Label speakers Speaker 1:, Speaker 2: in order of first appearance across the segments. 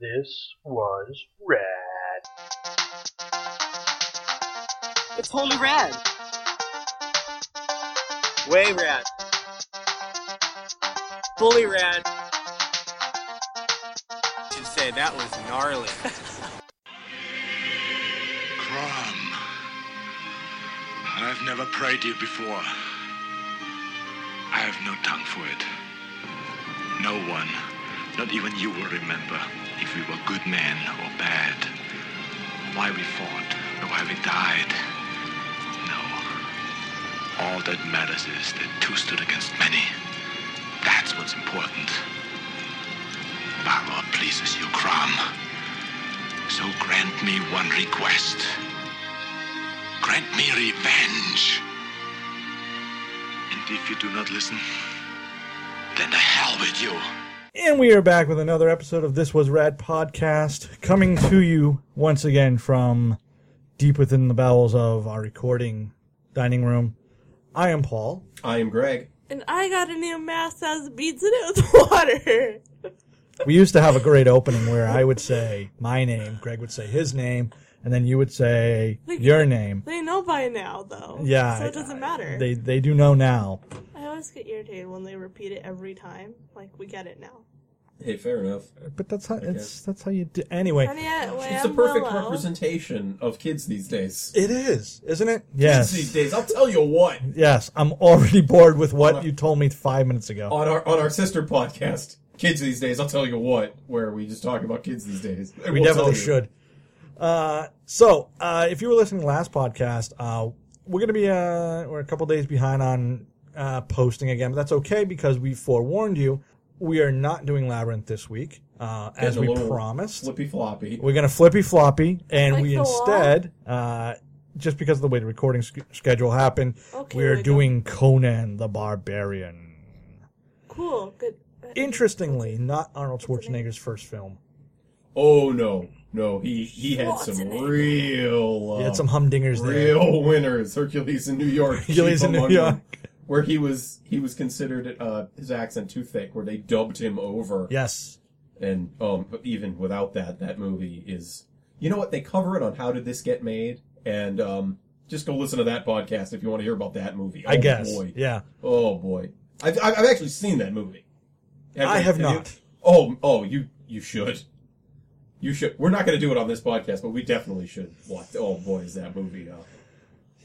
Speaker 1: This was rad.
Speaker 2: It's totally rad. Way rad. Fully rad. Should say that was gnarly.
Speaker 3: Crom. I've never prayed you before. I have no tongue for it. No one, not even you, will remember if we were good men or bad. Why we fought or why we died. No. All that matters is that two stood against many. That's what's important. Balor pleases you, Crom. So grant me one request. Grant me revenge. And if you do not listen, then the hell with you.
Speaker 4: And we are back with another episode of This Was Rad podcast, coming to you once again from deep within the bowels of our recording dining room. I am Paul.
Speaker 5: I am Greg.
Speaker 6: And I got a new mask that has beads in it with water.
Speaker 4: We used to have a great opening where I would say my name, Greg would say his name, and then you would say
Speaker 6: Like-
Speaker 4: your name.
Speaker 6: They know by now, though.
Speaker 4: Yeah,
Speaker 6: So it doesn't matter.
Speaker 4: They they do know now.
Speaker 6: I always get irritated when they repeat it every time. Like, we get it now.
Speaker 5: Hey, fair enough.
Speaker 4: But that's how it's
Speaker 5: guess.
Speaker 4: that's how you do anyway.
Speaker 6: Honey, I, when
Speaker 5: It's
Speaker 6: I'm
Speaker 5: the perfect
Speaker 6: Willow,
Speaker 5: representation of kids these days.
Speaker 4: It is, isn't it?
Speaker 5: Kids
Speaker 4: Yes.
Speaker 5: these days, I'll tell you what.
Speaker 4: Yes. I'm already bored with what
Speaker 5: Wanna-
Speaker 4: you told me five minutes ago.
Speaker 5: On our on our sister podcast, kids these days, I'll tell you what. Where we just talk about kids these days. And
Speaker 4: We
Speaker 5: we'll tell
Speaker 4: definitely
Speaker 5: you.
Speaker 4: should. Uh, so, uh, if you were listening to last podcast, uh, we're going to be uh, we're a couple days behind on uh, posting again, but that's okay because we forewarned you. We are not doing Labyrinth this week, uh,
Speaker 5: Getting
Speaker 4: as
Speaker 5: a
Speaker 4: we
Speaker 5: little
Speaker 4: promised.
Speaker 5: Flippy floppy.
Speaker 4: We're gonna flippy floppy, and
Speaker 6: Like
Speaker 4: we
Speaker 6: the wall?
Speaker 4: instead, uh, just because of the way the recording sch- schedule happened,
Speaker 6: Okay,
Speaker 4: we are
Speaker 6: Lego.
Speaker 4: doing Conan the Barbarian.
Speaker 6: Cool. Good.
Speaker 4: Interestingly, not Arnold
Speaker 6: What's the name?
Speaker 4: Schwarzenegger's first film.
Speaker 5: Oh no, no. He he had some
Speaker 6: Schwarzenegger.
Speaker 5: real uh,
Speaker 4: He had some humdingers there.
Speaker 5: real winners. Hercules in New York.
Speaker 4: Hercules
Speaker 5: Chief
Speaker 4: in New
Speaker 5: among them,
Speaker 4: York.
Speaker 5: Where he was, he was considered uh, his accent too thick. Where they dubbed him over.
Speaker 4: Yes,
Speaker 5: And um, but even without that, that movie is. You know what? They cover it on How Did This Get Made, and um, just go listen to that podcast if you want to hear about that movie. Oh,
Speaker 4: I guess.
Speaker 5: Boy.
Speaker 4: Yeah,
Speaker 5: Oh boy. I've, I've I've actually seen that movie.
Speaker 4: I
Speaker 5: you-
Speaker 4: have
Speaker 5: you?
Speaker 4: not.
Speaker 5: Oh oh you you should. You should. We're not going to do it on this podcast, but we definitely should watch. Oh boy, is that movie? Uh,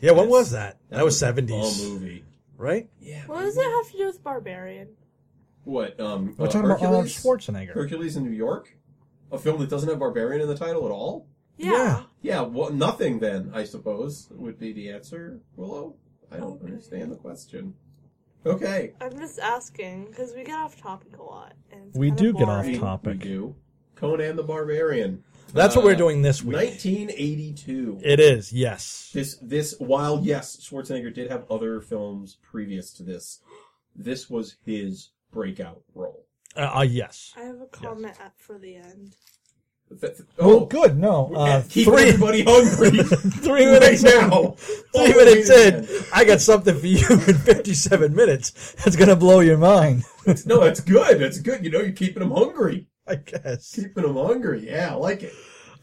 Speaker 4: Yeah, when
Speaker 5: Yes.
Speaker 4: was that? That, was
Speaker 5: a Uh, bum
Speaker 4: seventies,
Speaker 5: movie.
Speaker 4: right?
Speaker 5: Yeah.
Speaker 6: What does it have to do with Barbarian?
Speaker 5: What? Um.
Speaker 4: We're
Speaker 5: uh,
Speaker 4: talking about Arnold
Speaker 5: Hercules?
Speaker 4: Schwarzenegger.
Speaker 5: Hercules in New York, a film that doesn't have barbarian in the title at all.
Speaker 6: Yeah.
Speaker 4: Yeah.
Speaker 5: Yeah, well, nothing then, I suppose, would be the answer, Willow. I don't
Speaker 6: Okay.
Speaker 5: understand the question. Okay.
Speaker 6: I'm just asking, because we get off topic a lot. And it's
Speaker 4: We
Speaker 6: kinda
Speaker 4: do get off
Speaker 6: boring.
Speaker 4: topic.
Speaker 5: We do. Conan the Barbarian.
Speaker 4: That's what
Speaker 5: Uh,
Speaker 4: we're doing this week.
Speaker 5: 1982.
Speaker 4: It is yes.
Speaker 5: This, this, while yes, Schwarzenegger did have other films previous to this, this was his breakout role.
Speaker 4: Uh, uh, yes.
Speaker 6: I have a comment up for the end.
Speaker 5: Th- th-
Speaker 4: Oh, good. No, uh,
Speaker 5: keep
Speaker 4: three
Speaker 5: everybody hungry
Speaker 4: three minutes
Speaker 5: right now.
Speaker 4: Three minutes in, I got something for you in 57 minutes. That's going to blow your mind,
Speaker 5: No, that's good. That's good. You know, you're keeping them hungry.
Speaker 4: I guess.
Speaker 5: Keeping them hungry. Yeah, I like it.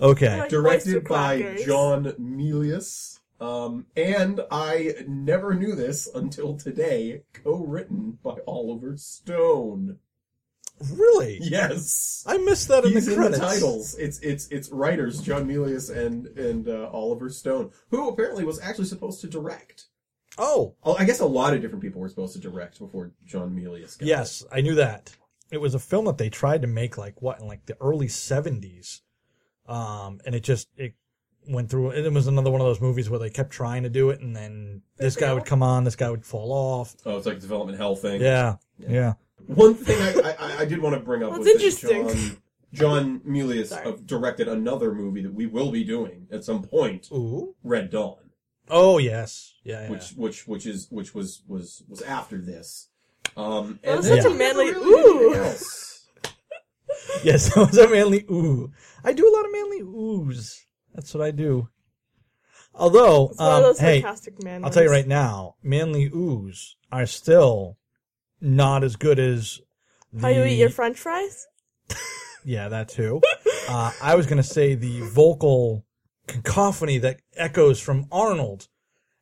Speaker 4: Okay.
Speaker 6: Like oyster
Speaker 5: Directed by
Speaker 6: crackers.
Speaker 5: John Milius. Um, and I never knew this until today, co-written by Oliver Stone.
Speaker 4: Really?
Speaker 5: Yes.
Speaker 4: I missed that in
Speaker 5: He's
Speaker 4: the
Speaker 5: in the
Speaker 4: credits.
Speaker 5: titles. It's it's it's writers John Milius and and uh, Oliver Stone, who apparently was actually supposed to direct.
Speaker 4: Oh,
Speaker 5: Oh, I guess a lot of different people were supposed to direct before John Milius. Got it.
Speaker 4: yes. I knew that. It was a film that they tried to make like what in like the early 70s. Um, and it just, it went through, and it was another one of those movies where they kept trying to do it and then this guy would come on, this guy would fall off.
Speaker 5: Oh, it's like a development hell thing.
Speaker 4: Yeah. Yeah.
Speaker 5: One thing I, I, I did want to bring up
Speaker 6: That's
Speaker 5: was that
Speaker 6: interesting.
Speaker 5: John, John Milius
Speaker 6: Sorry.
Speaker 5: uh, directed another movie that we will be doing at some point,
Speaker 4: Ooh.
Speaker 5: Red Dawn,
Speaker 4: Oh, yes. Yeah. yeah.
Speaker 5: which which which is which was was was after this. Um,
Speaker 6: That
Speaker 5: and
Speaker 6: was
Speaker 5: then
Speaker 6: such a
Speaker 5: he
Speaker 6: manly-
Speaker 5: never really did
Speaker 6: ooh.
Speaker 5: anything else.
Speaker 4: Yes, that was a manly ooh. I do a lot of manly oohs. That's what I do. Although,
Speaker 6: It's one of
Speaker 4: um,
Speaker 6: those
Speaker 4: hey,
Speaker 6: sarcastic man
Speaker 4: I'll tell you
Speaker 6: ones.
Speaker 4: right now, manly oohs are still not as good as the.
Speaker 6: How you eat your french fries?
Speaker 4: Yeah, that too. Uh, I was going to say the vocal cacophony that echoes from Arnold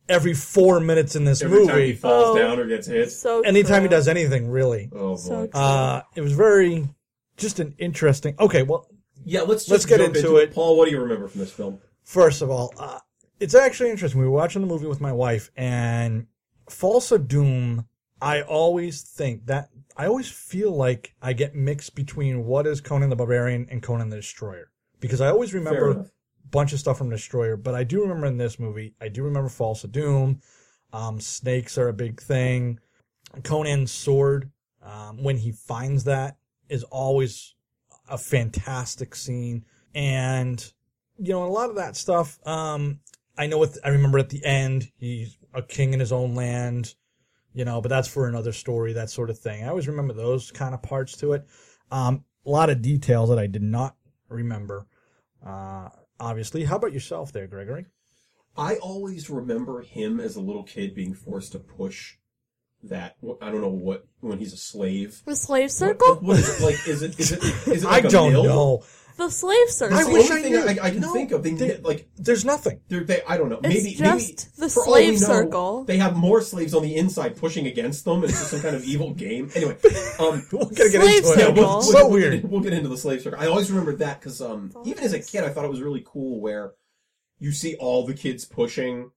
Speaker 4: every four minutes in this
Speaker 5: Every time he
Speaker 4: movie.
Speaker 5: falls
Speaker 6: Oh.
Speaker 5: down or gets hit.
Speaker 6: So
Speaker 4: Anytime he
Speaker 6: true.
Speaker 4: does anything, really.
Speaker 5: Oh boy.
Speaker 6: So true.
Speaker 4: Uh, it was very, just an interesting. Okay, well,
Speaker 5: yeah, let's just
Speaker 4: let's get
Speaker 5: jump
Speaker 4: into it.
Speaker 5: Paul, what do you remember from this film?
Speaker 4: First of all, uh, it's actually interesting. We were watching the movie with my wife, and False of Doom, I always think that, I always feel like I get mixed between what is Conan the Barbarian and Conan the Destroyer. Because I always
Speaker 5: Fair
Speaker 4: remember
Speaker 5: enough.
Speaker 4: a bunch of stuff from Destroyer, but I do remember in this movie, I do remember False of Doom. Um, snakes are a big thing. Conan's sword, um, when he finds that, is always a fantastic scene. And you know, a lot of that stuff. Um, I know. With, I remember at the end, he's a king in his own land. You know, but that's for another story, that sort of thing. I always remember those kind of parts to it. Um, a lot of details that I did not remember. Uh, obviously. How about yourself, there, Gregory?
Speaker 5: I always remember him as a little kid being forced to push that. I don't know what when he's a slave.
Speaker 6: the slave
Speaker 5: What-
Speaker 6: circle.
Speaker 5: what is it like? Is it? Is it? Is it like
Speaker 4: I
Speaker 5: a
Speaker 4: don't
Speaker 5: mill?
Speaker 4: know.
Speaker 6: The slave circle.
Speaker 5: That's
Speaker 4: I
Speaker 5: the
Speaker 4: wish
Speaker 5: only
Speaker 4: I
Speaker 5: thing
Speaker 4: knew.
Speaker 5: I, I can
Speaker 4: No,
Speaker 5: think of. They,
Speaker 4: they-
Speaker 5: like
Speaker 4: There's nothing.
Speaker 5: they're, they. I don't know.
Speaker 6: It's
Speaker 5: maybe
Speaker 6: just
Speaker 5: maybe,
Speaker 6: the
Speaker 5: for all we
Speaker 6: slave
Speaker 5: know,
Speaker 6: circle.
Speaker 5: They have more slaves on the inside pushing against them, and it's just some kind of evil game. Anyway, um,
Speaker 4: We're gonna get
Speaker 6: Slave
Speaker 4: into it.
Speaker 5: yeah,
Speaker 6: circle.
Speaker 5: we'll,
Speaker 6: Well,
Speaker 4: so
Speaker 5: we'll
Speaker 4: weird.
Speaker 5: Get, in- we'll get into the slave circle. I always remembered that because um, even as a kid, I thought it was really cool where you see all the kids pushing,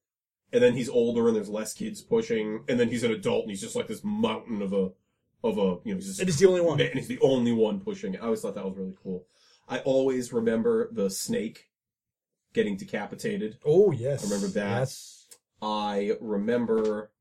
Speaker 5: and then he's older and there's less kids pushing, and then he's an adult and he's just like this mountain of a of a you know he's just
Speaker 4: It is the only one.
Speaker 5: and he's the only one pushing. it. I always thought that was really cool. I always remember the snake getting decapitated.
Speaker 4: Oh yes,
Speaker 5: I remember that.
Speaker 4: Yes.
Speaker 5: I remember.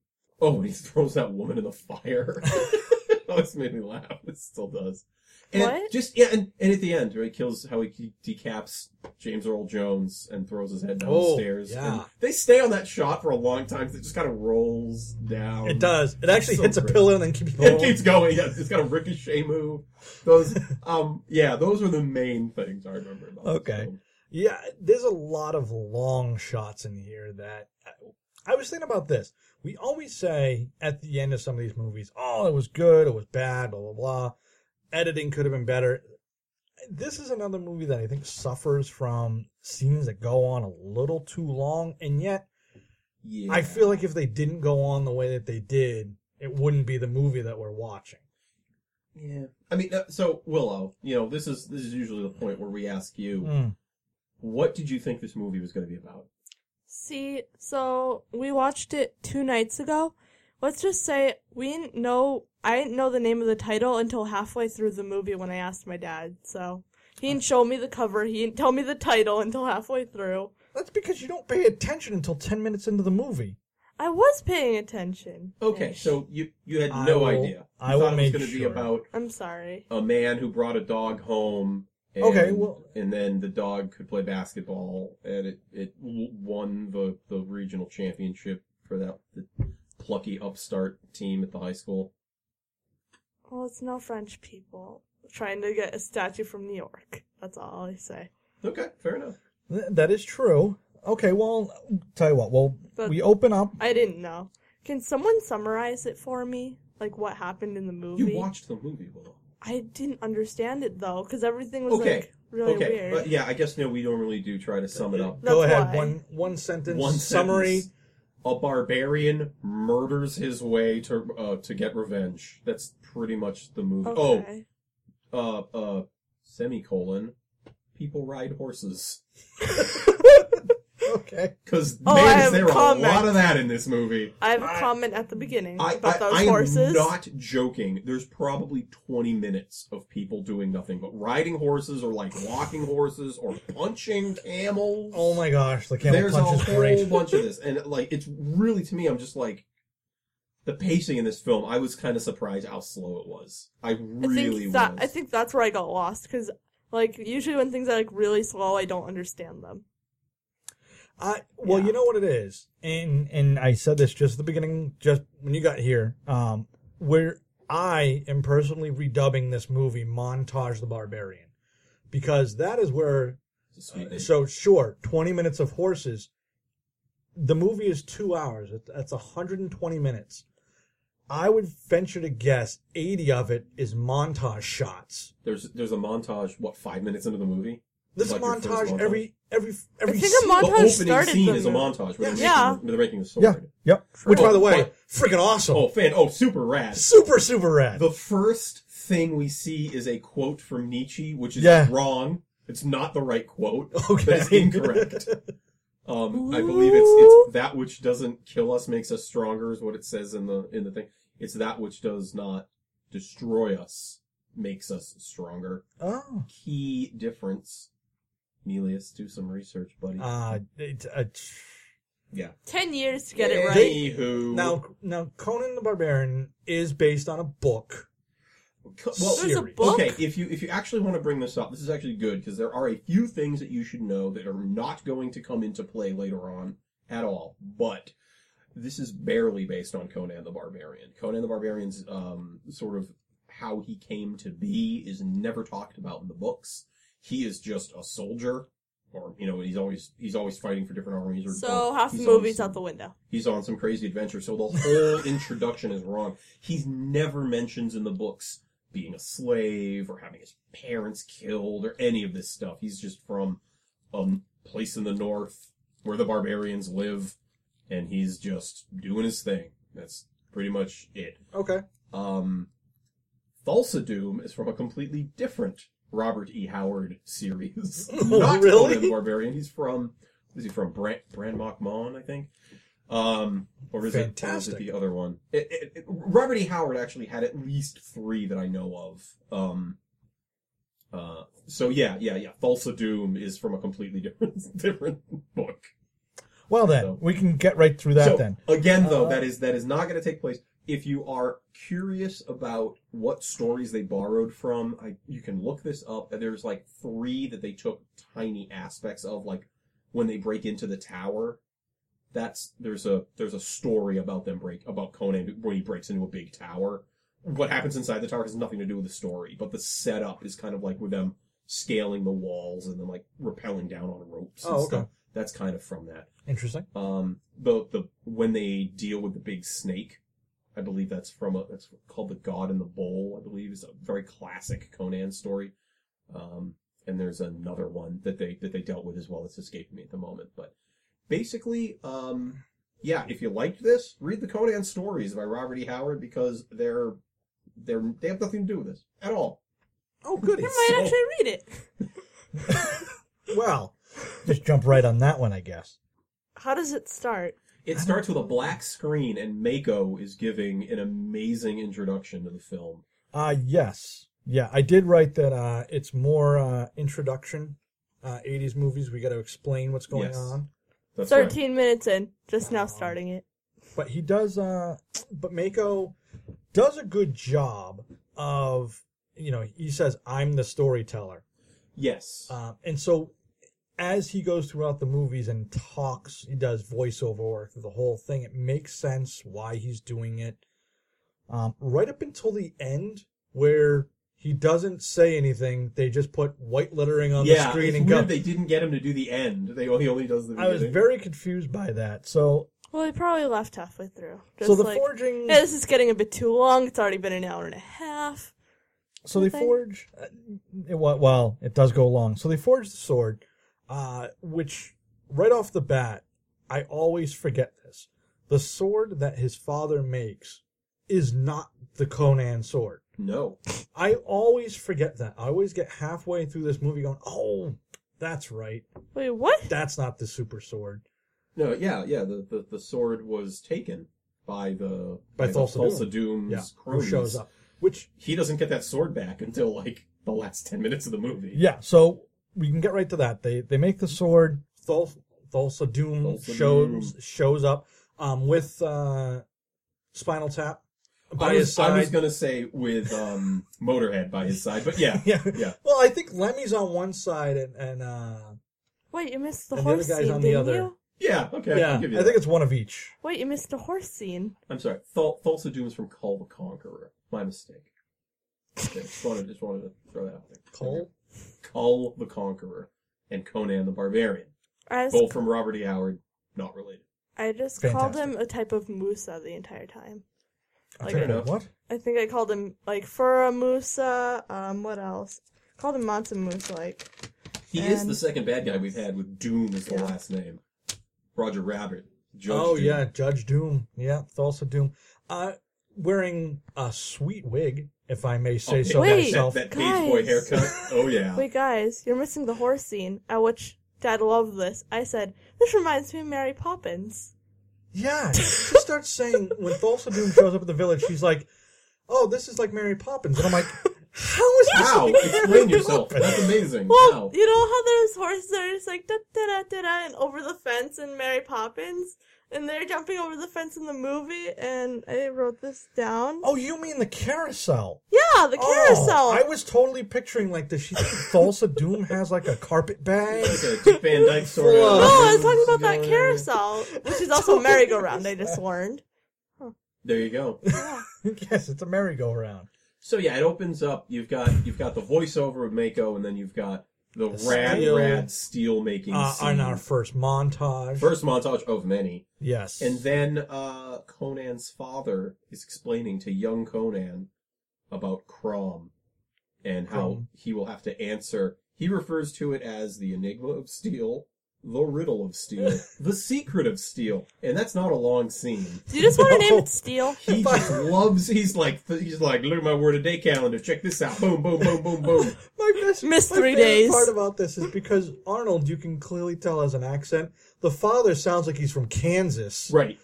Speaker 5: Oh, when he throws that woman in the fire. Always made me laugh. It still does. And
Speaker 6: What?
Speaker 5: Just yeah, and, and at the end, right, kills how he decaps James Earl Jones and throws his head down
Speaker 4: Oh,
Speaker 5: the stairs.
Speaker 4: yeah.
Speaker 5: And they stay on that shot for a long time. 'cause It just kind of rolls down.
Speaker 4: It does. It actually
Speaker 5: Oh, so
Speaker 4: hits a
Speaker 5: great.
Speaker 4: pillar and then keeps going.
Speaker 5: It keeps going. Yeah, it's got a ricochet move. Those, um, yeah, those are the main things I remember about. this
Speaker 4: Okay.
Speaker 5: film.
Speaker 4: Yeah, there's a lot of long shots in here that I was thinking about this. We always say at the end of some of these movies, "Oh, it was good, it was bad, blah blah blah." Editing could have been better. This is another movie that I think suffers from scenes that go on a little too long, and yet
Speaker 5: Yeah.
Speaker 4: I feel like if they didn't go on the way that they did, it wouldn't be the movie that we're watching.
Speaker 5: Yeah. I mean, uh, so Willow, you know, this is this is usually the point where we ask you.
Speaker 4: Mm.
Speaker 5: what did you think this movie was going to be about?
Speaker 6: See, so we watched it two nights ago. Let's just say we didn't know. I didn't know the name of the title until halfway through the movie when I asked my dad. So he didn't show me the cover. He didn't tell me the title until halfway through.
Speaker 4: That's because you don't pay attention until ten minutes into the movie.
Speaker 6: I was paying attention.
Speaker 5: Okay,
Speaker 6: Ish.
Speaker 5: so you you had
Speaker 4: Oh, I
Speaker 5: no
Speaker 4: will-
Speaker 5: idea. You
Speaker 4: I will
Speaker 5: thought it was
Speaker 4: make
Speaker 5: going to be
Speaker 4: sure.
Speaker 5: about
Speaker 6: I'm sorry.
Speaker 5: a man who brought a dog home. And,
Speaker 4: Okay, well-
Speaker 5: and then the dog could play basketball, and it it w- won the the regional championship for that the plucky upstart team at the high school.
Speaker 6: Well, it's no French people trying to get a statue from New York. That's all I say.
Speaker 5: Okay, fair enough.
Speaker 4: Th- That is true. Okay, well, tell you what. Well,
Speaker 6: But-
Speaker 4: we open up.
Speaker 6: I didn't know. Can someone summarize it for me? Like what happened in the movie?
Speaker 5: You watched the movie, Willow.
Speaker 6: I didn't understand it though, because everything was
Speaker 5: Okay.
Speaker 6: like really
Speaker 5: okay,
Speaker 6: weird.
Speaker 5: but yeah, I guess no, we don't really do try to sum it up.
Speaker 6: That's
Speaker 4: Go ahead.
Speaker 6: why.
Speaker 4: One one sentence
Speaker 5: one
Speaker 4: summary.
Speaker 5: sentence. A barbarian murders his way to uh, to get revenge. That's pretty much the movie.
Speaker 6: Okay.
Speaker 5: Oh, uh, uh, semicolon. People ride horses.
Speaker 4: Okay.
Speaker 5: Because
Speaker 6: Oh, I
Speaker 5: man, is
Speaker 6: have
Speaker 5: there
Speaker 6: comment.
Speaker 5: a lot of that in this movie.
Speaker 6: I have a
Speaker 5: I-
Speaker 6: comment at the beginning
Speaker 5: I,
Speaker 6: about
Speaker 5: I,
Speaker 6: those
Speaker 5: I am
Speaker 6: horses.
Speaker 5: not joking. There's probably 20 minutes of people doing nothing but riding horses or like walking horses or punching camels.
Speaker 4: Oh my gosh, the camel
Speaker 5: There's
Speaker 4: punch
Speaker 5: a
Speaker 4: is
Speaker 5: whole
Speaker 4: great.
Speaker 5: bunch of this, and like it's really to me, I'm just like the pacing in this film. I was kind of surprised how slow it was. I
Speaker 6: I think
Speaker 5: really
Speaker 6: that
Speaker 5: was.
Speaker 6: I think that's where I got lost because like usually when things are like really slow, I don't understand them.
Speaker 4: I well,
Speaker 6: Yeah.
Speaker 4: you know what it is, and and I said this just at the beginning, just when you got here, um, where I am personally redubbing this movie "Montage the Barbarian," because that is where
Speaker 5: It's a sweet name.
Speaker 4: So sure, twenty minutes of horses. The movie is two hours. It- That's hundred and twenty minutes. I would venture to guess 80 of it is montage shots.
Speaker 5: There's there's a montage. What five minutes into the movie?
Speaker 4: This
Speaker 5: Like your first
Speaker 4: montage,
Speaker 5: montage?
Speaker 4: every every every
Speaker 6: think
Speaker 4: scene-
Speaker 6: a montage
Speaker 5: the opening
Speaker 6: started
Speaker 5: scene
Speaker 6: the
Speaker 5: is a
Speaker 6: movie.
Speaker 5: montage where they're,
Speaker 6: Yeah.
Speaker 5: making, they're making the sword.
Speaker 4: Yeah. Yep. Which, by the way,
Speaker 5: Oh,
Speaker 4: freaking awesome.
Speaker 5: Oh, fan! Oh, super rad.
Speaker 4: Super super rad.
Speaker 5: The first thing we see is a quote from Nietzsche, which is
Speaker 4: Yeah.
Speaker 5: wrong. It's not the right quote.
Speaker 4: Okay.
Speaker 5: That's incorrect. Um, I believe it's it's that which doesn't kill us makes us stronger is what it says in the in the thing. It's that which does not destroy us makes us stronger.
Speaker 4: oh.
Speaker 5: Key difference. Melius, do some research, buddy.
Speaker 4: Uh, it, uh,
Speaker 5: yeah.
Speaker 6: Ten years to get it right.
Speaker 5: Anywho,
Speaker 4: now now Conan the Barbarian is based on a book.
Speaker 5: Co- well,
Speaker 6: There's a
Speaker 4: series.
Speaker 6: book.
Speaker 5: Okay, if you if you actually want to bring this up, this is actually good because there are a few things that you should know that are not going to come into play later on at all. But this is barely based on Conan the Barbarian. Conan the Barbarian's um, sort of how he came to be is never talked about in the books. He is just a soldier, or you know, he's always he's always fighting for different armies. Or
Speaker 6: So
Speaker 5: or
Speaker 6: half the
Speaker 5: he's on
Speaker 6: movie's
Speaker 5: some-
Speaker 6: out the window.
Speaker 5: he's on some crazy adventure. So the whole introduction is wrong. He's never mentions in the books being a slave or having his parents killed or any of this stuff. He's just from a place in the north where the barbarians live, and he's just doing his thing. That's pretty much it.
Speaker 4: Okay.
Speaker 5: Um, Falsa Doom is from a completely different Robert E. Howard series. Not
Speaker 4: really?
Speaker 5: Conan the Barbarian. He's from, is he from Brand, Brand Mock Mon, I think? Um, or is, it, or is
Speaker 4: Fantastic.
Speaker 5: it the other one? It, it, it- Robert E. Howard actually had at least three that I know of. Um, uh, so yeah, yeah, yeah. Falsa Doom is from a completely different, different book.
Speaker 4: Well then,
Speaker 5: So-
Speaker 4: we can get right through that
Speaker 5: So,
Speaker 4: then.
Speaker 5: Again, though,
Speaker 4: Uh,
Speaker 5: that is that is not going to take place. If you are curious about what stories they borrowed from, I, you can look this up. There's like three that they took tiny aspects of, like when they break into the tower. That's there's a there's a story about them break about Conan when he breaks into a big tower. What happens inside the tower has nothing to do with the story, but the setup is kind of like with them scaling the walls and then like rappelling down on ropes. And
Speaker 4: Oh, okay.
Speaker 5: stuff. That's kind of from that.
Speaker 4: Interesting.
Speaker 5: Um, the the when they deal with the big snake, I believe that's from a that's called the God in the Bowl. I believe is a very classic Conan story. Um, and there's another one that they that they dealt with as well. It's escaping me at the moment, but basically, um, yeah. If you liked this, read the Conan stories by Robert E. Howard because they're they're they have nothing to do with this at all.
Speaker 4: Oh goody.
Speaker 6: I might
Speaker 5: So-
Speaker 6: actually read it.
Speaker 4: well, just jump right on that one, I guess.
Speaker 6: How does it start?
Speaker 5: It starts with a black screen, and Mako is giving an amazing introduction to the film.
Speaker 4: Uh yes. Yeah, I did write that uh it's more uh introduction uh 80s movies we got to explain what's going
Speaker 5: Yes.
Speaker 4: on.
Speaker 5: That's right.
Speaker 6: Thirteen minutes in, just now starting it.
Speaker 4: But he does uh but Mako does a good job of you know, he says I'm the storyteller.
Speaker 5: Yes.
Speaker 4: Um, and so as he goes throughout the movies and talks, he does voiceover work through the whole thing. It makes sense why he's doing it. Um, right up until the end where he doesn't say anything, they just put white lettering on
Speaker 5: yeah,
Speaker 4: the screen
Speaker 5: it's
Speaker 4: and go.
Speaker 5: weird they didn't get him to do the end. They only, he only does the
Speaker 4: I
Speaker 5: beginning.
Speaker 4: was very confused by that. So,
Speaker 6: Well, he probably left halfway through. Just
Speaker 4: so the
Speaker 6: like,
Speaker 4: forging,
Speaker 6: "Hey, this is getting a bit too long. It's already been an hour and a half.
Speaker 4: so they
Speaker 6: okay.
Speaker 4: forge. Uh, it, wa- well, it does go long. So they forge the sword, uh, which right off the bat, I always forget this. The sword that his father makes is not the Conan sword.
Speaker 5: no.
Speaker 4: I always forget that. I always get halfway through this movie going, "Oh, that's right.
Speaker 6: Wait, what?
Speaker 4: That's not the super sword."
Speaker 5: No, yeah, yeah. The, the, the sword was taken by the
Speaker 4: By
Speaker 5: the
Speaker 4: Thulsa Doom.
Speaker 5: Thulsa Doom's
Speaker 4: Yeah, who
Speaker 5: cronies.
Speaker 4: shows up? Which
Speaker 5: He doesn't get that sword back until like the last ten minutes of the movie.
Speaker 4: Yeah, so we can get right to that. They they make the sword. Thul, Thulsa Doom
Speaker 5: Thulsa
Speaker 4: shows shows up um, with uh, Spinal Tap by
Speaker 5: I was,
Speaker 4: his side.
Speaker 5: I was gonna say with um, Motorhead by his side, but yeah,
Speaker 4: yeah.
Speaker 5: yeah.
Speaker 4: Well, I think Lemmy's on one side and and uh,
Speaker 6: Wait, you missed the
Speaker 4: And the other
Speaker 6: horse
Speaker 4: guy's
Speaker 6: scene,
Speaker 4: on the
Speaker 6: didn't
Speaker 4: other.
Speaker 6: you?
Speaker 5: yeah, okay.
Speaker 4: yeah,
Speaker 5: I'll
Speaker 4: I
Speaker 5: give you
Speaker 4: think
Speaker 5: that.
Speaker 4: it's one of each.
Speaker 6: Wait, you missed the horse scene.
Speaker 5: I'm sorry. Thul, Thulsa Doom's from Call the Conqueror. My mistake. Okay, just wanted, just wanted to throw that out there.
Speaker 4: Cole.
Speaker 5: Call the Conqueror and Conan the Barbarian.
Speaker 6: I just,
Speaker 5: Both from Robert E. Howard, not related.
Speaker 6: I just called him a type of Musa the entire time.
Speaker 4: I
Speaker 6: Like-
Speaker 4: think,
Speaker 5: Fair enough.
Speaker 4: what?
Speaker 6: I think I called him like Furamusa. Um, what else? Called him Monta Moose. Like,
Speaker 5: He is
Speaker 6: And-
Speaker 5: the second bad guy we've had with Doom as the
Speaker 6: Yeah.
Speaker 5: last name. Roger Rabbit. Judge
Speaker 4: oh
Speaker 5: Doom.
Speaker 4: yeah, Judge Doom. Yeah, it's also Doom. Uh, wearing a sweet wig, if I may say
Speaker 5: Oh,
Speaker 4: so
Speaker 6: Wait.
Speaker 4: myself.
Speaker 5: That, that page boy
Speaker 6: Guys.
Speaker 5: haircut. Oh yeah.
Speaker 6: wait, guys, you're missing the horse scene. At which Dad loved this. I said, "This reminds me of Mary Poppins."
Speaker 4: Yeah, she starts saying when Thulsa Doom shows up at the village, she's like, "Oh, this is like Mary Poppins," and I'm like, "How is this?"
Speaker 5: Wow,
Speaker 4: like Mary
Speaker 5: explain yourself.
Speaker 4: Poppins?
Speaker 5: That's amazing.
Speaker 6: Well,
Speaker 5: wow.
Speaker 6: you know how there's horses that are just like da da da da da and over the fence in Mary Poppins, and they're jumping over the fence in the movie. And I wrote this down.
Speaker 4: Oh, you mean the carousel?
Speaker 6: yeah, the
Speaker 4: Oh, I
Speaker 6: carousel.
Speaker 4: was totally picturing like does she think Thulsa Doom has like a carpet bag?
Speaker 5: Like a Dick Van Dyke story.
Speaker 4: Whoa.
Speaker 6: No, Oh, I was talking about that
Speaker 4: Yeah.
Speaker 6: carousel, which is also a merry-go-round. I just warned.
Speaker 5: There you go.
Speaker 6: Yeah.
Speaker 4: yes, it's a merry-go-round.
Speaker 5: So yeah, it opens up. You've got you've got the voiceover of Mako, and then you've got the
Speaker 4: The
Speaker 5: rad
Speaker 4: steel.
Speaker 5: rad steel making
Speaker 4: Uh,
Speaker 5: scene.
Speaker 4: on our first montage,
Speaker 5: First montage of many,
Speaker 4: yes,
Speaker 5: and then uh, Conan's father is explaining to young Conan about Crom and how
Speaker 4: Crom.
Speaker 5: he will have to answer. He refers to it as the enigma of steel, the riddle of steel, the secret of steel, and that's not a long scene.
Speaker 6: Do you just want to name
Speaker 4: No.
Speaker 6: it Steel?
Speaker 5: He just loves. He's like, he's like, look at my word of day calendar. Check this out. Boom, boom, boom, boom, boom.
Speaker 4: My best,
Speaker 6: Missed
Speaker 4: my
Speaker 6: three
Speaker 4: favorite
Speaker 6: days.
Speaker 4: Part about this is because Arnold, you can clearly tell has an accent. The father sounds like he's from Kansas.
Speaker 5: Right.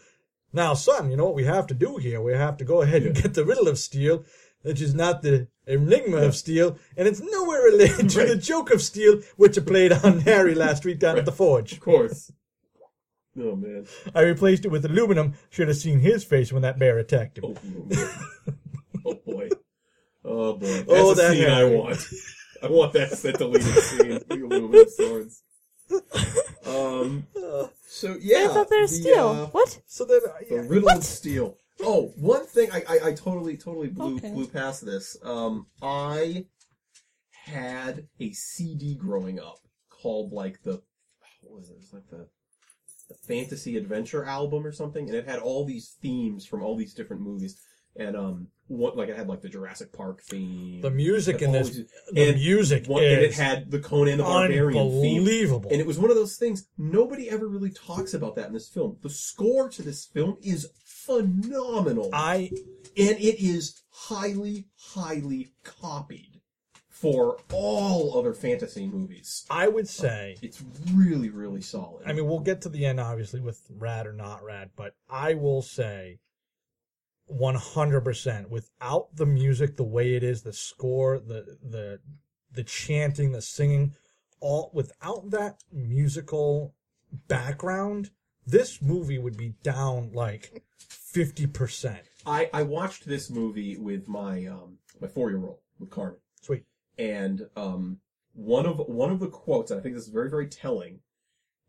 Speaker 4: Now, son, you know what we have to do here? We have to go ahead and get the riddle of steel, which is not the enigma of steel, and it's nowhere related to the
Speaker 5: Right.
Speaker 4: joke of steel, which I played on Harry last week down at the forge.
Speaker 5: Of course. Oh man.
Speaker 4: I replaced it with aluminum. Should have seen his face when that bear attacked him.
Speaker 5: Oh, boy. oh boy. Oh boy. That's
Speaker 4: Oh,
Speaker 5: a
Speaker 4: that
Speaker 5: scene I
Speaker 4: happened.
Speaker 5: want. I want that, that deleted scene. We will move with swords. Um. So yeah.
Speaker 6: I thought there was
Speaker 5: the,
Speaker 6: Steel.
Speaker 5: uh,
Speaker 6: what?
Speaker 4: Uh, So then,
Speaker 5: the
Speaker 4: I,
Speaker 5: riddle of steel. Oh, one thing I, I, I totally totally blew
Speaker 6: Okay.
Speaker 5: blew past this. Um, I had a CD growing up called like the what was it? It was like the the fantasy adventure album or something, and it had all these themes from all these different movies. And um, what like it had like the Jurassic Park theme,
Speaker 4: the music in
Speaker 5: all
Speaker 4: this,
Speaker 5: these-
Speaker 4: the
Speaker 5: and
Speaker 4: music
Speaker 5: one, and it
Speaker 4: is
Speaker 5: had the Conan the Barbarian theme.
Speaker 4: unbelievable.
Speaker 5: And it was one of those things, nobody ever really talks about that in this film. The score to this film is phenomenal.
Speaker 4: I
Speaker 5: and it is highly, highly copied for all other fantasy movies.
Speaker 4: I would say,
Speaker 5: It's really, really solid.
Speaker 4: I mean, we'll get to the end, obviously, with rad or not rad, but I will say 100% without the music, the way it is, the score, the, the, the chanting, the singing, all without that musical background, this movie would be down like 50%.
Speaker 5: I, I watched this movie with my um my four year old with Carmen.
Speaker 4: Sweet.
Speaker 5: and um, one of one of the quotes, and I think this is very very telling,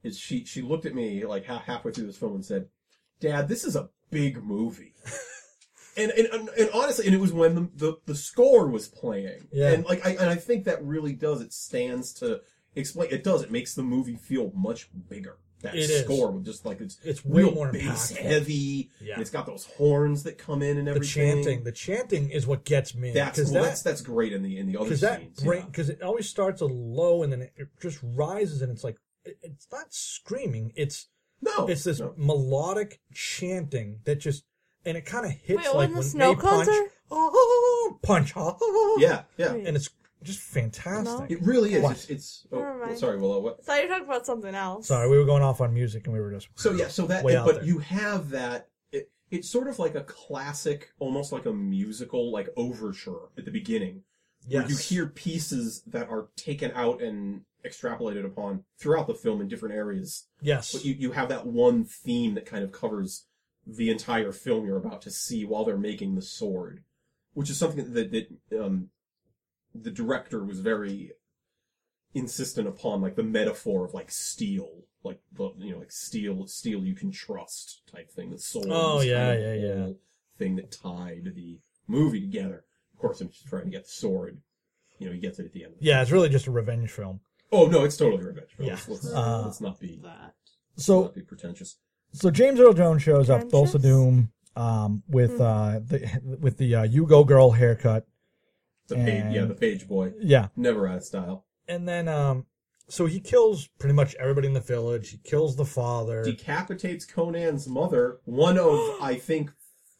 Speaker 5: is she she looked at me like ha- halfway through this film and said, "Dad, this is a big movie." and, and and and honestly, and it was when the the, the score was playing,
Speaker 4: Yeah.
Speaker 5: and like I and I think that really does it stands to explain. It does it makes the movie feel much bigger. That
Speaker 4: It is.
Speaker 5: score with just like it's
Speaker 4: It's way
Speaker 5: real
Speaker 4: more
Speaker 5: bass
Speaker 4: impactful.
Speaker 5: heavy.
Speaker 4: Yeah.
Speaker 5: and it's got those horns that come in and
Speaker 4: The
Speaker 5: everything.
Speaker 4: chanting, the chanting is what gets me.
Speaker 5: That's,
Speaker 4: 'cause
Speaker 5: well,
Speaker 4: that-
Speaker 5: that's that's great in the in the other
Speaker 4: because that
Speaker 5: scenes. yeah.
Speaker 4: because it always starts a low and then it, it just rises and it's like it, it's not screaming it's
Speaker 5: No,
Speaker 4: it's this
Speaker 5: no.
Speaker 4: melodic chanting that just and it kind of hits
Speaker 6: Wait,
Speaker 4: like
Speaker 6: when the
Speaker 4: when
Speaker 6: snow
Speaker 4: they
Speaker 6: cones
Speaker 4: punch
Speaker 6: are-
Speaker 4: oh, punch oh,
Speaker 5: Yeah, yeah.
Speaker 4: and it's just fantastic
Speaker 5: It really is.
Speaker 4: What?
Speaker 5: It's, it's oh,
Speaker 6: Never mind.
Speaker 5: sorry, Willow. What?
Speaker 6: So you're talking about something else.
Speaker 4: sorry we were going off on music and we were just
Speaker 5: So yeah, so that,
Speaker 4: Way out
Speaker 5: but
Speaker 4: there.
Speaker 5: you have that. It, it's sort of like a classic, almost like a musical, like overture at the beginning, where you
Speaker 4: yes.
Speaker 5: hear pieces that are taken out and extrapolated upon throughout the film in different areas.
Speaker 4: yes
Speaker 5: But you, you have that one theme that kind of covers the entire film you're about to see while they're making the sword, which is something that that um, the director was very insistent upon, like the metaphor of like steel, like the you know like steel steel you can trust type thing. The sword.
Speaker 4: Oh,
Speaker 5: was kind
Speaker 4: yeah,
Speaker 5: of
Speaker 4: yeah,
Speaker 5: the
Speaker 4: yeah.
Speaker 5: whole Thing that tied the movie together. Of course, I'm just trying to get the sword. You know, he gets it at the end. Of the
Speaker 4: yeah it's really just a revenge film
Speaker 5: Oh no, it's totally revenge.
Speaker 4: Yeah.
Speaker 5: Let's, let's,
Speaker 4: Uh,
Speaker 5: let's not be
Speaker 4: so
Speaker 5: not be pretentious.
Speaker 4: so James Earl Jones shows up
Speaker 6: Conscious?
Speaker 4: Thulsa Doom um,
Speaker 6: Hmm.
Speaker 4: with uh, the with the uh, you go girl haircut.
Speaker 5: The page, yeah, the page boy,
Speaker 4: Yeah,
Speaker 5: never out of style.
Speaker 4: and then um, so he kills pretty much everybody in the village. He kills the father.
Speaker 5: Decapitates Conan's mother. One of I think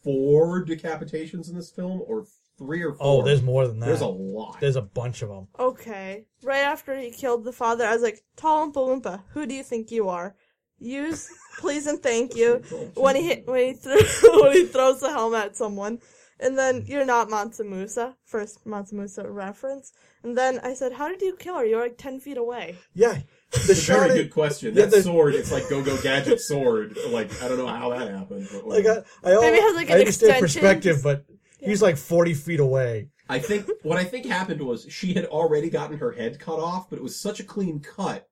Speaker 5: four decapitations in this film, or three or
Speaker 4: oh,
Speaker 5: four.
Speaker 4: there's more than that.
Speaker 5: There's a lot.
Speaker 4: There's a bunch of them.
Speaker 6: Okay. Right after he killed the father, I was like, Tall Oompa Loompa, who do you think you are? Use please and thank you when he hit, when he threw when he throws the helmet at someone. And then you're not Mansa Musa, first Mansa Musa reference. And then I said, How did you kill her? You were like ten feet away.
Speaker 4: Yeah, the shot
Speaker 5: Very
Speaker 4: at-
Speaker 5: good question.
Speaker 4: Yeah,
Speaker 5: That
Speaker 4: there's-
Speaker 5: sword, it's like Go Go Gadget sword. Like I don't know how that happened. But
Speaker 4: Like I,
Speaker 5: whatever.
Speaker 4: I, all,
Speaker 6: Maybe it has, like,
Speaker 4: I
Speaker 6: an
Speaker 4: understand
Speaker 6: extension.
Speaker 4: perspective, but he's like forty feet away.
Speaker 5: I think what I think happened was she had already gotten her head cut off, but it was such a clean cut,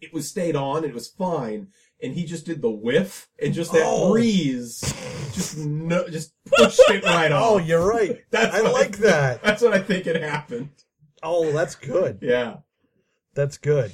Speaker 5: it was stayed on and it was fine. And he just did the whiff and just that
Speaker 4: Oh.
Speaker 5: breeze, just no, just pushed it right
Speaker 4: Oh,
Speaker 5: off.
Speaker 4: you're right.
Speaker 5: That's
Speaker 4: I
Speaker 5: what
Speaker 4: like that.
Speaker 5: That's what I think it happened.
Speaker 4: Oh, that's good.
Speaker 5: Yeah,
Speaker 4: That's good.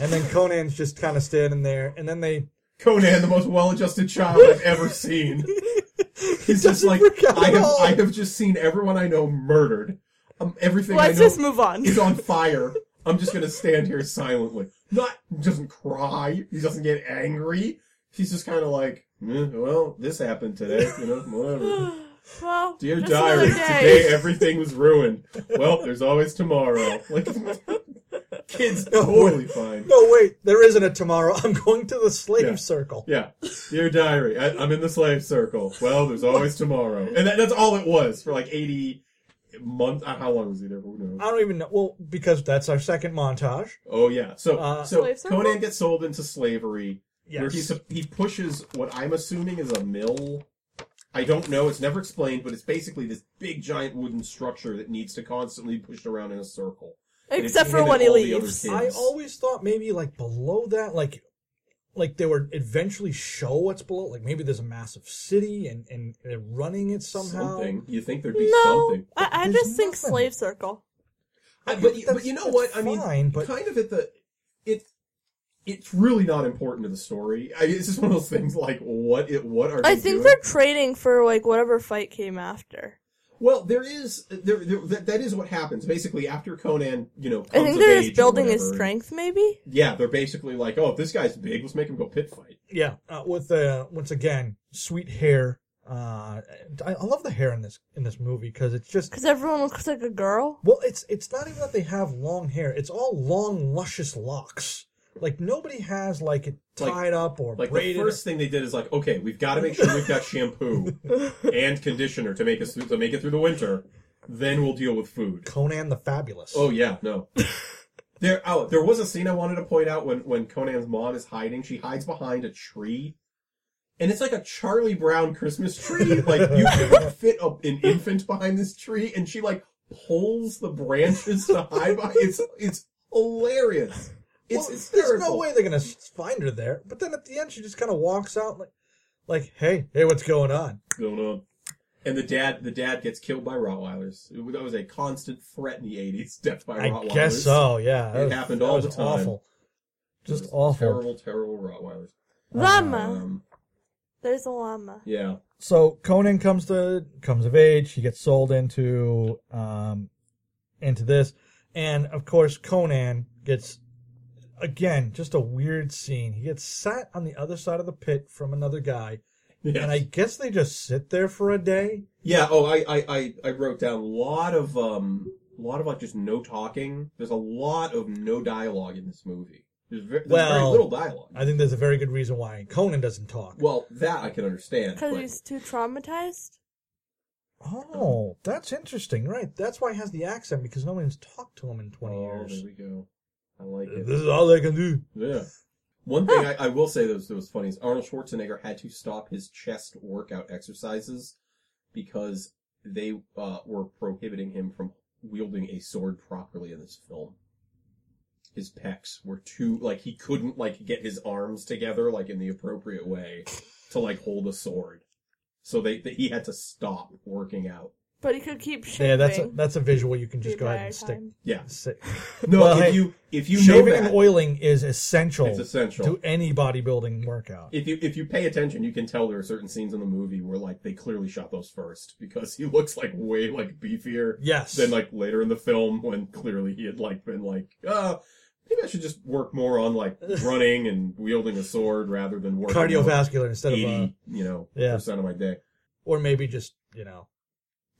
Speaker 4: And then Conan's just kind of standing there, and then they
Speaker 5: Conan, the most well-adjusted child I've ever seen. He's just
Speaker 4: doesn't
Speaker 5: like
Speaker 4: freak out
Speaker 5: I
Speaker 4: at
Speaker 5: have.
Speaker 4: all.
Speaker 5: I have just seen everyone I know murdered. Um, everything I
Speaker 6: Let's
Speaker 5: know
Speaker 6: just move on.
Speaker 5: is on fire. I'm just gonna stand here silently. Not he doesn't cry. He doesn't get angry. He's just kind of like, "Eh, well, this happened today. You know, whatever.
Speaker 6: well,
Speaker 5: Dear
Speaker 6: just
Speaker 5: diary,
Speaker 6: another
Speaker 5: today
Speaker 6: day.
Speaker 5: everything was ruined. Well, there's always tomorrow. Like, kids,
Speaker 4: No,
Speaker 5: totally fine.
Speaker 4: No, wait, there isn't a tomorrow. I'm going to the slave
Speaker 5: Yeah.
Speaker 4: circle.
Speaker 5: Yeah. Dear diary, I, I'm in the slave circle. Well, there's always tomorrow, and that, that's all it was for like 80 months. uh, How long was he there? Who knows?
Speaker 6: Uh,
Speaker 4: I don't even know. Well, because that's our second montage.
Speaker 5: Oh yeah. So
Speaker 4: Uh,
Speaker 5: so
Speaker 6: Slave circle?
Speaker 5: Conan gets sold into slavery.
Speaker 4: Yes.
Speaker 5: Where he's, he pushes what I'm assuming is a mill. I don't know. It's never explained, but it's basically this big giant wooden structure that needs to constantly be pushed around in a circle. And it's
Speaker 6: Except for
Speaker 5: him
Speaker 6: when
Speaker 5: and
Speaker 6: he
Speaker 5: all the other
Speaker 6: leaves.
Speaker 5: kids.
Speaker 4: I always thought maybe like below that, like like they would eventually show what's below. Like maybe there's a massive city and and they're running it somehow.
Speaker 5: Something. You think there'd be
Speaker 6: No,
Speaker 5: something?
Speaker 6: I, I
Speaker 4: There's
Speaker 6: just think
Speaker 4: nothing.
Speaker 6: slave circle.
Speaker 5: I-
Speaker 4: think
Speaker 5: but, you- but
Speaker 4: that's-
Speaker 5: you know
Speaker 4: that's
Speaker 5: what? I mean,
Speaker 4: fine, but-
Speaker 5: kind of at the it. It's really not important to the story. I mean, it's just one of those things. Like, what? It, what are
Speaker 6: I
Speaker 5: they
Speaker 6: think
Speaker 5: doing?
Speaker 6: they're trading for like whatever fight came after.
Speaker 5: Well, there is there, there that, that is what happens basically after Conan, you know.
Speaker 6: I
Speaker 5: Comes
Speaker 6: think
Speaker 5: of
Speaker 6: they're
Speaker 5: age
Speaker 6: just
Speaker 5: or
Speaker 6: building his
Speaker 5: whatever.
Speaker 6: strength, maybe.
Speaker 5: Yeah, they're basically like, oh, if this guy's big, let's make him go pit fight.
Speaker 4: Yeah, uh, with uh, once again sweet hair. Uh, I, I love the hair in this in this movie because it's just
Speaker 6: Because everyone looks like a girl.
Speaker 4: Well, it's it's not even that they have long hair. It's all long, luscious locks. Like nobody has like it
Speaker 5: Like-
Speaker 4: tied up or
Speaker 5: Like
Speaker 4: braided.
Speaker 5: the first thing they did is like, okay, we've got to make sure we've got shampoo and conditioner to make us through, to make it through the winter. Then we'll deal with food.
Speaker 4: Conan the Fabulous.
Speaker 5: Oh yeah, no. There, oh, there was a scene I wanted to point out when when Conan's mom is hiding. She hides behind a tree, and it's like a Charlie Brown Christmas tree. Like you could fit a, an infant behind this tree, and she like pulls the branches to hide behind. It's it's hilarious. It's
Speaker 4: Well,
Speaker 5: hysterical.
Speaker 4: there's no way they're gonna s- find her there. But then at the end, she just kind of walks out like, like, hey, hey, what's going on?
Speaker 5: going on. And the dad, the dad gets killed by Rottweilers. It was- That was a constant threat in the '80s, death by
Speaker 4: I
Speaker 5: Rottweilers.
Speaker 4: guess so. Yeah,
Speaker 5: It happened all the time.
Speaker 4: Awful. Just
Speaker 5: It was
Speaker 4: awful.
Speaker 5: Terrible, terrible Rottweilers.
Speaker 6: Llama.
Speaker 5: Um,
Speaker 6: There's a llama.
Speaker 5: yeah.
Speaker 4: So Conan comes to comes of age. He gets sold into um into this, and of course Conan gets again just a weird scene. He gets sat on the other side of the pit from another guy,
Speaker 5: Yes.
Speaker 4: and I guess they just sit there for a day.
Speaker 5: yeah. Oh, I, I, I, I wrote down a lot of um, a lot of like just no talking. There's a lot of no dialogue in this movie. There's very, there's very
Speaker 4: Well,
Speaker 5: little dialogue.
Speaker 4: I think there's a very good reason why Conan doesn't talk.
Speaker 5: well, that I can understand.
Speaker 6: Because
Speaker 5: but-
Speaker 6: he's too traumatized.
Speaker 4: Oh, that's interesting, right? That's why he has the accent because no one's talked to him in twenty
Speaker 5: oh,
Speaker 4: years.
Speaker 5: there we go. I like it.
Speaker 4: This is all they can do.
Speaker 5: Yeah. One thing I, I will say that was, that was funny is Arnold Schwarzenegger had to stop his chest workout exercises because they uh, were prohibiting him from wielding a sword properly in this film. His pecs were too like he couldn't like get his arms together like in the appropriate way to like hold a sword, so they, they he had to stop working out.
Speaker 6: But he could keep shaving.
Speaker 4: Yeah, that's a, that's a visual you can just
Speaker 6: the
Speaker 4: go ahead
Speaker 6: entire
Speaker 4: and stick.
Speaker 6: time.
Speaker 5: Yeah.
Speaker 4: stick.
Speaker 5: No,
Speaker 4: Well,
Speaker 5: if
Speaker 4: hey,
Speaker 5: you if you know
Speaker 4: Shaving
Speaker 5: that,
Speaker 4: and oiling is essential,
Speaker 5: It's essential.
Speaker 4: to any bodybuilding workout.
Speaker 5: if you if you pay attention, you can tell there are certain scenes in the movie where like they clearly shot those first because he looks like way like beefier
Speaker 4: yes.
Speaker 5: than like later in the film when clearly he had like been like uh maybe I should just work more on like running and wielding a sword rather than working on
Speaker 4: cardiovascular instead of uh,
Speaker 5: 80, you know
Speaker 4: Yeah.
Speaker 5: percent of my day.
Speaker 4: or maybe just you know,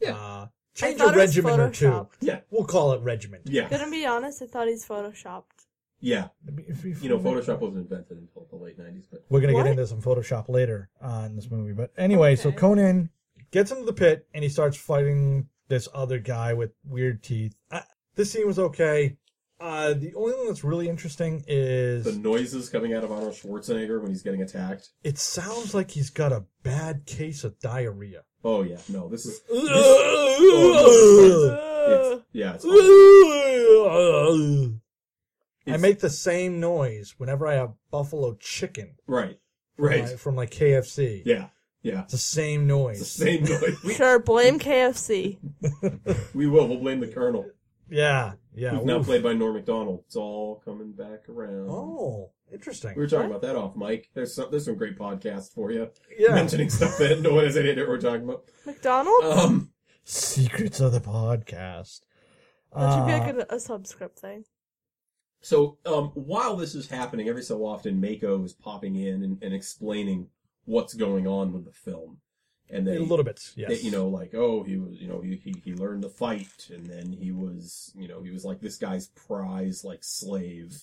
Speaker 5: Yeah.
Speaker 4: uh,
Speaker 6: I
Speaker 4: change
Speaker 6: thought
Speaker 4: a
Speaker 6: it was
Speaker 4: regiment or two.
Speaker 6: photoshopped.
Speaker 5: Yeah,
Speaker 4: We'll call it regiment.
Speaker 5: yeah,
Speaker 6: Gonna be honest, I thought he's photoshopped.
Speaker 5: yeah. You
Speaker 4: You
Speaker 5: know, Photoshop wasn't invented until the late nineties, but
Speaker 4: We're gonna
Speaker 6: What?
Speaker 4: get into some Photoshop later on in this movie, but anyway, so
Speaker 6: Okay.
Speaker 4: Conan gets into the pit and he starts fighting this other guy with weird teeth. Uh, this scene was okay. Uh, the only one that's really interesting is
Speaker 5: the noises coming out of Arnold Schwarzenegger when he's getting attacked.
Speaker 4: it sounds like he's got a bad case of diarrhea.
Speaker 5: Oh yeah, no, this is
Speaker 4: Uh, I
Speaker 5: it's, yeah. It's awful. It's-
Speaker 4: make the same noise whenever I have buffalo chicken
Speaker 5: right,
Speaker 4: uh,
Speaker 5: right.
Speaker 4: from like KFC.
Speaker 5: Yeah, yeah.
Speaker 4: It's the same
Speaker 5: It's
Speaker 4: noise.
Speaker 5: the same noise. We,
Speaker 6: Sure, blame KFC.
Speaker 5: we will. We'll blame the Colonel,
Speaker 4: Yeah, yeah.
Speaker 5: who's now
Speaker 4: oof.
Speaker 5: played by Norm Macdonald. It's all coming back around.
Speaker 4: Oh, interesting.
Speaker 5: We were talking about that off, Mike. There's some, there's some great podcasts for you
Speaker 4: yeah.
Speaker 5: mentioning stuff that no one has any idea what we're talking about.
Speaker 6: McDonald's?
Speaker 4: Uh,
Speaker 5: Um,
Speaker 4: Secrets of the podcast.
Speaker 6: that should be
Speaker 4: Uh,
Speaker 6: like a, a subscript thing.
Speaker 5: So um, while this is happening, every so often Mako is popping in and, and explaining what's going on with the film, and they
Speaker 4: a little bit. Yes.
Speaker 5: that, you know, like, oh, he was, you know, he, he, he learned to fight, and then he was, you know, he was like this guy's prize, like, slave,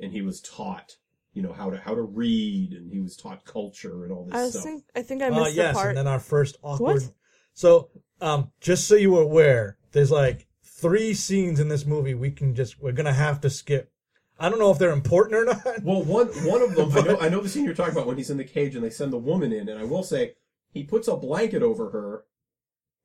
Speaker 5: and he was taught, you know, how to, how to read, and he was taught culture and all this
Speaker 6: I was
Speaker 5: stuff.
Speaker 6: think I think I
Speaker 4: Uh,
Speaker 6: missed
Speaker 4: yes,
Speaker 6: the part.
Speaker 4: and then our first awkward.
Speaker 6: What?
Speaker 4: So, um, just so you were aware, there's like three scenes in this movie we can just we're gonna have to skip. I don't know if they're important or not.
Speaker 5: Well, one, one of them, I know, I know the scene you're talking about when he's in the cage and they send the woman in, and I will say, he puts a blanket over her,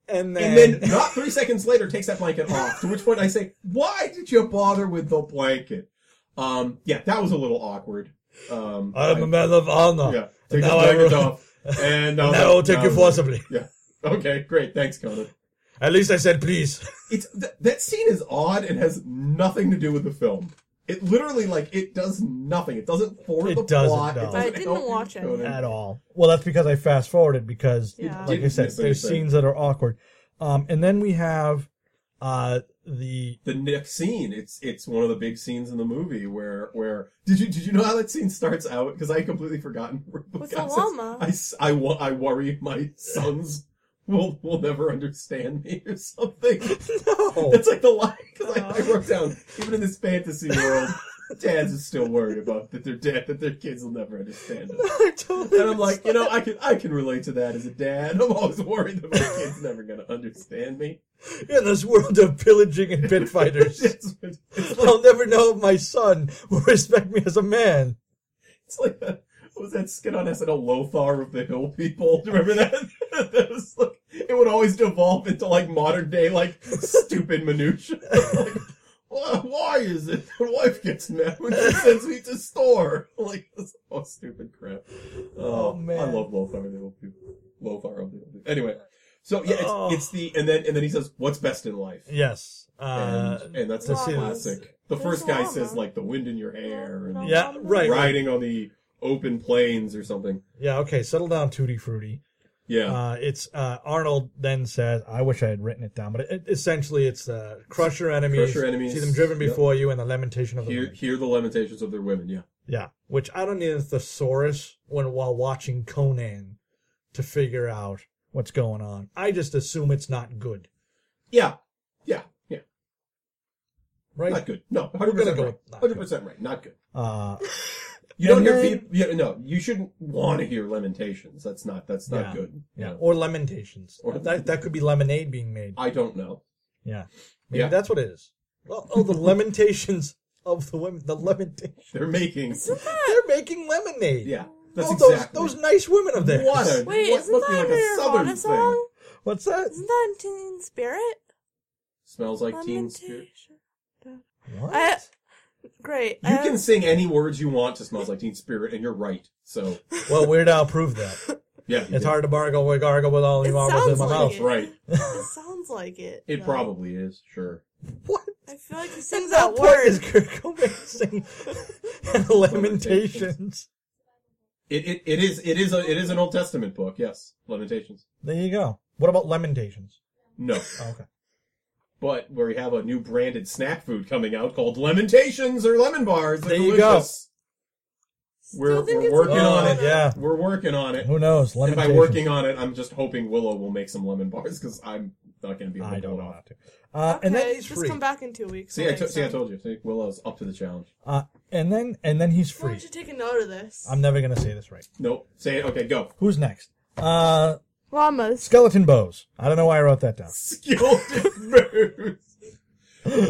Speaker 4: And then,
Speaker 5: and then not three seconds later takes that blanket off. To which point I say, why did you bother with the blanket? Um, yeah, that was a little awkward. Um,
Speaker 4: I'm
Speaker 5: I-
Speaker 4: a man of honor.
Speaker 5: Yeah. Take
Speaker 4: Oh. now
Speaker 5: this
Speaker 4: I
Speaker 5: blanket
Speaker 4: will-
Speaker 5: off. And now
Speaker 4: And I will take
Speaker 5: now-
Speaker 4: you forcibly.
Speaker 5: Yeah. Okay, great. Thanks, Conan.
Speaker 4: At least I said please.
Speaker 5: It's th- that scene is odd and has nothing to do with the film. It literally like it does nothing. It doesn't forward
Speaker 4: It
Speaker 5: the
Speaker 4: doesn't,
Speaker 5: plot.
Speaker 4: no.
Speaker 5: It doesn't
Speaker 6: I didn't
Speaker 5: help you,
Speaker 6: watch it.
Speaker 5: Conan.
Speaker 4: at all. Well, that's because I fast forwarded because,
Speaker 6: Yeah.
Speaker 4: like I
Speaker 5: Didn't
Speaker 4: said,
Speaker 5: miss
Speaker 4: there's
Speaker 5: anything.
Speaker 4: scenes that are awkward. Um, and then we have uh, the
Speaker 5: The next scene, it's it's one of the big scenes in the movie where where did you did you know how that scene starts out? Because I had completely forgotten.
Speaker 6: With the
Speaker 5: God says,
Speaker 6: llama.
Speaker 5: I, s- I, wo- I worry my sons will will never understand me or something.
Speaker 4: no.
Speaker 5: That's like the line because I, I wrote down even in this fantasy world, dads are still worried about that their dad that their kids will never understand them.
Speaker 4: I totally
Speaker 5: And I'm like, you know, I can I can relate to that as a dad. I'm always worried that my kid's never gonna understand me.
Speaker 4: in this world of pillaging and pit fighters,
Speaker 5: It's, it's like,
Speaker 4: I'll never know if my son will respect me as a man.
Speaker 5: it's like that. What was that skit on SNL Lothar of the Hill People? Do you remember that? that was like, it would always devolve into like modern day like stupid minutia. like, why, why is it my wife gets mad when she sends me to store? Like this all stupid crap. Oh,
Speaker 4: Oh, man.
Speaker 5: I love Lothar of the Hill People. Lothar of the Hill People. Anyway, so yeah, it's,
Speaker 4: Oh.
Speaker 5: it's the and then and then he says, "What's best in life?"
Speaker 4: Yes. Uh,
Speaker 5: And, and that's the
Speaker 4: let's see.
Speaker 5: classic. The
Speaker 6: There's
Speaker 5: first
Speaker 6: a
Speaker 5: guy
Speaker 6: llama.
Speaker 5: says like the wind in your hair and
Speaker 4: yeah, right.
Speaker 5: riding on the open plains or something.
Speaker 4: Yeah, okay, settle down, Tutti Frutti.
Speaker 5: Yeah.
Speaker 4: Uh, it's uh, Arnold then says, I wish I had written it down, but it, essentially it's uh, crush your enemies,
Speaker 5: Crush your enemies.
Speaker 4: see them driven
Speaker 5: Yep.
Speaker 4: before you, and the lamentation of the
Speaker 5: hear,
Speaker 4: women.
Speaker 5: hear the lamentations of their women. Yeah.
Speaker 4: Yeah, which I don't need a thesaurus when while watching Conan to figure out what's going on. I just assume it's not good,
Speaker 5: Yeah. Yeah. Yeah.
Speaker 4: right?
Speaker 5: Not good. No.
Speaker 4: We're
Speaker 5: 100
Speaker 4: gonna
Speaker 5: percent
Speaker 4: go
Speaker 5: right.
Speaker 4: with not good.
Speaker 5: Hundred percent right. Not good.
Speaker 4: Uh,
Speaker 5: You don't
Speaker 4: And
Speaker 5: hear
Speaker 4: then-
Speaker 5: people. Yeah, no. You shouldn't want to hear lamentations. That's not. That's not
Speaker 4: Yeah.
Speaker 5: good.
Speaker 4: yeah,
Speaker 5: No.
Speaker 4: or lamentations.
Speaker 5: Or-
Speaker 4: that that could be lemonade being made.
Speaker 5: I don't know.
Speaker 4: Yeah, maybe
Speaker 5: Yeah.
Speaker 4: that's what it is. Well, oh, the lamentations of the women. The lamentations.
Speaker 5: They're making.
Speaker 6: Isn't that
Speaker 4: They're making lemonade.
Speaker 5: Yeah. That's
Speaker 4: oh,
Speaker 5: exactly.
Speaker 4: those those nice women of theirs.
Speaker 5: What a-
Speaker 6: wait?
Speaker 5: what
Speaker 6: Isn't
Speaker 5: must
Speaker 6: that
Speaker 5: be like
Speaker 6: a
Speaker 5: a southern
Speaker 6: Nirvana
Speaker 5: thing.
Speaker 6: song?
Speaker 4: What's that?
Speaker 6: Isn't that in Teen Spirit?
Speaker 5: Smells like teen spirit.
Speaker 6: Lamentation.
Speaker 4: What?
Speaker 6: I- Great.
Speaker 5: You
Speaker 6: I-
Speaker 5: can sing any words you want to "Smells Like Teen Spirit," and you're right. So
Speaker 4: Well, Weird Al proved that.
Speaker 5: Yeah,
Speaker 4: It's hard to bargle with gargle with all the
Speaker 6: It
Speaker 4: marbles in
Speaker 6: sounds
Speaker 4: my
Speaker 6: like
Speaker 4: mouth.
Speaker 5: That's right.
Speaker 6: It sounds like it.
Speaker 5: It
Speaker 6: though.
Speaker 5: probably is. Sure.
Speaker 4: What?
Speaker 6: I feel like he sings
Speaker 4: That
Speaker 6: that
Speaker 4: point
Speaker 6: word.
Speaker 4: is Kurt Cobain singing Lamentations.
Speaker 5: It, it it is it is a it is an Old Testament book. Yes, Lamentations.
Speaker 4: There you go. What about Lamentations?
Speaker 5: No,
Speaker 4: Oh, okay.
Speaker 5: but we have a new branded snack food coming out called Lamentations or Lemon Bars. They're
Speaker 4: There you go.
Speaker 5: delicious. We're,
Speaker 6: Still think
Speaker 5: we're
Speaker 6: it's
Speaker 5: working on
Speaker 4: Oh,
Speaker 5: it.
Speaker 4: Yeah.
Speaker 5: We're working on it.
Speaker 4: Who knows?
Speaker 5: And by
Speaker 4: Lamentations.
Speaker 5: working on it, I'm just hoping Willow will make some lemon bars because I'm not going to be able to
Speaker 4: I
Speaker 5: pull
Speaker 4: don't
Speaker 5: it
Speaker 4: know
Speaker 5: off.
Speaker 4: how to. Uh,
Speaker 6: okay,
Speaker 4: and then he's
Speaker 6: just
Speaker 4: free.
Speaker 6: come back in two weeks.
Speaker 5: See, I
Speaker 6: I'll
Speaker 5: to-
Speaker 6: make
Speaker 5: see, I
Speaker 6: some.
Speaker 5: told you. See, Willow's up to the challenge.
Speaker 4: Uh, and then and then he's
Speaker 6: Why
Speaker 4: free.
Speaker 6: don't you take a note of this?
Speaker 4: I'm never gonna say this right.
Speaker 5: Nope. Say it. Okay, go.
Speaker 4: Who's next? Uh,
Speaker 6: Llamas.
Speaker 4: skeleton bows. I don't know why I wrote that down.
Speaker 5: Skeleton moves.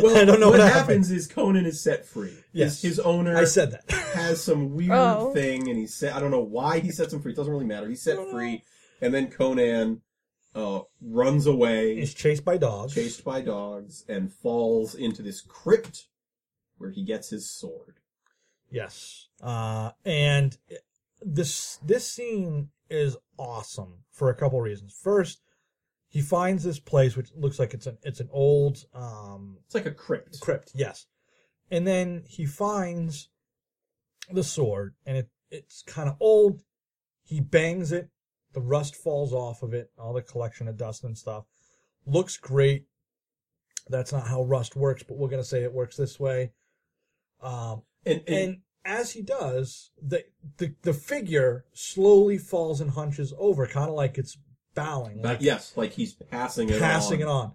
Speaker 5: Well,
Speaker 4: I don't know
Speaker 5: what,
Speaker 4: what happened.
Speaker 5: happens is Conan is set free.
Speaker 4: Yes.
Speaker 5: His, his owner
Speaker 4: I said that.
Speaker 5: has some weird
Speaker 6: Oh.
Speaker 5: thing, and he's set. I don't know why he sets him free. It doesn't really matter. He's set free, and then Conan uh, runs away,
Speaker 4: he's chased by dogs.
Speaker 5: chased by dogs, and falls into this crypt where he gets his sword.
Speaker 4: Yes. Uh, and this this scene is awesome for a couple reasons. First, he finds this place which looks like it's an it's an old um,
Speaker 5: It's like a crypt.
Speaker 4: crypt. Yes, and then he finds the sword, and it it's kind of old. He bangs it. The rust falls off of it. All the collection of dust and stuff looks great. That's not how rust works, but we're gonna say it works this way. Um,
Speaker 5: And, and,
Speaker 4: and as he does, the, the the figure slowly falls and hunches over, kind of like it's bowing,
Speaker 5: but
Speaker 4: like
Speaker 5: yes, like he's passing it
Speaker 4: passing
Speaker 5: on.
Speaker 4: it on.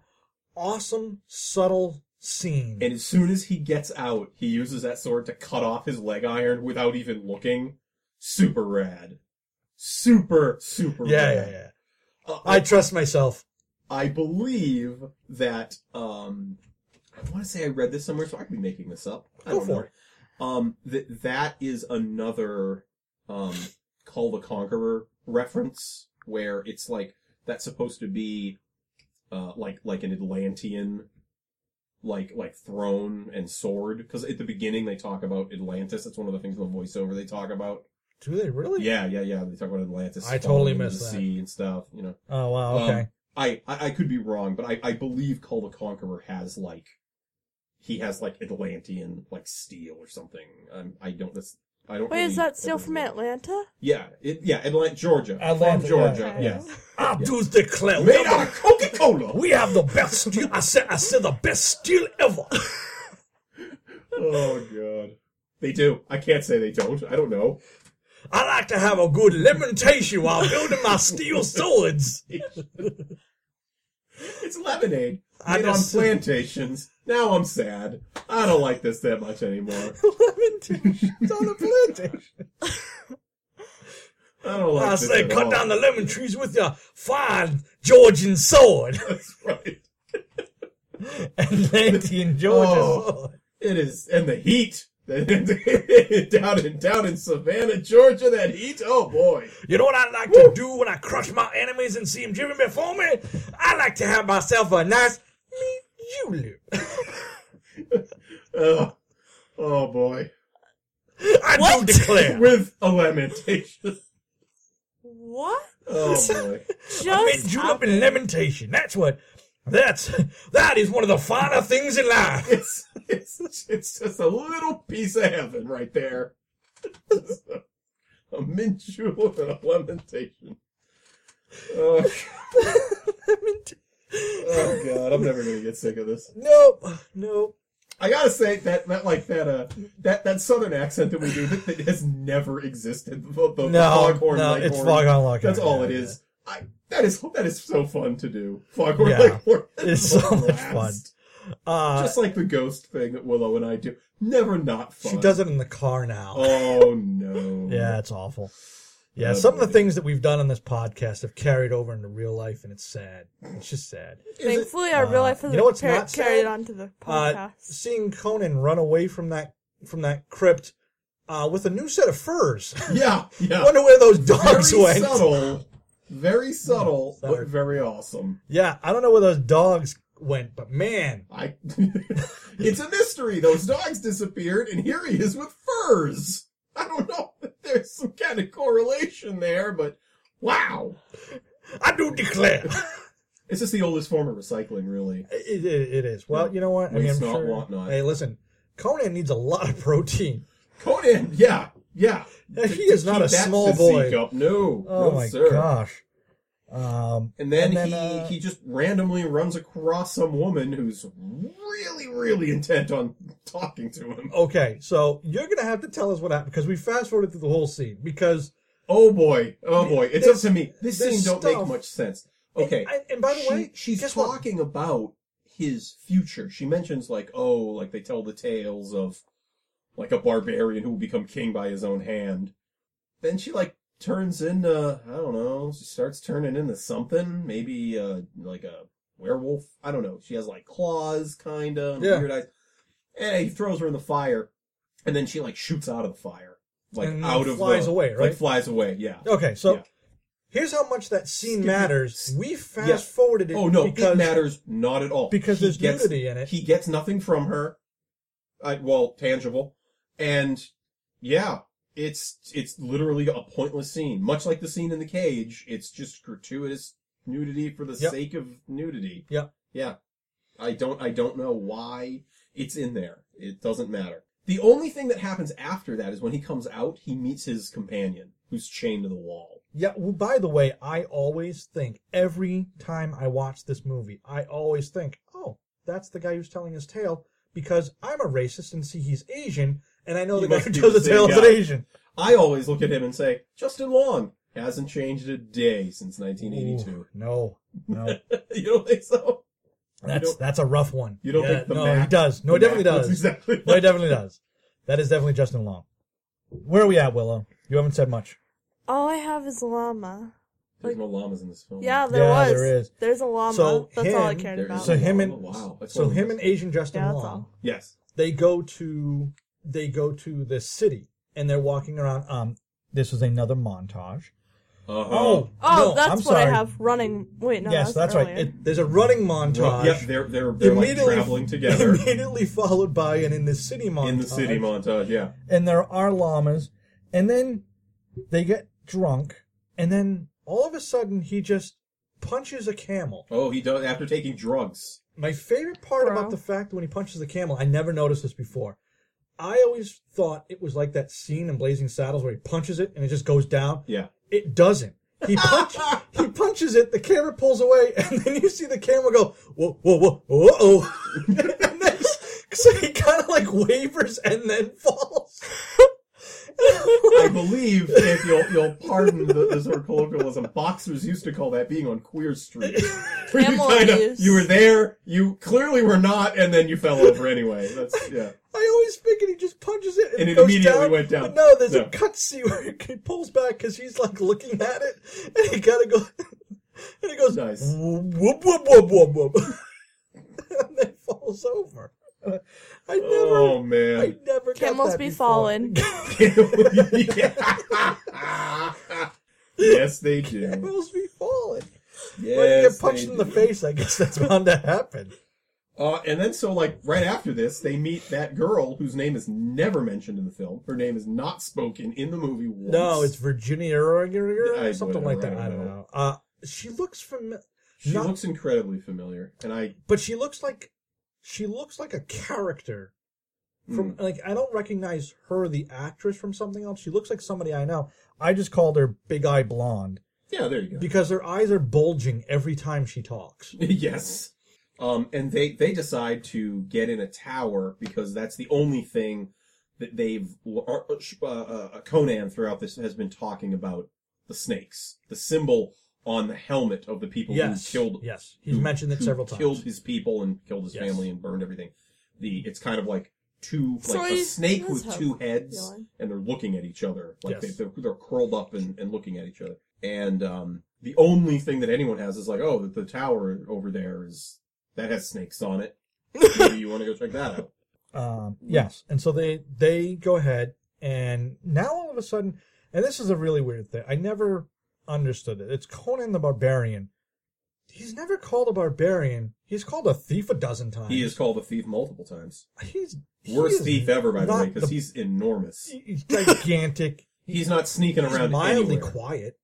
Speaker 4: Awesome, subtle scene.
Speaker 5: And as soon as he gets out, he uses that sword to cut off his leg iron without even looking. Super rad. Super, super
Speaker 4: yeah,
Speaker 5: rad.
Speaker 4: yeah, yeah.
Speaker 5: Uh,
Speaker 4: I trust myself.
Speaker 5: I believe that um I want to say I read this somewhere, so I could be making this up. I
Speaker 4: Go
Speaker 5: don't
Speaker 4: for
Speaker 5: know.
Speaker 4: it.
Speaker 5: Um, that that is another um Call the Conqueror reference where it's like that's supposed to be uh like like an Atlantean like like throne and sword because at the beginning they talk about Atlantis. That's one of the things in the voiceover they talk about.
Speaker 4: Do they really?
Speaker 5: Yeah, yeah, yeah. They talk about Atlantis.
Speaker 4: I totally
Speaker 5: falling into
Speaker 4: missed
Speaker 5: the
Speaker 4: that.
Speaker 5: sea and stuff. You know.
Speaker 4: Oh wow. Okay.
Speaker 5: Um, I, I I could be wrong, but I I believe Call the Conqueror has like he has like Atlantean like steel or something. Um, I don't this I don't.
Speaker 6: Wait, is
Speaker 5: really-
Speaker 6: that still from Atlanta?
Speaker 5: Yeah, it, yeah, Atlanta, Georgia.
Speaker 4: Atlanta,
Speaker 5: from
Speaker 4: yeah.
Speaker 5: Georgia. Yes,
Speaker 4: I do declare. we
Speaker 5: made
Speaker 4: have-
Speaker 5: out of Coca Cola.
Speaker 4: we have the best steel. I said, I said the best steel ever.
Speaker 5: oh god, they do. I can't say they don't. I don't know.
Speaker 4: I like to have a good lamentation while building my steel swords.
Speaker 5: It's lemonade
Speaker 4: I
Speaker 5: made on
Speaker 4: just-
Speaker 5: plantations. Now I'm sad. I don't like this that much anymore.
Speaker 4: Lamentations on the plantation.
Speaker 5: I don't like
Speaker 4: I
Speaker 5: this
Speaker 4: say,
Speaker 5: at
Speaker 4: cut
Speaker 5: all.
Speaker 4: down the lemon trees with your fine Georgian sword.
Speaker 5: That's right.
Speaker 4: Atlantean Georgian
Speaker 5: Oh.
Speaker 4: sword.
Speaker 5: It is, and the heat down in down in Savannah, Georgia. That heat, oh boy!
Speaker 4: You know what I like to do when I crush my enemies and see them driven before me? I like to have myself a nice Julu.
Speaker 5: Ugh. oh boy!
Speaker 4: I do declare.
Speaker 5: With a lamentation.
Speaker 6: What?
Speaker 5: Oh boy!
Speaker 4: I
Speaker 6: Just
Speaker 4: meant julep and lamentation. That's what. That's that is one of the finer things in life.
Speaker 5: It's it's it's just a little piece of heaven right there. Just a, a mint julep and a lamentation. Oh, oh god! I'm never gonna get sick of this.
Speaker 4: nope, nope.
Speaker 5: I gotta say that that like that uh that that southern accent that we do that, that has never existed. The, the, the
Speaker 4: No,
Speaker 5: foghorn
Speaker 4: no,
Speaker 5: Leghorn.
Speaker 4: it's foghorn Leghorn,
Speaker 5: That's all it
Speaker 4: yeah,
Speaker 5: is. I that is that is so fun to do. Foghorn
Speaker 4: Yeah.
Speaker 5: Leghorn.
Speaker 4: It's
Speaker 5: is
Speaker 4: so
Speaker 5: a
Speaker 4: much
Speaker 5: blast.
Speaker 4: fun. Uh,
Speaker 5: Just like the ghost thing that Willow and I do. Never not fun.
Speaker 4: she does it in the car now.
Speaker 5: Oh no.
Speaker 4: Yeah, it's awful. Yeah,
Speaker 5: Oh,
Speaker 4: some of the
Speaker 5: boy.
Speaker 4: things that we've done on this podcast have carried over into real life, and it's sad. It's just sad.
Speaker 5: Is it-
Speaker 6: thankfully our real life
Speaker 4: you
Speaker 6: is
Speaker 4: know what's
Speaker 6: car-
Speaker 4: not sad?
Speaker 6: carried on to the
Speaker 4: Uh,
Speaker 6: podcast.
Speaker 4: seeing Conan run away from that from that crypt uh, with a new set of furs.
Speaker 5: yeah. Yeah.
Speaker 4: Wonder where those dogs
Speaker 5: very
Speaker 4: went.
Speaker 5: subtle. Very subtle,
Speaker 4: Sorry.
Speaker 5: but very awesome.
Speaker 4: Yeah, I don't know where those dogs went, but man,
Speaker 5: I. it's a mystery. Those dogs disappeared, and here he is with furs. I don't know. if There's some kind of correlation there, but Wow.
Speaker 4: I do declare.
Speaker 5: It's just the oldest form of recycling, really.
Speaker 4: it, it, it is. Well,
Speaker 5: Yeah.
Speaker 4: you know what?
Speaker 5: Waste
Speaker 4: I'm
Speaker 5: not, want not.
Speaker 4: Hey, listen, Conan needs a lot of protein.
Speaker 5: Conan, yeah, yeah.
Speaker 4: Yeah, he is not
Speaker 5: keep
Speaker 4: a
Speaker 5: that
Speaker 4: small
Speaker 5: physique
Speaker 4: boy.
Speaker 5: Up. No,
Speaker 4: Oh
Speaker 5: no,
Speaker 4: my
Speaker 5: sir.
Speaker 4: gosh. Um,
Speaker 5: And then,
Speaker 4: And then,
Speaker 5: he
Speaker 4: uh,
Speaker 5: he just randomly runs across some woman who's really, really intent on talking to him.
Speaker 4: okay, so you're gonna have to tell us what happened because we fast forwarded through the whole scene because
Speaker 5: Oh boy, oh boy, it's
Speaker 4: This-
Speaker 5: up to me. This,
Speaker 4: this
Speaker 5: scene don't
Speaker 4: stuff-
Speaker 5: make much sense. Okay,
Speaker 4: And, and by the
Speaker 5: she-
Speaker 4: way,
Speaker 5: she's
Speaker 4: guess what?
Speaker 5: talking about his future. She mentions like, oh, like they tell the tales of like a barbarian who will become king by his own hand. Then she like turns into I don't know. She starts turning into something, maybe uh like a werewolf. I don't know. She has like claws, kind of, and
Speaker 4: Yeah.
Speaker 5: weird eyes. And he throws her in the fire, and then she like shoots out of the fire, like
Speaker 4: And
Speaker 5: out of
Speaker 4: flies
Speaker 5: the,
Speaker 4: away, right?
Speaker 5: Like flies away. Yeah.
Speaker 4: Okay, so
Speaker 5: Yeah.
Speaker 4: here's how much that scene
Speaker 5: Skip it.
Speaker 4: matters.
Speaker 5: S-
Speaker 4: We fast forwarded it.
Speaker 5: Oh no,
Speaker 4: because
Speaker 5: it matters not at all
Speaker 4: because
Speaker 5: He
Speaker 4: there's
Speaker 5: gets-
Speaker 4: nudity in it.
Speaker 5: He gets nothing from her. Uh, well, tangible, and yeah, it's it's literally a pointless scene. Much like the scene in the cage, it's just gratuitous nudity for the
Speaker 4: Yep.
Speaker 5: sake of nudity.
Speaker 4: Yep.
Speaker 5: Yeah, I don't I don't know why it's in there. It doesn't matter. The only thing that happens after that is when he comes out, he meets his companion who's chained to the wall.
Speaker 4: Yeah. Well, by the way, I always think every time I watch this movie, I always think, oh, that's the guy who's telling his tale because I'm a racist and see he's Asian, and I know
Speaker 5: He
Speaker 4: the guy
Speaker 5: must
Speaker 4: who
Speaker 5: be
Speaker 4: tells
Speaker 5: the
Speaker 4: the
Speaker 5: same
Speaker 4: tale is an
Speaker 5: guy.
Speaker 4: Asian.
Speaker 5: I always look at him and say, Justin Long hasn't changed a day since 1982.
Speaker 4: Ooh, no, no,
Speaker 5: you don't think so?
Speaker 4: that's
Speaker 5: don't-
Speaker 4: that's a rough one.
Speaker 5: You don't
Speaker 4: Yeah,
Speaker 5: think the
Speaker 4: no,
Speaker 5: Mac-
Speaker 4: he does. No,
Speaker 5: the
Speaker 4: he definitely
Speaker 5: Mac looks
Speaker 4: does.
Speaker 5: Exactly.
Speaker 4: No, he definitely does. That is definitely Justin Long. Where are we at, Willow? You haven't said much.
Speaker 6: All I have is llama.
Speaker 5: There's no llamas in this film.
Speaker 6: Yeah, there
Speaker 4: Yeah,
Speaker 6: was.
Speaker 4: there is.
Speaker 6: There's a llama.
Speaker 4: So
Speaker 6: That's all I
Speaker 4: him-
Speaker 6: cared
Speaker 5: There
Speaker 6: about.
Speaker 5: is
Speaker 4: So
Speaker 5: a
Speaker 4: him
Speaker 5: llama.
Speaker 4: and
Speaker 5: wow. that's
Speaker 4: So
Speaker 5: one of
Speaker 4: him
Speaker 5: the
Speaker 4: and
Speaker 5: best.
Speaker 4: Asian Justin
Speaker 6: Yeah, that's
Speaker 4: Long,
Speaker 6: all.
Speaker 5: Yes.
Speaker 4: they go to they go to the city and they're walking around. Um, this is another montage.
Speaker 5: Uh-huh.
Speaker 6: Oh,
Speaker 4: no,
Speaker 6: that's
Speaker 4: I'm
Speaker 6: what
Speaker 4: sorry.
Speaker 6: I have running. Wait, no.
Speaker 4: yes, that's right.
Speaker 6: earlier.
Speaker 4: It, there's a running
Speaker 5: Well,
Speaker 4: montage.
Speaker 5: yep, they're they're, they're like traveling together
Speaker 4: Immediately followed by an in the city montage.
Speaker 5: in the city montage. Yeah.
Speaker 4: and there are llamas, and then they get drunk, and then all of a sudden he just punches a camel.
Speaker 5: Oh, he does after taking drugs.
Speaker 4: My favorite part
Speaker 6: Wow.
Speaker 4: about the fact that when he punches the camel, I never noticed this before. I always thought it was like that scene in Blazing Saddles where he punches it and it just goes down.
Speaker 5: Yeah.
Speaker 4: It doesn't. He punch, he punches it, the camera pulls away, and then you see the camera go, whoa, whoa, whoa, whoa, oh. and then s- so he kind of like wavers and then falls.
Speaker 5: I believe if you'll you'll pardon the, the sort of colloquialism, boxers used to call that being on queer street. Where you,
Speaker 6: Camel
Speaker 5: kinda,
Speaker 6: abuse.
Speaker 5: you were there, you clearly were not, and then you fell over anyway. That's yeah.
Speaker 4: I always figured he just punches it and,
Speaker 5: And it
Speaker 4: goes
Speaker 5: immediately
Speaker 4: down.
Speaker 5: went down.
Speaker 4: But no, there's a
Speaker 5: No.
Speaker 4: cutscene where he pulls back because he's like looking at it, and he gotta go, and he goes
Speaker 5: Nice.
Speaker 4: whoop whoop whoop whoop whoop, and then falls over. I never,
Speaker 5: Oh
Speaker 4: I
Speaker 5: man.
Speaker 4: never. got
Speaker 6: Camels
Speaker 4: that
Speaker 6: be
Speaker 4: before.
Speaker 6: fallen.
Speaker 5: yes, they do.
Speaker 4: Camels be fallen.
Speaker 5: Yes,
Speaker 4: when you get punched
Speaker 5: they
Speaker 4: in the
Speaker 5: do.
Speaker 4: face, I guess that's bound to happen.
Speaker 5: Uh, and then so like right after this, they meet that girl whose name is never mentioned in the film. Her name is not spoken in the movie. Once.
Speaker 4: No, it's Virginia
Speaker 5: I
Speaker 4: or something
Speaker 5: don't-
Speaker 4: like
Speaker 5: I
Speaker 4: that.
Speaker 5: don't
Speaker 4: I don't
Speaker 5: know.
Speaker 4: know. Uh, she looks familiar.
Speaker 5: she
Speaker 4: not-
Speaker 5: looks incredibly familiar, and I
Speaker 4: but she looks like she looks like a character from
Speaker 5: Hmm.
Speaker 4: like I don't recognize her the actress from something else. She looks like somebody I know. I just called her Big Eye Blonde
Speaker 5: yeah, there you go.
Speaker 4: because her eyes are bulging every time she talks.
Speaker 5: yes. Um, and they, they decide to get in a tower because that's the only thing that they've, or, uh, uh, Conan throughout this has been talking about the snakes, the symbol on the helmet of the people
Speaker 4: Yes,
Speaker 5: who killed,
Speaker 4: yes, he's
Speaker 5: who-
Speaker 4: mentioned it
Speaker 5: who
Speaker 4: several
Speaker 5: Killed
Speaker 4: times.
Speaker 5: his people and killed his
Speaker 4: Yes.
Speaker 5: family and burned everything. The, it's kind of like two, like
Speaker 6: So
Speaker 5: a
Speaker 6: he-
Speaker 5: snake with
Speaker 6: that's
Speaker 5: two
Speaker 6: how-
Speaker 5: heads
Speaker 6: feeling.
Speaker 5: and they're looking at each other. Like
Speaker 4: Yes.
Speaker 5: they, they're, they're curled up and, and looking at each other. And um, the only thing that anyone has is like, oh, the, the tower over there is that has snakes on it. Maybe you want to go check that out.
Speaker 4: Um, yes, and so they they go ahead and now all of a sudden, and this is a really weird thing. I never understood it. It's Conan the Barbarian. He's never called a barbarian. He's called a thief a dozen times.
Speaker 5: He is called a thief multiple times.
Speaker 4: He's he is
Speaker 5: Worst thief ever, by the way,
Speaker 4: not
Speaker 5: because he's enormous.
Speaker 4: he's gigantic.
Speaker 5: He's not sneaking
Speaker 4: he's
Speaker 5: around
Speaker 4: mildly
Speaker 5: anywhere.
Speaker 4: quiet.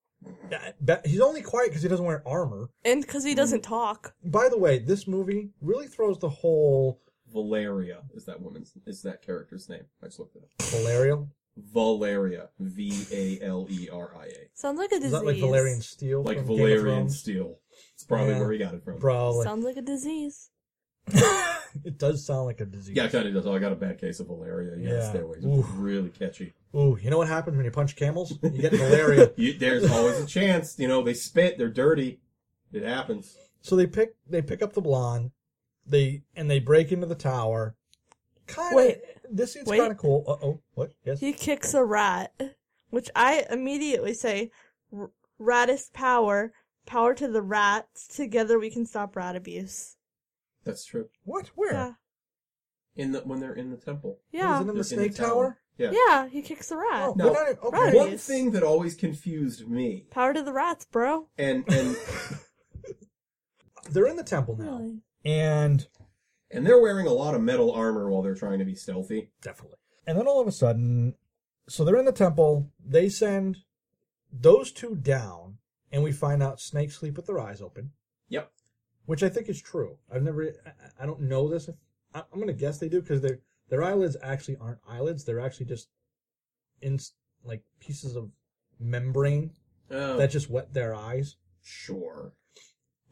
Speaker 4: Yeah, but He's only quiet because he doesn't wear armor.
Speaker 6: And because he doesn't talk.
Speaker 4: By the way, this movie really throws the whole
Speaker 5: Valeria is that woman's is that character's name. I just looked it up.
Speaker 4: Valerian.
Speaker 5: Valeria. V A L E R I A.
Speaker 6: Sounds like a disease.
Speaker 4: Is that like Valerian Steel?
Speaker 5: Like
Speaker 4: from Game of
Speaker 5: Valerian
Speaker 4: Thrones?
Speaker 5: Steel. It's probably
Speaker 4: Yeah.
Speaker 5: where he got it from.
Speaker 4: Probably.
Speaker 6: Sounds like a disease.
Speaker 4: it does sound like a disease.
Speaker 5: Yeah, it kinda does. Oh, I got a bad case of Valeria. Yeah,
Speaker 4: Yeah.
Speaker 5: stairways.
Speaker 4: Oof.
Speaker 5: Really catchy.
Speaker 4: Ooh, you know what happens when you punch camels? You get malaria.
Speaker 5: You, there's always a chance, you know, they spit, they're dirty. It happens.
Speaker 4: so they pick they pick up the blonde, they and they break into the tower. Kind of.
Speaker 6: Wait.
Speaker 4: This scene's
Speaker 6: Wait.
Speaker 4: kind of cool. Uh oh. What? Yes.
Speaker 6: He kicks a rat, which I immediately say, "R- "Rat is power. Power to the rats. Together we can stop rat abuse."
Speaker 5: That's true.
Speaker 4: What? Where?
Speaker 6: Yeah,
Speaker 5: In the when they're in the temple.
Speaker 4: Was
Speaker 6: yeah,
Speaker 4: it in
Speaker 5: They're
Speaker 4: the snake
Speaker 5: tower.
Speaker 4: tower?
Speaker 5: Yeah.
Speaker 6: yeah. He kicks a rat.
Speaker 4: Oh,
Speaker 5: No.
Speaker 4: we're not even-
Speaker 6: Right.
Speaker 4: okay.
Speaker 5: One
Speaker 6: Yes.
Speaker 5: thing that always confused me,
Speaker 6: Power to the rats, bro.
Speaker 5: and and
Speaker 4: They're in the temple now,
Speaker 6: Really?
Speaker 4: and
Speaker 5: and they're wearing a lot of metal armor while they're trying to be stealthy.
Speaker 4: definitely. And then all of a sudden, so they're in the temple. They send those two down, and we find out snakes sleep with their eyes open,
Speaker 5: Yep.
Speaker 4: which I think is true. I've never, I- I, I don't know this. If, I, I'm gonna guess they do because their their eyelids actually aren't eyelids. They're actually just in like pieces of membrane
Speaker 5: Oh,
Speaker 4: that just wet their eyes.
Speaker 5: sure.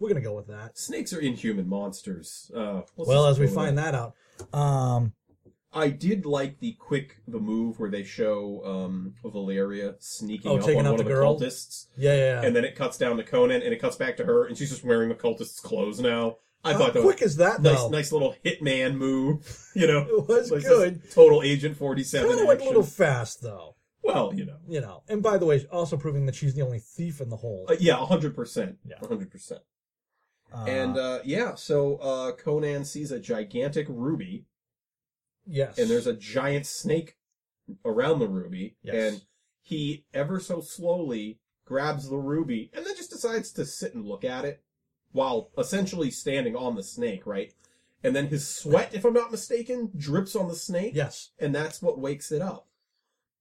Speaker 4: We're gonna go with that.
Speaker 5: Snakes are inhuman monsters. Uh, let's
Speaker 4: Well,
Speaker 5: just
Speaker 4: as we
Speaker 5: go with
Speaker 4: find that out, um,
Speaker 5: I did like the quick the move where they show um, Valeria sneaking
Speaker 4: Oh,
Speaker 5: up
Speaker 4: taking
Speaker 5: on
Speaker 4: out
Speaker 5: one
Speaker 4: the
Speaker 5: of the
Speaker 4: girl?
Speaker 5: cultists,
Speaker 4: yeah, yeah. yeah.
Speaker 5: and then it cuts down to Conan, and it cuts back to her, and she's just wearing the cultist's clothes now. I
Speaker 4: How
Speaker 5: thought that
Speaker 4: quick
Speaker 5: was
Speaker 4: is that
Speaker 5: nice,
Speaker 4: though?
Speaker 5: nice little hitman move. You know,
Speaker 4: It was
Speaker 5: Like this
Speaker 4: good.
Speaker 5: Total Agent Forty Seven.
Speaker 4: Kind of went a little fast though.
Speaker 5: Well, you know.
Speaker 4: you know. And by the way, also proving that she's the only thief in the whole.
Speaker 5: Uh, yeah, hundred percent.
Speaker 4: Yeah.
Speaker 5: hundred percent.
Speaker 4: Uh,
Speaker 5: And uh, yeah, so uh, Conan sees a gigantic ruby,
Speaker 4: yes,
Speaker 5: and there's a giant snake around the ruby,
Speaker 4: Yes.
Speaker 5: and he ever so slowly grabs the ruby, and then just decides to sit and look at it while essentially standing on the snake, right? And then his sweat, if I'm not mistaken, drips on the snake,
Speaker 4: yes.
Speaker 5: and that's what wakes it up.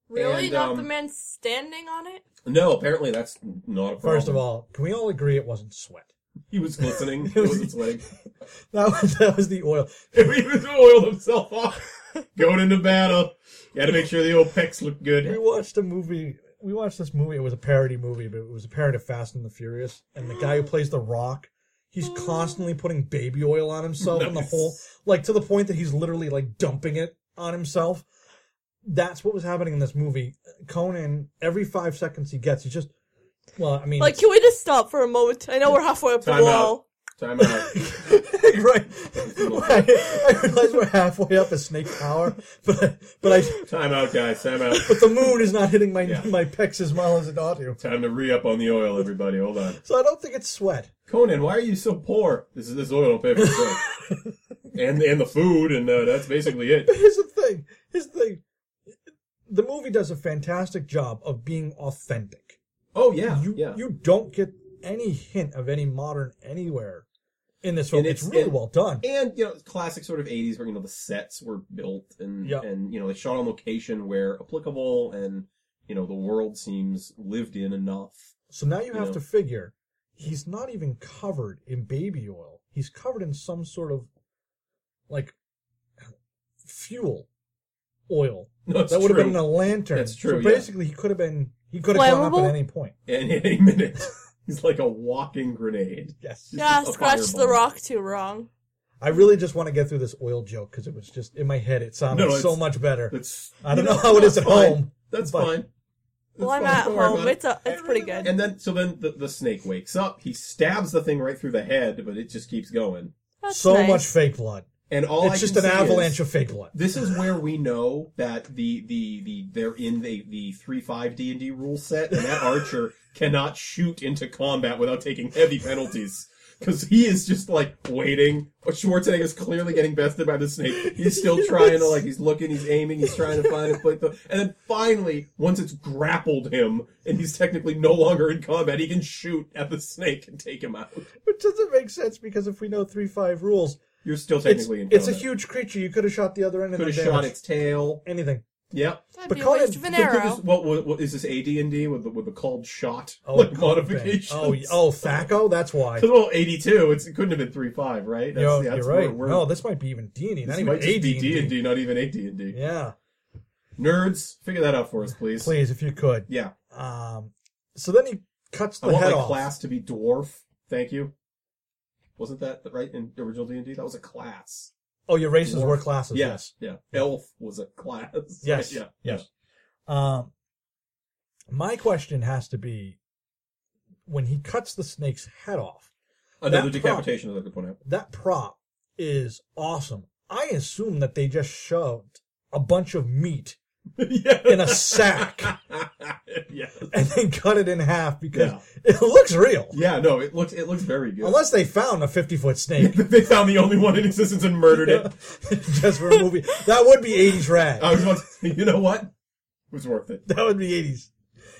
Speaker 6: Really?
Speaker 5: And,
Speaker 6: Not the
Speaker 5: um,
Speaker 6: man standing on it?
Speaker 5: No, apparently that's not a problem.
Speaker 4: First of all, can we all agree it wasn't sweat?
Speaker 5: he was glistening. he wasn't sweating.
Speaker 4: That was that was the oil.
Speaker 5: he was oiled himself off going into battle. You had to make sure the old pecs looked
Speaker 4: We
Speaker 5: good.
Speaker 4: watched a movie. We watched this movie. It was a parody movie, but it was a parody of Fast and the Furious. And the guy who plays the Rock, he's constantly putting baby oil on himself in the
Speaker 5: Nice.
Speaker 4: hole, like to the point that he's literally like dumping it on himself. That's what was happening in this movie. Conan, every five seconds he gets, he's just. Well, I mean,
Speaker 6: Like, can we just stop for a moment? I know we're halfway up the
Speaker 5: Time
Speaker 6: wall.
Speaker 5: Time out.
Speaker 4: right. I, I realize we're halfway up a snake tower, but I, but I
Speaker 5: Time out, guys. Time out.
Speaker 4: but the moon is not hitting my
Speaker 5: Yeah.
Speaker 4: my pecs as well as it ought to.
Speaker 5: Time to re up on the oil, everybody. Hold on.
Speaker 4: So I don't think it's sweat.
Speaker 5: Conan, why are you so poor? This is this oil will pay for itself. and and the food, and uh, that's basically it.
Speaker 4: But here's the thing. Here's the thing. The movie does a fantastic job of being authentic.
Speaker 5: Oh yeah,
Speaker 4: You
Speaker 5: yeah.
Speaker 4: you don't get any hint of any modern anywhere in this film.
Speaker 5: And
Speaker 4: It's,
Speaker 5: it's-
Speaker 4: really
Speaker 5: and-
Speaker 4: well done.
Speaker 5: and you know, it's classic sort of '80s, where you know the sets were built, and
Speaker 4: Yeah.
Speaker 5: and you know they shot on location where applicable, and you know the world seems lived in enough.
Speaker 4: So now you have
Speaker 5: Yeah.
Speaker 4: to figure he's not even covered in baby oil. He's covered in some sort of like fuel oil.
Speaker 5: No, it's
Speaker 4: that would have
Speaker 5: true.
Speaker 4: been in a lantern.
Speaker 5: That's true,
Speaker 4: So
Speaker 5: yeah.
Speaker 4: basically he could have been he could have gone up
Speaker 6: Flammable?
Speaker 4: at any point.
Speaker 5: and in a minute he's like a walking grenade.
Speaker 4: Yes.
Speaker 6: Yeah,
Speaker 5: a
Speaker 6: scratched the
Speaker 5: fireball.
Speaker 6: rock too wrong.
Speaker 4: I really just want to get through this oil joke because it was just in my head it sounded
Speaker 5: No, it's-
Speaker 4: so much better.
Speaker 5: That's
Speaker 4: I don't
Speaker 5: you
Speaker 4: know how it is
Speaker 5: that's
Speaker 4: at
Speaker 5: fine.
Speaker 4: home,
Speaker 5: That's
Speaker 4: but-
Speaker 5: fine.
Speaker 6: Well,
Speaker 5: That's
Speaker 6: I'm
Speaker 5: fine.
Speaker 6: at
Speaker 5: Don't worry
Speaker 6: home.
Speaker 5: about it.
Speaker 6: It's a, it's pretty good.
Speaker 5: And then so then the, the snake wakes up. He stabs the thing right through the head, but it just keeps going.
Speaker 6: That's
Speaker 4: so
Speaker 6: nice.
Speaker 4: much fake blood.
Speaker 5: And all I
Speaker 4: it's just
Speaker 5: can
Speaker 4: an
Speaker 5: see
Speaker 4: avalanche
Speaker 5: is-
Speaker 4: of fake blood.
Speaker 5: This is where we know that the the the they're in the the three five D and D rule set, and that archer cannot shoot into combat without taking heavy penalties. Because he is just like waiting. Schwarzenegger is clearly getting bested by the snake. He's still trying to like he's looking, he's aiming, he's trying to find a place. to- And then finally, once it's grappled him and he's technically no longer in combat, he can shoot at the snake and take him out.
Speaker 4: Which doesn't make sense because if we know three five rules,
Speaker 5: You're still
Speaker 4: it's,
Speaker 5: technically in
Speaker 4: it's
Speaker 5: combat.
Speaker 4: a huge creature. You could have shot the other end and
Speaker 5: could have
Speaker 4: done
Speaker 5: shot
Speaker 4: damage.
Speaker 5: its tail.
Speaker 4: anything.
Speaker 5: Yeah.
Speaker 6: That'd
Speaker 4: But
Speaker 6: be a
Speaker 4: call
Speaker 6: waste
Speaker 4: it-
Speaker 6: of
Speaker 4: they
Speaker 6: an
Speaker 5: They could
Speaker 6: arrow.
Speaker 5: just- what, what, what is this AD&D with the, with the called shot
Speaker 4: Oh,
Speaker 5: like
Speaker 4: Corbin.
Speaker 5: modifications?
Speaker 4: Oh, y- oh, Thaco. That's why.
Speaker 5: Because, well, 82, it's, it couldn't have been 3.5, right?
Speaker 4: Yo, you're,
Speaker 5: yeah,
Speaker 4: right.
Speaker 5: we're-
Speaker 4: no, this might be even D and D,
Speaker 5: this
Speaker 4: not even
Speaker 5: might just be
Speaker 4: AD.
Speaker 5: D&D, not even AD&D.
Speaker 4: Yeah,
Speaker 5: Nerds, figure that out for us, please.
Speaker 4: please, if you could.
Speaker 5: Yeah.
Speaker 4: Um, so then he cuts
Speaker 5: I
Speaker 4: the
Speaker 5: want
Speaker 4: head
Speaker 5: my
Speaker 4: off.
Speaker 5: class to be dwarf. Thank you. Wasn't that the- right in original D&D? That was a class.
Speaker 4: Oh, your races
Speaker 5: Dwarf.
Speaker 4: were classes. Yes.
Speaker 5: Yeah. Elf was a class.
Speaker 4: Yes.
Speaker 5: Yeah.
Speaker 4: Yes. Um, my question has to be when he cuts the snake's head off.
Speaker 5: Another
Speaker 4: That
Speaker 5: decapitation is a good point. out.
Speaker 4: That prop is awesome. I assume that they just shoved a bunch of meat
Speaker 5: yeah.
Speaker 4: in a sack
Speaker 5: yes.
Speaker 4: and then cut it in half because
Speaker 5: Yeah.
Speaker 4: it looks real.
Speaker 5: Yeah, no, it looks it looks very good.
Speaker 4: Unless they found a 50 foot snake.
Speaker 5: they found the only one in existence and murdered it. Oh.
Speaker 4: just for a movie. That would be 80s rad.
Speaker 5: I was about to say, you know what? It was worth it.
Speaker 4: that would be 80s.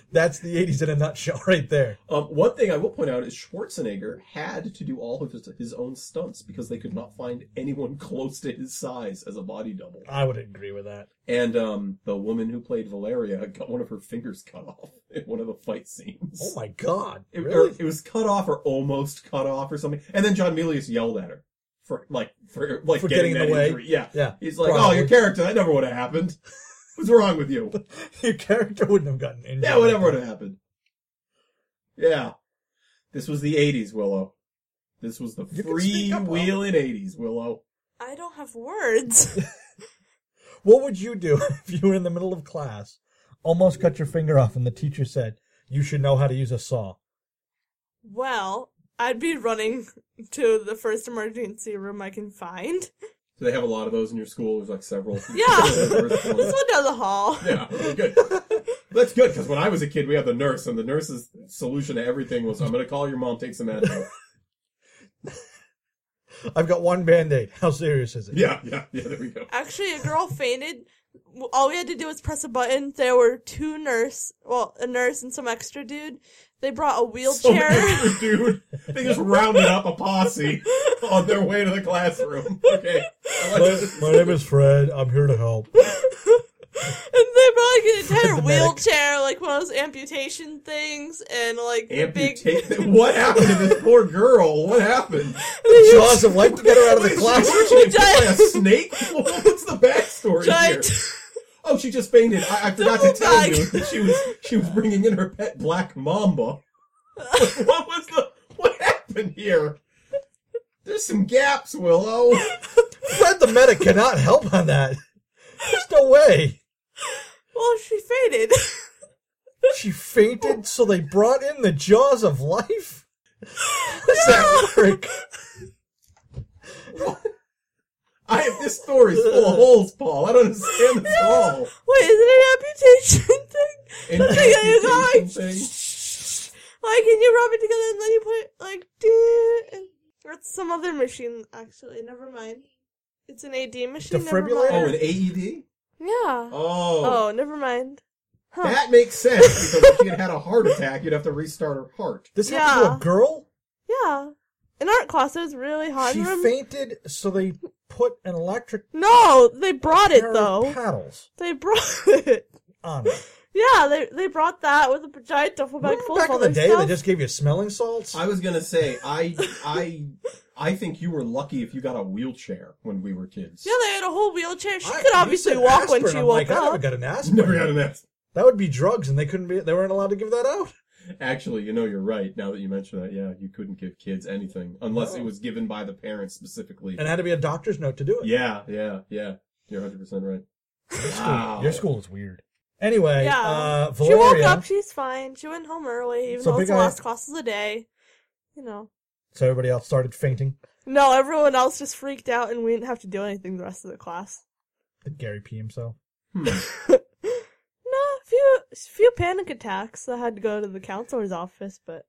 Speaker 4: That's the 80s in a nutshell right there.
Speaker 5: Um, one thing I will point out is Schwarzenegger had to do all of his, his own stunts because they could not find anyone close to his size as a body double.
Speaker 4: I would agree with that.
Speaker 5: And um, the woman who played Valeria got one of her fingers cut off in one of the fight scenes.
Speaker 4: Oh my god.
Speaker 5: It, or
Speaker 4: really?
Speaker 5: it was cut off or almost cut off or something. And then John Milius yelled at her for like for like
Speaker 4: For getting
Speaker 5: getting,
Speaker 4: in
Speaker 5: that
Speaker 4: the way?
Speaker 5: injury. Yeah,
Speaker 4: Yeah,
Speaker 5: He's like,
Speaker 4: probably.
Speaker 5: "Oh, your character. That never would have happened. What's wrong with you?
Speaker 4: Your character wouldn't have gotten injured.
Speaker 5: yeah, whatever would have happened. Yeah, this was the '80s, Willow. This was the
Speaker 4: You can speak up, Willow.
Speaker 5: freewheeling '80s, Willow.
Speaker 6: I don't have words.
Speaker 4: What would you do if you were in the middle of class, almost cut your finger off, and the teacher said, You should know how to use a saw?
Speaker 6: well, I'd be running to the first emergency room I can find.
Speaker 5: Do they have a lot of those in your school? There's like several.
Speaker 6: Yeah.
Speaker 5: There's one.
Speaker 6: This one down the hall.
Speaker 5: Yeah, okay, good. That's good because when I was a kid, we had the nurse, and the nurse's solution to everything was, "I'm going to call your mom, take some Advil."
Speaker 4: I've got one band aid. How serious is it?
Speaker 5: yeah, yeah, yeah. There we go.
Speaker 6: Actually, a girl fainted. All we had to do was press a button. There were two nurse, well, a nurse and some extra dude. They brought a
Speaker 5: So
Speaker 6: wheelchair.
Speaker 5: extra dude, they just rounded up a posse on their way to the classroom. Okay, I like
Speaker 4: My,
Speaker 5: this.
Speaker 4: my name is Fred. I'm here to help.
Speaker 6: And they brought like an entire
Speaker 4: The medic.
Speaker 6: wheelchair, like one of those amputation things, and like the big.
Speaker 5: amputate. What happened to this poor girl? What happened?
Speaker 4: Jaws of life to get her out of the
Speaker 5: Wait,
Speaker 4: class.
Speaker 5: she was bit by a snake? What's the backstory
Speaker 6: Giant-
Speaker 5: here? Oh, she just fainted. I, I forgot to
Speaker 6: Double
Speaker 5: tell
Speaker 6: back.
Speaker 5: you that she was she was bringing in her pet black mamba. what was the what happened here? There's some gaps, Willow.
Speaker 4: Fred the medic cannot help on that. There's no way.
Speaker 6: well, she fainted.
Speaker 4: She fainted, so they brought in the jaws of life? How does that work?
Speaker 5: I have this story's full of holes, Paul. I don't understand this at all.
Speaker 6: Wait, is it an amputation thing?
Speaker 5: An
Speaker 6: Like, you go like,
Speaker 5: amputation thing?
Speaker 6: like, and you rub it together, and then you put it like, dee- and- or it's some other machine. Actually, never mind. It's an AD machine.
Speaker 4: Defibrillator?
Speaker 5: Oh,
Speaker 6: Never
Speaker 5: an
Speaker 6: mind.
Speaker 5: AED?
Speaker 6: yeah.
Speaker 5: Oh,
Speaker 6: Oh, never mind. Huh.
Speaker 5: that makes sense because if she had had a heart attack, you'd have to restart her heart.
Speaker 4: This happened to a
Speaker 6: Yeah.
Speaker 4: girl?
Speaker 6: yeah. In art class, it was really hot.
Speaker 4: She
Speaker 6: I remember-
Speaker 4: fainted, so they put an electric
Speaker 6: no, they brought it
Speaker 4: pair
Speaker 6: though.
Speaker 4: of paddles
Speaker 6: They brought it.
Speaker 4: on her.
Speaker 6: Yeah, they they brought that with a giant duffel bag
Speaker 4: Remember
Speaker 6: full
Speaker 4: back
Speaker 6: of
Speaker 4: in
Speaker 6: other
Speaker 4: the day,
Speaker 6: stuff.
Speaker 4: they just gave you smelling salts?
Speaker 5: I was gonna say, I, I, I think you were lucky if you got a wheelchair when we were kids.
Speaker 6: yeah, they had a whole wheelchair. She
Speaker 4: I-
Speaker 6: could
Speaker 4: you
Speaker 6: obviously
Speaker 4: said
Speaker 6: walk when
Speaker 4: aspirin.
Speaker 6: she
Speaker 4: I'm
Speaker 6: woke
Speaker 4: like, I never
Speaker 6: up.
Speaker 4: got an aspirin.
Speaker 5: never got an ass.
Speaker 4: That would be drugs, and they couldn't be. They weren't allowed to give that out.
Speaker 5: Actually, you know, you're right. Now that you mention that, yeah, you couldn't give kids anything unless
Speaker 6: Oh.
Speaker 4: No.
Speaker 5: it was given by the parents specifically.
Speaker 4: And it had to be a doctor's note to do it.
Speaker 5: yeah, yeah, yeah. You're 100 percent right.
Speaker 4: Your school,
Speaker 5: Wow.
Speaker 4: your school is weird. Anyway,
Speaker 6: Yeah.
Speaker 4: uh,
Speaker 6: she woke
Speaker 4: Valeria.
Speaker 6: up. She's fine. She went home early, even
Speaker 4: So
Speaker 6: though it's
Speaker 4: big
Speaker 6: the
Speaker 4: eye-
Speaker 6: last classes a day. You know.
Speaker 4: So everybody else started fainting.
Speaker 6: No, everyone else just freaked out, and we didn't have to do anything the rest of the class.
Speaker 4: Did Gary pee himself?
Speaker 5: Hmm.
Speaker 6: No, a few few panic attacks. I had to go to the counselor's office, but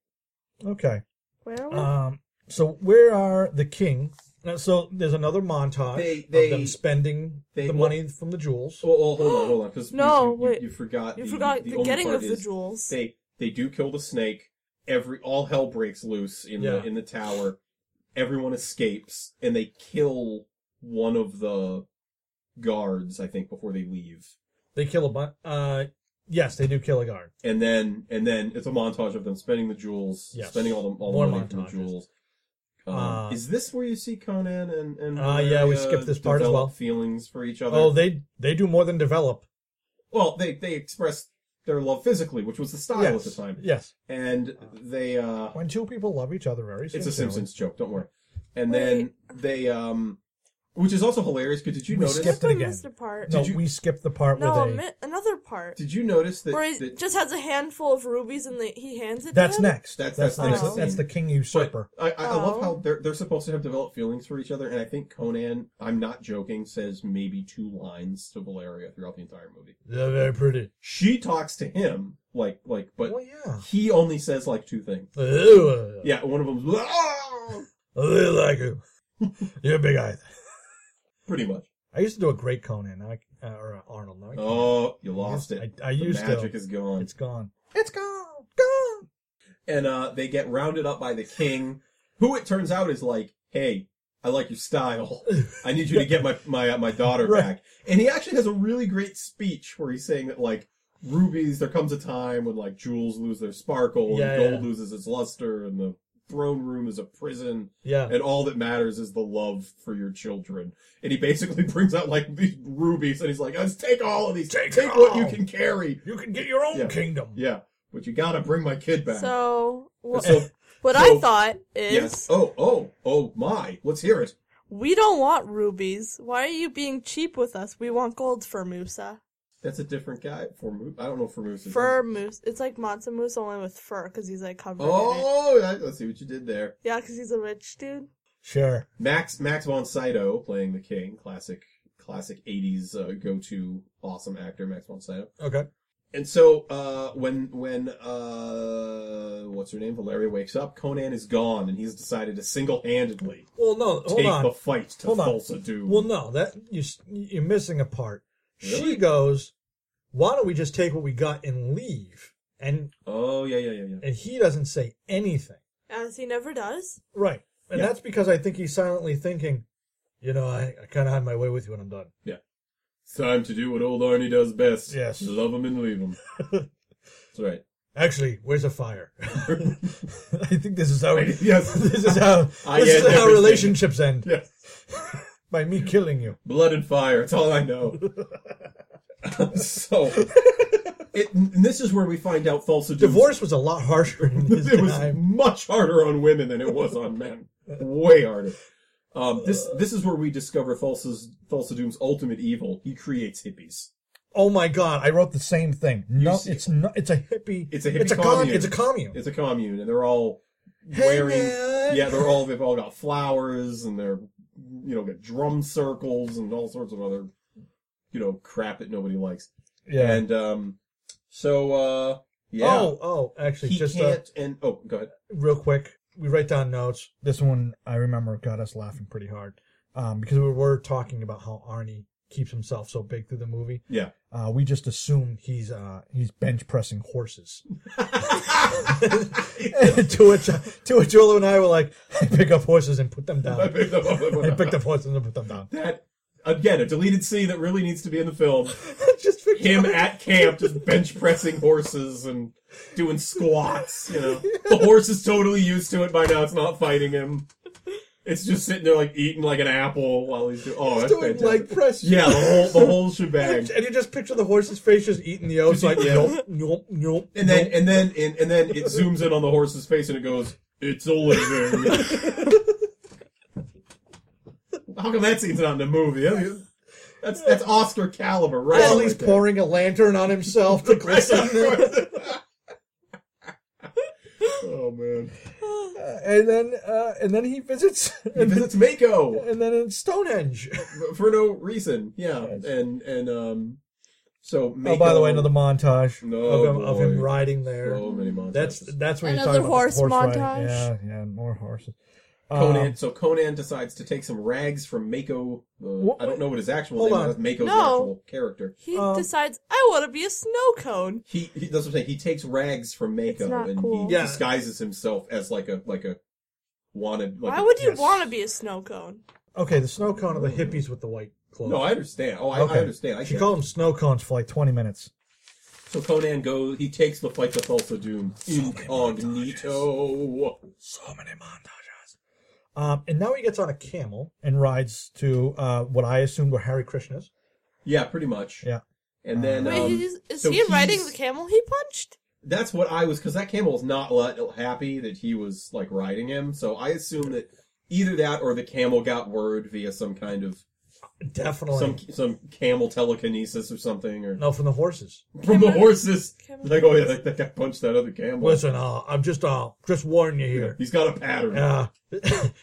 Speaker 4: Okay.
Speaker 6: where are we?
Speaker 4: Um. So where are the king? Now, So there's another montage
Speaker 5: They-
Speaker 4: of
Speaker 5: they-
Speaker 4: them spending
Speaker 5: they-
Speaker 4: the money from the jewels.
Speaker 5: Well, well hold on, hold on, because
Speaker 6: No,
Speaker 5: you, you,
Speaker 6: wait.
Speaker 5: you forgot.
Speaker 6: you
Speaker 5: the,
Speaker 6: forgot
Speaker 5: the,
Speaker 6: the,
Speaker 5: only
Speaker 6: getting
Speaker 5: part
Speaker 6: of the
Speaker 5: is
Speaker 6: jewels.
Speaker 5: They they do kill the snake. Every all hell breaks loose in
Speaker 4: Yeah.
Speaker 5: the in the tower. Everyone escapes, and they kill one of the guards. I think before they leave.
Speaker 4: They kill a bunch. Uh, yes, they do kill a guard.
Speaker 5: and then and then it's a montage of them spending the jewels,
Speaker 4: Yes.
Speaker 5: spending all the all
Speaker 4: More
Speaker 5: the money from the
Speaker 4: montages.
Speaker 5: jewels. Um,
Speaker 4: Uh,
Speaker 5: is this where you see Conan and and
Speaker 4: Uh, yeah, we
Speaker 5: Valeria
Speaker 4: skipped this part as
Speaker 5: develop
Speaker 4: well.
Speaker 5: Feelings for each other.
Speaker 4: Oh, they they do more than develop.
Speaker 5: well, they they express their love physically, which was the style
Speaker 4: yes.
Speaker 5: at the time,
Speaker 4: Yes.
Speaker 5: and they uh,
Speaker 4: When two people love each other very
Speaker 5: it's a
Speaker 4: sincerely-
Speaker 5: Simpsons joke. Don't worry. And
Speaker 6: Wait.
Speaker 5: then they um, which is also hilarious because did you
Speaker 4: We
Speaker 5: notice?
Speaker 4: skipped it
Speaker 6: I
Speaker 4: again.
Speaker 6: missed a part.
Speaker 4: No,
Speaker 5: Did you-
Speaker 4: we skipped the part
Speaker 6: no,
Speaker 4: where they.
Speaker 6: mi- another part.
Speaker 5: Did you notice that?
Speaker 6: where he
Speaker 5: that-
Speaker 6: just has a handful of rubies and the, he hands it
Speaker 4: That's
Speaker 6: to him?
Speaker 4: next.
Speaker 5: That's-
Speaker 4: That's,
Speaker 5: that's
Speaker 4: next.
Speaker 6: next
Speaker 4: That's the
Speaker 5: scene.
Speaker 4: king
Speaker 5: But
Speaker 4: usurper.
Speaker 5: I, I, I
Speaker 6: Oh.
Speaker 5: love how they're they're supposed to have developed feelings for each other, and I think Conan, I'm not joking, says maybe two lines to Valeria throughout the entire movie.
Speaker 4: They're very pretty.
Speaker 5: She talks to him like like, but
Speaker 4: well, yeah.
Speaker 5: he only says like two things.
Speaker 4: Ew.
Speaker 5: Yeah, one of them's "Ah!"
Speaker 4: I really like you. You're a big eye.
Speaker 5: pretty much.
Speaker 4: I used to do a great Conan, now I, uh, or uh, Arnold. Now I can't.
Speaker 5: Oh, you lost it.
Speaker 4: I, I used
Speaker 5: the magic
Speaker 4: to.
Speaker 5: is gone.
Speaker 4: It's gone. It's gone. Gone.
Speaker 5: and uh, they get rounded up by the king, who it turns out is like, hey, I like your style. I need you to get my my uh, my daughter
Speaker 4: Right.
Speaker 5: back. And he actually has a really great speech where he's saying that like rubies, there comes a time when like jewels lose their sparkle
Speaker 4: Yeah,
Speaker 5: and gold
Speaker 4: yeah.
Speaker 5: loses its luster, and the throne room is a prison,
Speaker 4: Yeah.
Speaker 5: and all that matters is the love for your children. And he basically brings out like these rubies, and he's like, let's take all of these,
Speaker 4: Take
Speaker 5: take,
Speaker 4: it
Speaker 5: what
Speaker 4: all."
Speaker 5: you can carry.
Speaker 4: You can get your own
Speaker 5: Yeah.
Speaker 4: kingdom.
Speaker 5: Yeah, but you gotta bring my kid back.
Speaker 6: So, wha-
Speaker 5: And so
Speaker 6: what
Speaker 5: so-
Speaker 6: I thought is,
Speaker 5: Yes. Oh, oh, oh my. Let's hear it.
Speaker 6: we don't want rubies. Why are you being cheap with us? We want gold for Musa.
Speaker 5: That's a different guy. For Moose. I don't know for Moose.
Speaker 6: Fur moose. It's like Mansa Moose only with fur because he's like covered in it.
Speaker 5: Oh, I, I see what you did there.
Speaker 6: Yeah, because he's a rich dude.
Speaker 4: Sure.
Speaker 5: Max Max von Sydow playing the king. Classic classic 80s uh, go-to awesome actor Max von Sydow.
Speaker 4: Okay.
Speaker 5: And so uh when when uh what's her name Valeria wakes up, Conan is gone and he's decided to single-handedly
Speaker 4: Well, no. Hold
Speaker 5: take
Speaker 4: on.
Speaker 5: the fight to
Speaker 4: Hold on.
Speaker 5: Thulsa Doom.
Speaker 4: Well, no. That you s- you're missing a part. She
Speaker 5: Really?
Speaker 4: goes. Why don't we just take what we got and leave? And
Speaker 5: Oh, yeah, yeah, yeah, yeah.
Speaker 4: and he doesn't say anything.
Speaker 6: As he never does.
Speaker 4: Right. And
Speaker 5: Yeah.
Speaker 4: that's because I think he's silently thinking, you know, I, I kind of had my way with you when I'm done.
Speaker 5: It's time to do what old Arnie does best.
Speaker 4: Yes.
Speaker 5: Love him and leave him. That's right.
Speaker 4: Actually, where's a fire? I think this is how it,
Speaker 5: Yes.
Speaker 4: this is how
Speaker 5: I
Speaker 4: this is
Speaker 5: end
Speaker 4: how
Speaker 5: everything.
Speaker 4: relationships end
Speaker 5: Yes.
Speaker 4: by me killing you.
Speaker 5: Blood and fire. That's all I know. so, it, and this is where we find out Thulsa Doom's-
Speaker 4: Divorce was a lot harsher in his
Speaker 5: It was
Speaker 4: time.
Speaker 5: much harder on women than it was on men. Way harder. Um, this this is where we discover Thulsa's, Thulsa Doom's ultimate evil. He creates hippies.
Speaker 4: Oh my god, I wrote the same thing. No,
Speaker 5: see-
Speaker 4: it's not. It's a hippie.
Speaker 5: It's a hippie
Speaker 4: It's a
Speaker 5: commune.
Speaker 4: It's a commune.
Speaker 5: It's a commune, and they're all
Speaker 4: Hey,
Speaker 5: wearing.
Speaker 4: man.
Speaker 5: Yeah, they're all they've all got flowers, and they're you know got drum circles and all sorts of other you know crap that nobody likes.
Speaker 4: yeah.
Speaker 5: And um, so uh, yeah.
Speaker 4: Oh, oh, actually,
Speaker 5: he
Speaker 4: just uh,
Speaker 5: can't. and oh, go ahead.
Speaker 4: real quick, we write down notes. This one I remember got us laughing pretty hard um, because we were talking about how Arnie keeps himself so big through the movie.
Speaker 5: Yeah.
Speaker 4: Uh, we just assume he's uh, he's bench pressing horses. to which uh, to which Olo and I were like, I pick up horses and put them down.
Speaker 5: I picked up.
Speaker 4: I picked up horses and put them down.
Speaker 5: that again. A deleted scene that really needs to be in the film.
Speaker 4: just fix
Speaker 5: Him at camp, just bench pressing horses and doing squats. You know, the horse is totally used to it by now. It's not fighting him. It's just sitting there like eating like an apple while he's doing. Oh, that's
Speaker 4: doing
Speaker 5: fantastic.
Speaker 4: leg press.
Speaker 5: Yeah, the whole the whole shebang.
Speaker 4: And you just picture the horse's face just eating the oats,
Speaker 5: Just
Speaker 4: like
Speaker 5: eat- yeah.
Speaker 4: nope, nope, nope.
Speaker 5: And then and then and, and then it zooms in on the horse's face and it goes, "It's a living." How come that scene's not in the movie? That's- That's that's Oscar caliber, right?
Speaker 4: While he's
Speaker 5: Right there.
Speaker 4: pouring a lantern on himself to glisten.
Speaker 5: Oh man!
Speaker 4: and then uh, and then he visits and,
Speaker 5: Because it's Mako
Speaker 4: and then in Stonehenge.
Speaker 5: for no reason. Yeah, and and um, so Mako.
Speaker 4: Oh, by the way, another montage
Speaker 5: No,
Speaker 4: of him of him
Speaker 5: boy.
Speaker 4: riding there.
Speaker 5: So many montages.
Speaker 4: That's that's when
Speaker 6: Another
Speaker 4: you're talking
Speaker 6: horse
Speaker 4: about the horse
Speaker 6: montage.
Speaker 4: riding. Yeah, yeah, more horses.
Speaker 5: Conan.
Speaker 4: Um,
Speaker 5: so Conan decides to take some rags from Mako. Uh,
Speaker 4: What-
Speaker 5: I don't know what his actual
Speaker 4: Hold
Speaker 5: name
Speaker 4: on.
Speaker 5: is. Mako's
Speaker 6: No.
Speaker 5: actual character.
Speaker 6: He
Speaker 4: Um,
Speaker 6: decides, I want to be a snow cone.
Speaker 5: He, he that's what I'm saying. He takes rags from
Speaker 6: It's
Speaker 5: Mako
Speaker 6: not
Speaker 5: and
Speaker 6: cool.
Speaker 5: he
Speaker 4: Yeah.
Speaker 5: disguises himself as like a like a wanted. Like
Speaker 6: Why
Speaker 5: a-
Speaker 6: would you
Speaker 4: yes.
Speaker 6: want to be a snow cone?
Speaker 4: okay, the snow cone of the hippies with the white close.
Speaker 5: No, I understand. Oh, I, I understand. I
Speaker 4: she
Speaker 5: get
Speaker 4: called them snow cones for like 20 minutes.
Speaker 5: it. So Conan goes. He takes the fight to Thulsa Doom incognito.
Speaker 4: So many montages. Um, and now he gets on a camel and rides to uh, what I assumed were Harry Krishna's.
Speaker 5: Yeah, pretty much.
Speaker 4: Yeah.
Speaker 5: And then
Speaker 6: Wait,
Speaker 5: um,
Speaker 6: he's, is
Speaker 5: so
Speaker 6: he riding
Speaker 5: he's-
Speaker 6: the camel he punched?
Speaker 5: that's what I was because that camel was not let- happy that he was like riding him. So I assume that either that or the camel got word via some kind of
Speaker 4: Definitely.
Speaker 5: some some camel telekinesis or something or
Speaker 4: no, from the horses.
Speaker 5: from the
Speaker 6: Camel-
Speaker 5: horses.
Speaker 6: camel-
Speaker 5: Like oh yeah, that, that guy punched that other camel.
Speaker 4: Listen, uh, I'm just uh, just warning you here.
Speaker 5: He's got a pattern.
Speaker 4: Uh,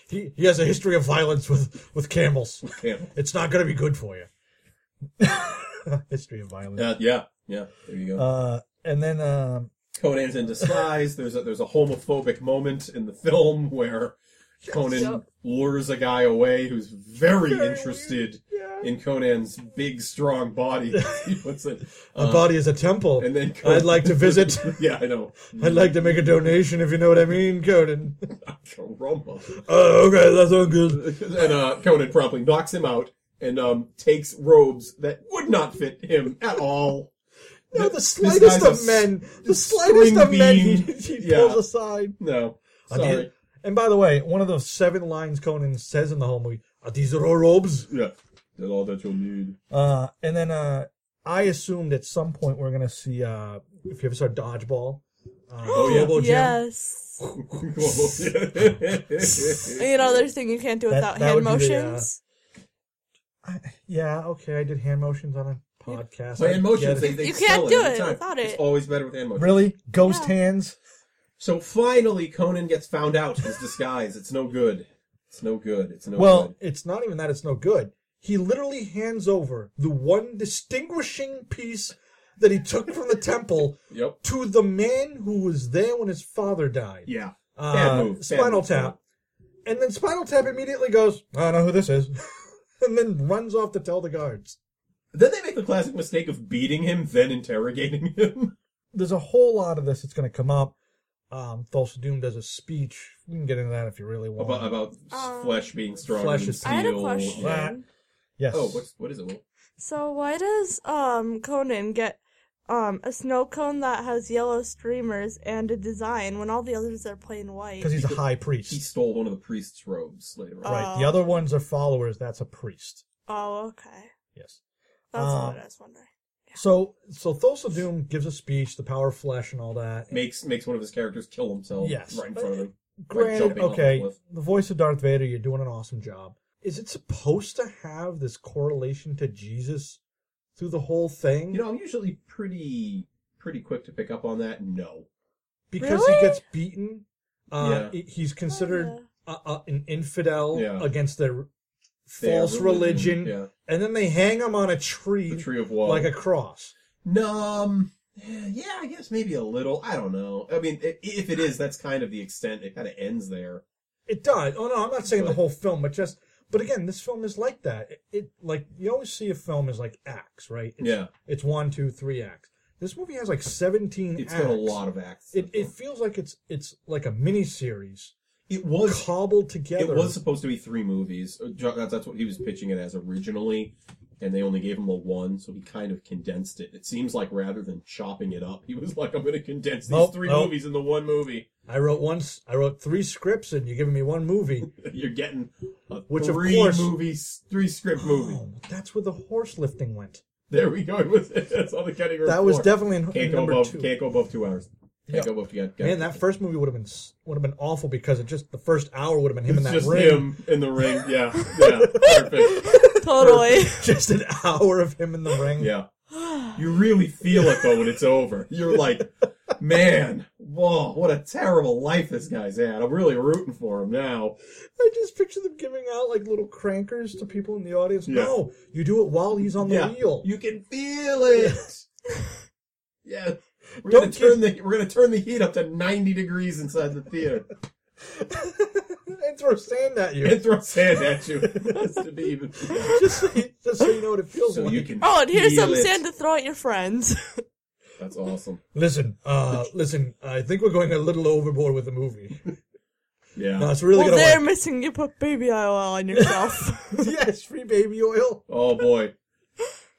Speaker 4: he, he has a history of violence with, with camels.
Speaker 5: Camel.
Speaker 4: It's not going to be good for you. history of violence.
Speaker 5: Uh, yeah, yeah. There you go.
Speaker 4: Uh, and then um,
Speaker 5: Conan's in disguise. There's a there's a homophobic moment in the film where Conan
Speaker 6: Yep.
Speaker 5: lures a guy away who's very, interested in Conan's big, strong body. he puts it,
Speaker 4: my
Speaker 5: uh,
Speaker 4: body is a temple.
Speaker 5: and then
Speaker 4: I'd like to visit.
Speaker 5: yeah, I know.
Speaker 4: I'd like to make a donation if you know what I mean, Conan.
Speaker 5: Caramba.
Speaker 4: Oh, okay, that sounds good.
Speaker 5: and uh, Conan promptly knocks him out and um, takes robes that would not fit him at all.
Speaker 4: No, the
Speaker 5: This
Speaker 4: slightest
Speaker 5: guy's a
Speaker 4: of
Speaker 5: s-
Speaker 4: men, the
Speaker 5: string
Speaker 4: slightest of men, he,
Speaker 5: bean.
Speaker 4: he
Speaker 5: Yeah.
Speaker 4: pulls aside.
Speaker 5: No,
Speaker 4: Are
Speaker 5: sorry.
Speaker 4: these- and by the way, one of the seven lines Conan says in the whole movie are these your robes?
Speaker 5: Yeah, that's all that you'll need.
Speaker 4: Uh, and then uh, I assumed at some point we're gonna see uh, if you ever saw Dodgeball, uh,
Speaker 5: Oh, yeah.
Speaker 4: Robo Jim.
Speaker 6: Yes. You know, there's thing you can't do
Speaker 4: That-
Speaker 6: without
Speaker 4: that
Speaker 6: hand
Speaker 4: would be the, uh,
Speaker 6: motions.
Speaker 4: Yeah, okay, I did hand motions on a podcast.
Speaker 5: By
Speaker 4: I
Speaker 5: hand
Speaker 4: get
Speaker 5: motions,
Speaker 4: it.
Speaker 5: they, they
Speaker 6: You
Speaker 5: sell
Speaker 6: can't
Speaker 5: it
Speaker 6: do
Speaker 5: every
Speaker 6: it
Speaker 5: time.
Speaker 6: without
Speaker 5: It's
Speaker 6: it.
Speaker 5: always better with hand motions.
Speaker 4: really ghost
Speaker 6: Yeah.
Speaker 4: hands.
Speaker 5: So finally, Conan gets found out his disguise. It's no good. It's no good. It's no
Speaker 4: well,
Speaker 5: good.
Speaker 4: it's not even that it's no good. He literally hands over the one distinguishing piece that he took from the temple
Speaker 5: Yep.
Speaker 4: to the man who was there when his father died.
Speaker 5: Yeah.
Speaker 4: Uh,
Speaker 5: Bad move. Bad
Speaker 4: Spinal
Speaker 5: move.
Speaker 4: Tap. And then Spinal Tap immediately goes, I don't know who this is. and then runs off to tell the guards.
Speaker 5: Then they make the classic mistake of beating him, then interrogating him.
Speaker 4: There's a whole lot of this that's going to come up. Um, Thulsa Doom does a speech. We can get into that if you really want.
Speaker 5: about about
Speaker 6: Um,
Speaker 5: flesh being stronger
Speaker 4: Flesh
Speaker 5: than
Speaker 4: is-
Speaker 5: steel.
Speaker 6: I had a
Speaker 5: Yeah.
Speaker 6: question.
Speaker 4: yes.
Speaker 5: Oh, what's, what is it? Will?
Speaker 6: So why does um Conan get um a snow cone that has yellow streamers and a design when all the others are plain white?
Speaker 4: Because he's a high
Speaker 5: He
Speaker 4: priest.
Speaker 5: stole one of the priest's robes later on.
Speaker 4: Right. The other ones are followers. That's a priest.
Speaker 6: Oh, okay.
Speaker 4: Yes.
Speaker 6: That's
Speaker 4: Uh,
Speaker 6: what I was wondering.
Speaker 4: So, so Thulsa Doom gives a speech, the power of flesh and all that.
Speaker 5: Makes makes one of his characters kill himself
Speaker 4: Yes.
Speaker 5: right in front of him.
Speaker 4: Granted,
Speaker 5: jumping off a
Speaker 4: okay,
Speaker 5: cliff.
Speaker 4: the voice of Darth Vader, you're doing an awesome job. Is it supposed to have this correlation to Jesus through the whole thing?
Speaker 5: You know, I'm usually pretty pretty quick to pick up on that. No.
Speaker 4: because
Speaker 6: Really?
Speaker 4: he gets beaten, uh, he- he's
Speaker 6: Oh,
Speaker 4: considered uh, uh, an infidel
Speaker 5: Yeah.
Speaker 4: against their
Speaker 5: Their
Speaker 4: false religion,
Speaker 5: Yeah.
Speaker 4: and then they hang him on a tree,
Speaker 5: The tree of woe.
Speaker 4: like a cross.
Speaker 5: No, um, yeah, I guess maybe a little. I don't know. I mean, i- if it is, that's kind of the extent. It kind of ends there.
Speaker 4: It does. Oh no, I'm not saying the
Speaker 5: But-
Speaker 4: whole film, but just. But again, this film is like that. It, it like you always see a film is like acts, right? It's,
Speaker 5: Yeah.
Speaker 4: It's one, two, three acts. This movie has like 17
Speaker 5: It's
Speaker 4: acts.
Speaker 5: got a lot of acts.
Speaker 4: It, it feels like it's it's like a mini series
Speaker 5: It was
Speaker 4: cobbled together.
Speaker 5: it was supposed to be three movies. Uh, Jo- That's that's what he was pitching it as originally, and they only gave him a one, so he kind of condensed it. It seems like rather than chopping it up, he was like, "I'm going to condense these
Speaker 4: Nope,
Speaker 5: three
Speaker 4: nope.
Speaker 5: movies into one movie."
Speaker 4: I wrote once. I wrote three scripts, and you're giving me one movie.
Speaker 5: You're getting a
Speaker 4: Which, of
Speaker 5: three
Speaker 4: course-
Speaker 5: movies, three script movie.
Speaker 4: Oh, that's where the horse lifting went.
Speaker 5: There we go. It was that's on the cutting room
Speaker 4: That was
Speaker 5: floor.
Speaker 4: definitely in, in
Speaker 5: can't go
Speaker 4: number
Speaker 5: above
Speaker 4: 2
Speaker 5: can't go above two hours. Can't
Speaker 4: Yeah.
Speaker 5: go above yeah, yeah.
Speaker 4: Man, that first movie would have been s- would have been awful because it just the first hour would have been him in
Speaker 5: It's
Speaker 4: that
Speaker 5: just
Speaker 4: ring.
Speaker 5: him in the ring. Yeah, yeah, perfect.
Speaker 6: Totally.
Speaker 4: just an hour of him in the ring.
Speaker 5: Yeah, you really feel it though when it's over. You're like, man, whoa, what a terrible life this guy's had. I'm really rooting for him now.
Speaker 4: I just picture them giving out like little crankers to people in the audience.
Speaker 5: Yeah.
Speaker 4: No, you do it while he's on the
Speaker 5: yeah,
Speaker 4: wheel.
Speaker 5: you can feel it. Yeah. We're
Speaker 4: Don't
Speaker 5: gonna turn the we're gonna turn the heat up to ninety degrees inside the theater
Speaker 4: and throw sand at you.
Speaker 5: and throw sand at you just to be even.
Speaker 4: just, so you, just so you know what it feels
Speaker 5: So
Speaker 4: like.
Speaker 5: you can.
Speaker 6: Oh, and here's
Speaker 5: feel
Speaker 6: some
Speaker 5: it.
Speaker 6: sand to throw at your friends.
Speaker 5: That's awesome.
Speaker 4: Listen, uh, listen. I think we're going a little overboard with the movie.
Speaker 5: Yeah.
Speaker 4: No, it's really
Speaker 6: well,
Speaker 4: gonna
Speaker 6: they're
Speaker 4: work.
Speaker 6: missing you put baby oil on yourself.
Speaker 4: yes, free baby oil.
Speaker 5: Oh boy.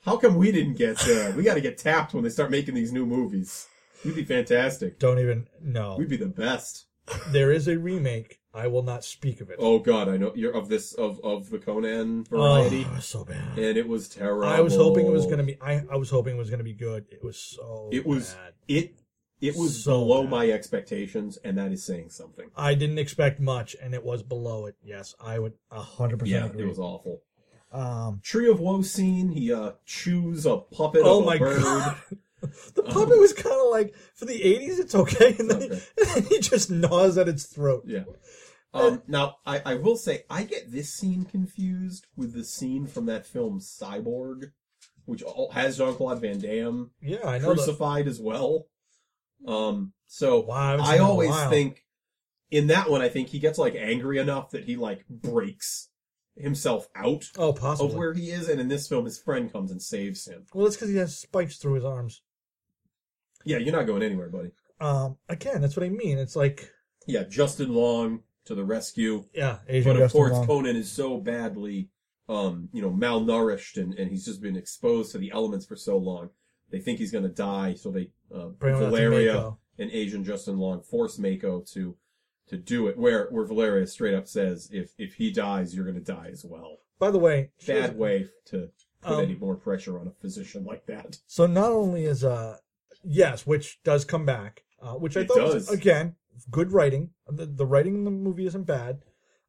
Speaker 5: How come we didn't get uh, we gotta get tapped when they start making these new movies. We'd be fantastic.
Speaker 4: Don't even no.
Speaker 5: We'd be the best.
Speaker 4: There is a remake. I will not speak of it.
Speaker 5: Oh god, I know you're of this of of the Conan variety.
Speaker 4: Oh, so bad.
Speaker 5: And it was terrible.
Speaker 4: I was hoping it was gonna be. I, I was hoping it was gonna be good. It was so.
Speaker 5: It was-
Speaker 4: bad.
Speaker 5: it it was
Speaker 4: So
Speaker 5: below
Speaker 4: bad.
Speaker 5: my expectations, and that is saying something.
Speaker 4: I didn't expect much, and it was below it. Yes, I would hundred percent
Speaker 5: Yeah,
Speaker 4: agree.
Speaker 5: it was awful.
Speaker 4: um,
Speaker 5: Tree of Woe scene, he uh chews a puppet
Speaker 4: oh
Speaker 5: of a
Speaker 4: my
Speaker 5: bird. Um,
Speaker 4: god, the puppet was kind of like for the eighties. It's okay, and then,
Speaker 5: Okay.
Speaker 4: and then he just gnaws at its throat.
Speaker 5: Yeah. Um, now, I, I will say, I get this scene confused with the scene from that film Cyborg, which all, has Jean Claude Van Damme
Speaker 4: Yeah, I know. the-
Speaker 5: crucified as well. Um, so
Speaker 4: Wow, I haven't seen
Speaker 5: I
Speaker 4: that in a
Speaker 5: always
Speaker 4: while.
Speaker 5: think in that one, I think he gets like angry enough that he like breaks himself out
Speaker 4: oh,
Speaker 5: of
Speaker 4: possibly.
Speaker 5: where he is, and in this film, his friend comes and saves him.
Speaker 4: Well, that's because he has spikes through his arms.
Speaker 5: Yeah, you're not going anywhere, buddy.
Speaker 4: Um, again, that's what I mean. It's like
Speaker 5: Yeah, Justin Long to the rescue.
Speaker 4: yeah, Asian
Speaker 5: But of
Speaker 4: Justin
Speaker 5: course,
Speaker 4: Long.
Speaker 5: Conan is so badly, um, you know, malnourished, and, and he's just been exposed to the elements for so long. They think he's going to die, so they uh,
Speaker 4: Bring him out to
Speaker 5: Valeria
Speaker 4: Mako.
Speaker 5: and Asian Justin Long force Mako to to do it. Where where Valeria straight up says, if if he dies, you're going to die as well.
Speaker 4: By the way,
Speaker 5: Bad way to put
Speaker 4: Um,
Speaker 5: any more pressure on a physician like that.
Speaker 4: So not only is uh yes, which does come back, uh, which I
Speaker 5: It
Speaker 4: thought was
Speaker 5: does.
Speaker 4: again good writing. The, the writing in the movie isn't bad.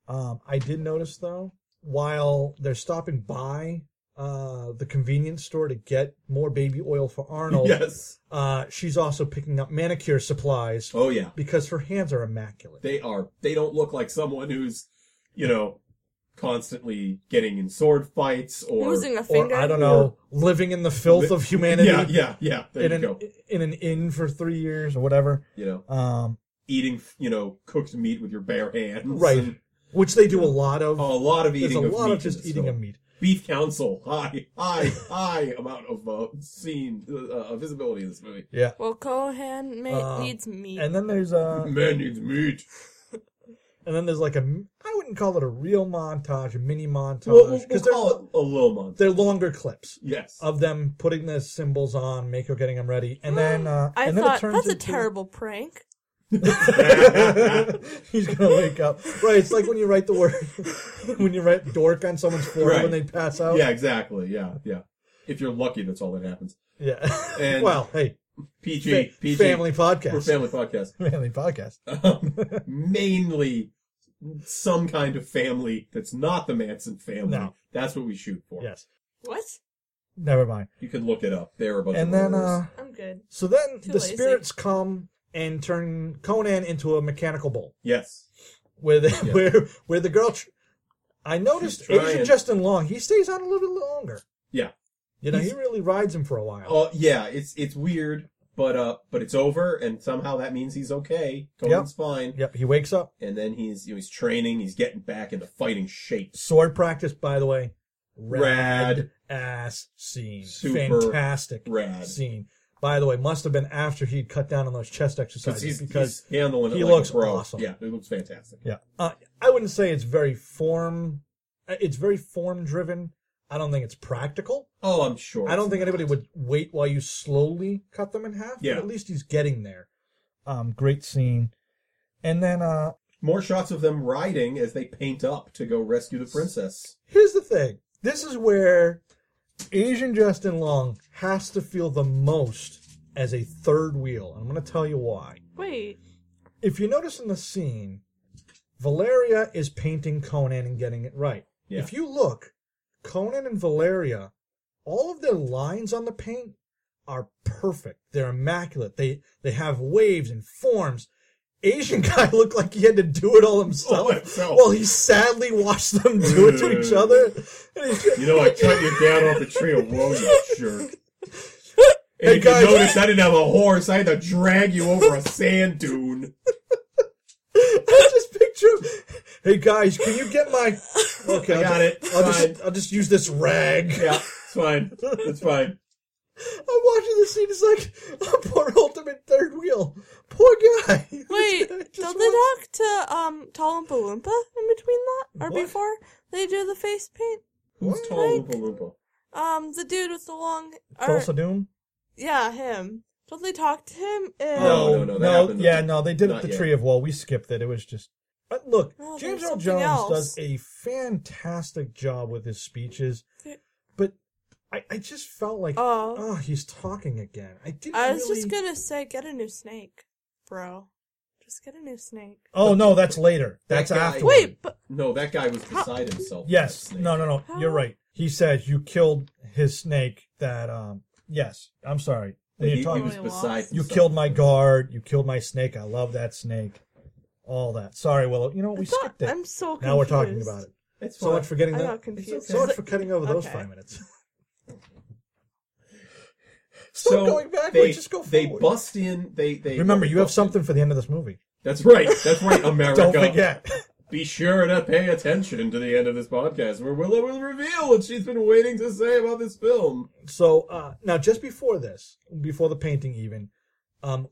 Speaker 4: Um, I did notice though, while they're stopping by uh the convenience store to get more baby oil for Arnold,
Speaker 5: Yes.
Speaker 4: uh, she's also picking up manicure supplies
Speaker 5: Oh yeah.
Speaker 4: because her hands are immaculate.
Speaker 5: They are. They don't look like someone who's, you know, constantly getting in sword fights or
Speaker 6: Losing a
Speaker 4: or
Speaker 6: finger.
Speaker 4: I don't know, living in the filth of humanity.
Speaker 5: Yeah, yeah, yeah. There
Speaker 4: in
Speaker 5: you
Speaker 4: an
Speaker 5: go.
Speaker 4: in an inn for three years or whatever.
Speaker 5: You know,
Speaker 4: Um,
Speaker 5: eating you know cooked meat with your bare hands.
Speaker 4: Right.
Speaker 5: and-
Speaker 4: which they do a lot of.
Speaker 5: oh, a lot of
Speaker 4: There's
Speaker 5: eating.
Speaker 4: a
Speaker 5: of
Speaker 4: lot
Speaker 5: meat
Speaker 4: of just
Speaker 5: in this
Speaker 4: eating
Speaker 5: film.
Speaker 4: of meat.
Speaker 5: Beef council. High, high, high amount of uh, scene uh, uh, visibility in this movie.
Speaker 4: Yeah.
Speaker 6: Well, Cohan ma-
Speaker 4: Um,
Speaker 6: needs meat.
Speaker 4: And then there's a,
Speaker 5: Man needs meat.
Speaker 4: and then there's like a, I wouldn't call it a real montage, a mini montage,
Speaker 5: We'll, we'll, we'll
Speaker 4: because
Speaker 5: call it a little month.
Speaker 4: they're, they're longer clips
Speaker 5: Yes.
Speaker 4: of them putting the symbols on, Mako getting them ready, and then uh,
Speaker 6: I
Speaker 4: and then
Speaker 6: thought
Speaker 4: it turns
Speaker 6: that's a
Speaker 4: into-
Speaker 6: terrible prank.
Speaker 4: He's gonna wake up. Right, it's like when you write the word, when you write dork on someone's forehead
Speaker 5: Right.
Speaker 4: when they pass out.
Speaker 5: yeah. Exactly. Yeah. Yeah. If you're lucky, that's all that happens.
Speaker 4: yeah.
Speaker 5: And-
Speaker 4: well, hey,
Speaker 5: PG.
Speaker 4: fa-
Speaker 5: PG.
Speaker 4: family
Speaker 5: We're a
Speaker 4: podcast,
Speaker 5: family podcast.
Speaker 4: family podcast.
Speaker 5: um, mainly some kind of family that's not the Manson family.
Speaker 4: No.
Speaker 5: That's what we shoot for.
Speaker 4: Yes,
Speaker 6: What?
Speaker 4: never mind.
Speaker 5: You can look it up. There are a bunch
Speaker 4: And
Speaker 5: of
Speaker 4: then,
Speaker 5: murderers.
Speaker 4: uh,
Speaker 6: I'm good.
Speaker 4: so then
Speaker 6: Too
Speaker 4: the
Speaker 6: lazy.
Speaker 4: spirits come and turn Conan into a mechanical bull.
Speaker 5: yes,
Speaker 4: where the
Speaker 5: Yeah.
Speaker 4: where where the girl. Tr- I noticed
Speaker 5: She's trying.
Speaker 4: Asian Justin Long. He stays on a little bit longer.
Speaker 5: yeah.
Speaker 4: You know, he
Speaker 5: He's-
Speaker 4: really rides him for a while.
Speaker 5: Oh, yeah. It's it's weird, but uh, but it's over, and somehow that means he's okay. Conan's fine.
Speaker 4: Yep, he wakes up.
Speaker 5: And then he's you know, he's training. He's getting back into fighting shape.
Speaker 4: Sword practice, by the way.
Speaker 5: Rad.
Speaker 4: ass scene.
Speaker 5: Super
Speaker 4: Fantastic
Speaker 5: rad.
Speaker 4: scene. By the way, must have been after he'd cut down on those chest exercises
Speaker 5: he's,
Speaker 4: because
Speaker 5: he's handling
Speaker 4: he
Speaker 5: it like
Speaker 4: looks
Speaker 5: a pro.
Speaker 4: awesome.
Speaker 5: Yeah, it looks fantastic.
Speaker 4: yeah, uh, I wouldn't say it's very form. uh, It's very form driven. I don't think it's practical.
Speaker 5: Oh, I'm sure.
Speaker 4: I don't
Speaker 5: it's
Speaker 4: think
Speaker 5: not.
Speaker 4: anybody would wait while you slowly cut them in half.
Speaker 5: Yeah.
Speaker 4: But at least he's getting there. Um, great scene. And then uh
Speaker 5: More shots of them riding as they paint up to go rescue the princess.
Speaker 4: here's the thing. This is where Asian Justin Long has to feel the most as a third wheel. I'm gonna tell you why.
Speaker 6: Wait.
Speaker 4: If you notice in the scene, Valeria is painting Conan and getting it right.
Speaker 5: Yeah.
Speaker 4: If you look, Conan and Valeria, all of their lines on the paint are perfect. They're immaculate. They they have waves and forms. Asian guy looked like he had to do it all himself.
Speaker 5: All himself. Mm.
Speaker 4: Well, he sadly watched them do it to each other. And he's just-
Speaker 5: You know, I cut you down off the tree of woe, you jerk. And
Speaker 4: Hey,
Speaker 5: if
Speaker 4: guys.
Speaker 5: you notice, I didn't have a horse. I had to drag you over a sand dune.
Speaker 4: I just picture him. Hey guys, can you get my? Okay,
Speaker 5: I got it.
Speaker 4: I'll
Speaker 5: Fine.
Speaker 4: just I'll just use this rag.
Speaker 5: Yeah, it's fine. It's fine.
Speaker 4: I'm watching the scene. It's like a poor ultimate third wheel. Poor guy.
Speaker 6: Wait.
Speaker 4: Just
Speaker 6: Don't
Speaker 4: wants-
Speaker 6: they talk to um Tall Um, the dude with the long. or-
Speaker 4: Tulsa Doom?
Speaker 6: yeah, him. Don't they talk to him? In,
Speaker 5: No. that happened.
Speaker 4: yeah, no, they did it at
Speaker 5: Not
Speaker 4: the
Speaker 5: yet.
Speaker 4: Tree of Woe. We skipped it. It was just. But look,
Speaker 6: No,
Speaker 4: James
Speaker 6: there's
Speaker 4: Earl
Speaker 6: something
Speaker 4: Jones
Speaker 6: else.
Speaker 4: does a fantastic job with his speeches,
Speaker 6: There-
Speaker 4: but I, I just felt like, oh.
Speaker 6: Oh,
Speaker 4: he's talking again. I didn't.
Speaker 6: I was just
Speaker 4: really-
Speaker 6: gonna say, get a new snake, bro. Just get a new snake.
Speaker 4: Oh no, that's later.
Speaker 5: That
Speaker 4: That's
Speaker 5: guy-
Speaker 4: after.
Speaker 6: Wait, but
Speaker 5: No, that guy was beside himself. with that
Speaker 4: Yes.
Speaker 5: snake.
Speaker 4: No, no, no. You're
Speaker 6: How-
Speaker 4: right. He says you killed his snake. That um. Yes. I'm sorry.
Speaker 5: He,
Speaker 4: You're
Speaker 5: he
Speaker 4: talking-
Speaker 5: was
Speaker 6: Really
Speaker 5: beside.
Speaker 6: lost.
Speaker 4: you
Speaker 5: himself.
Speaker 4: killed my guard. You killed my snake. I love that snake. All that. Sorry, Willow. You know what?
Speaker 6: I
Speaker 4: We
Speaker 6: thought-
Speaker 4: skipped it.
Speaker 6: I'm so confused.
Speaker 4: now we're talking about it.
Speaker 5: It's
Speaker 4: So much for getting
Speaker 6: I
Speaker 4: that.
Speaker 6: got confused.
Speaker 5: okay.
Speaker 4: So much for
Speaker 6: Is
Speaker 4: cutting over those
Speaker 6: Okay.
Speaker 4: five minutes. Stop
Speaker 5: So
Speaker 4: going backward.
Speaker 5: they
Speaker 4: just go
Speaker 5: they
Speaker 4: forward.
Speaker 5: bust in. They they
Speaker 4: Remember, you have
Speaker 5: bust in.
Speaker 4: something for the end of this movie.
Speaker 5: That's right. That's right, America.
Speaker 4: Don't forget.
Speaker 5: Be sure to pay attention to the end of this podcast, where Willow will reveal what she's been waiting to say about this film.
Speaker 4: So uh, now, just before this, before the painting, even um,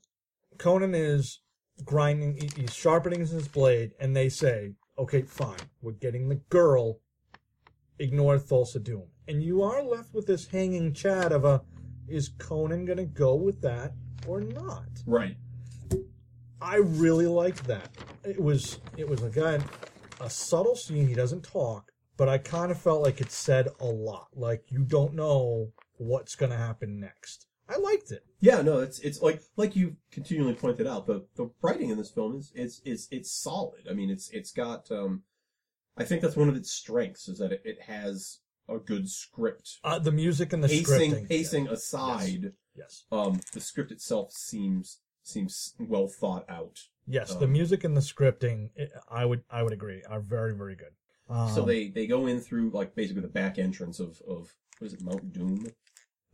Speaker 4: Conan is grinding. he- He's sharpening his blade, and they say, "Okay, fine, we're getting the girl. Ignore Thulsa Doom." And you are left with this hanging chat of a: Is Conan going to go with that or not?
Speaker 5: Right.
Speaker 4: I really liked that. It was it was again a subtle scene. He doesn't talk, but I kind of felt like it said a lot. Like you don't know what's gonna happen next. I liked it.
Speaker 5: Yeah. No. It's it's like like you continually pointed out the the writing in this film is it's it's it's solid. I mean, it's it's got. um I think that's one of its strengths is that it, it has a good script.
Speaker 4: Uh, the music and the
Speaker 5: Pacing
Speaker 4: scripting.
Speaker 5: pacing aside,
Speaker 4: Yes.
Speaker 5: um, the script itself seems seems well thought out.
Speaker 4: Yes. the
Speaker 5: Um,
Speaker 4: music and the scripting. i I would I would agree are very very good. Um,
Speaker 5: So they they go in through like basically the back entrance of of what is it Mount Doom? Is-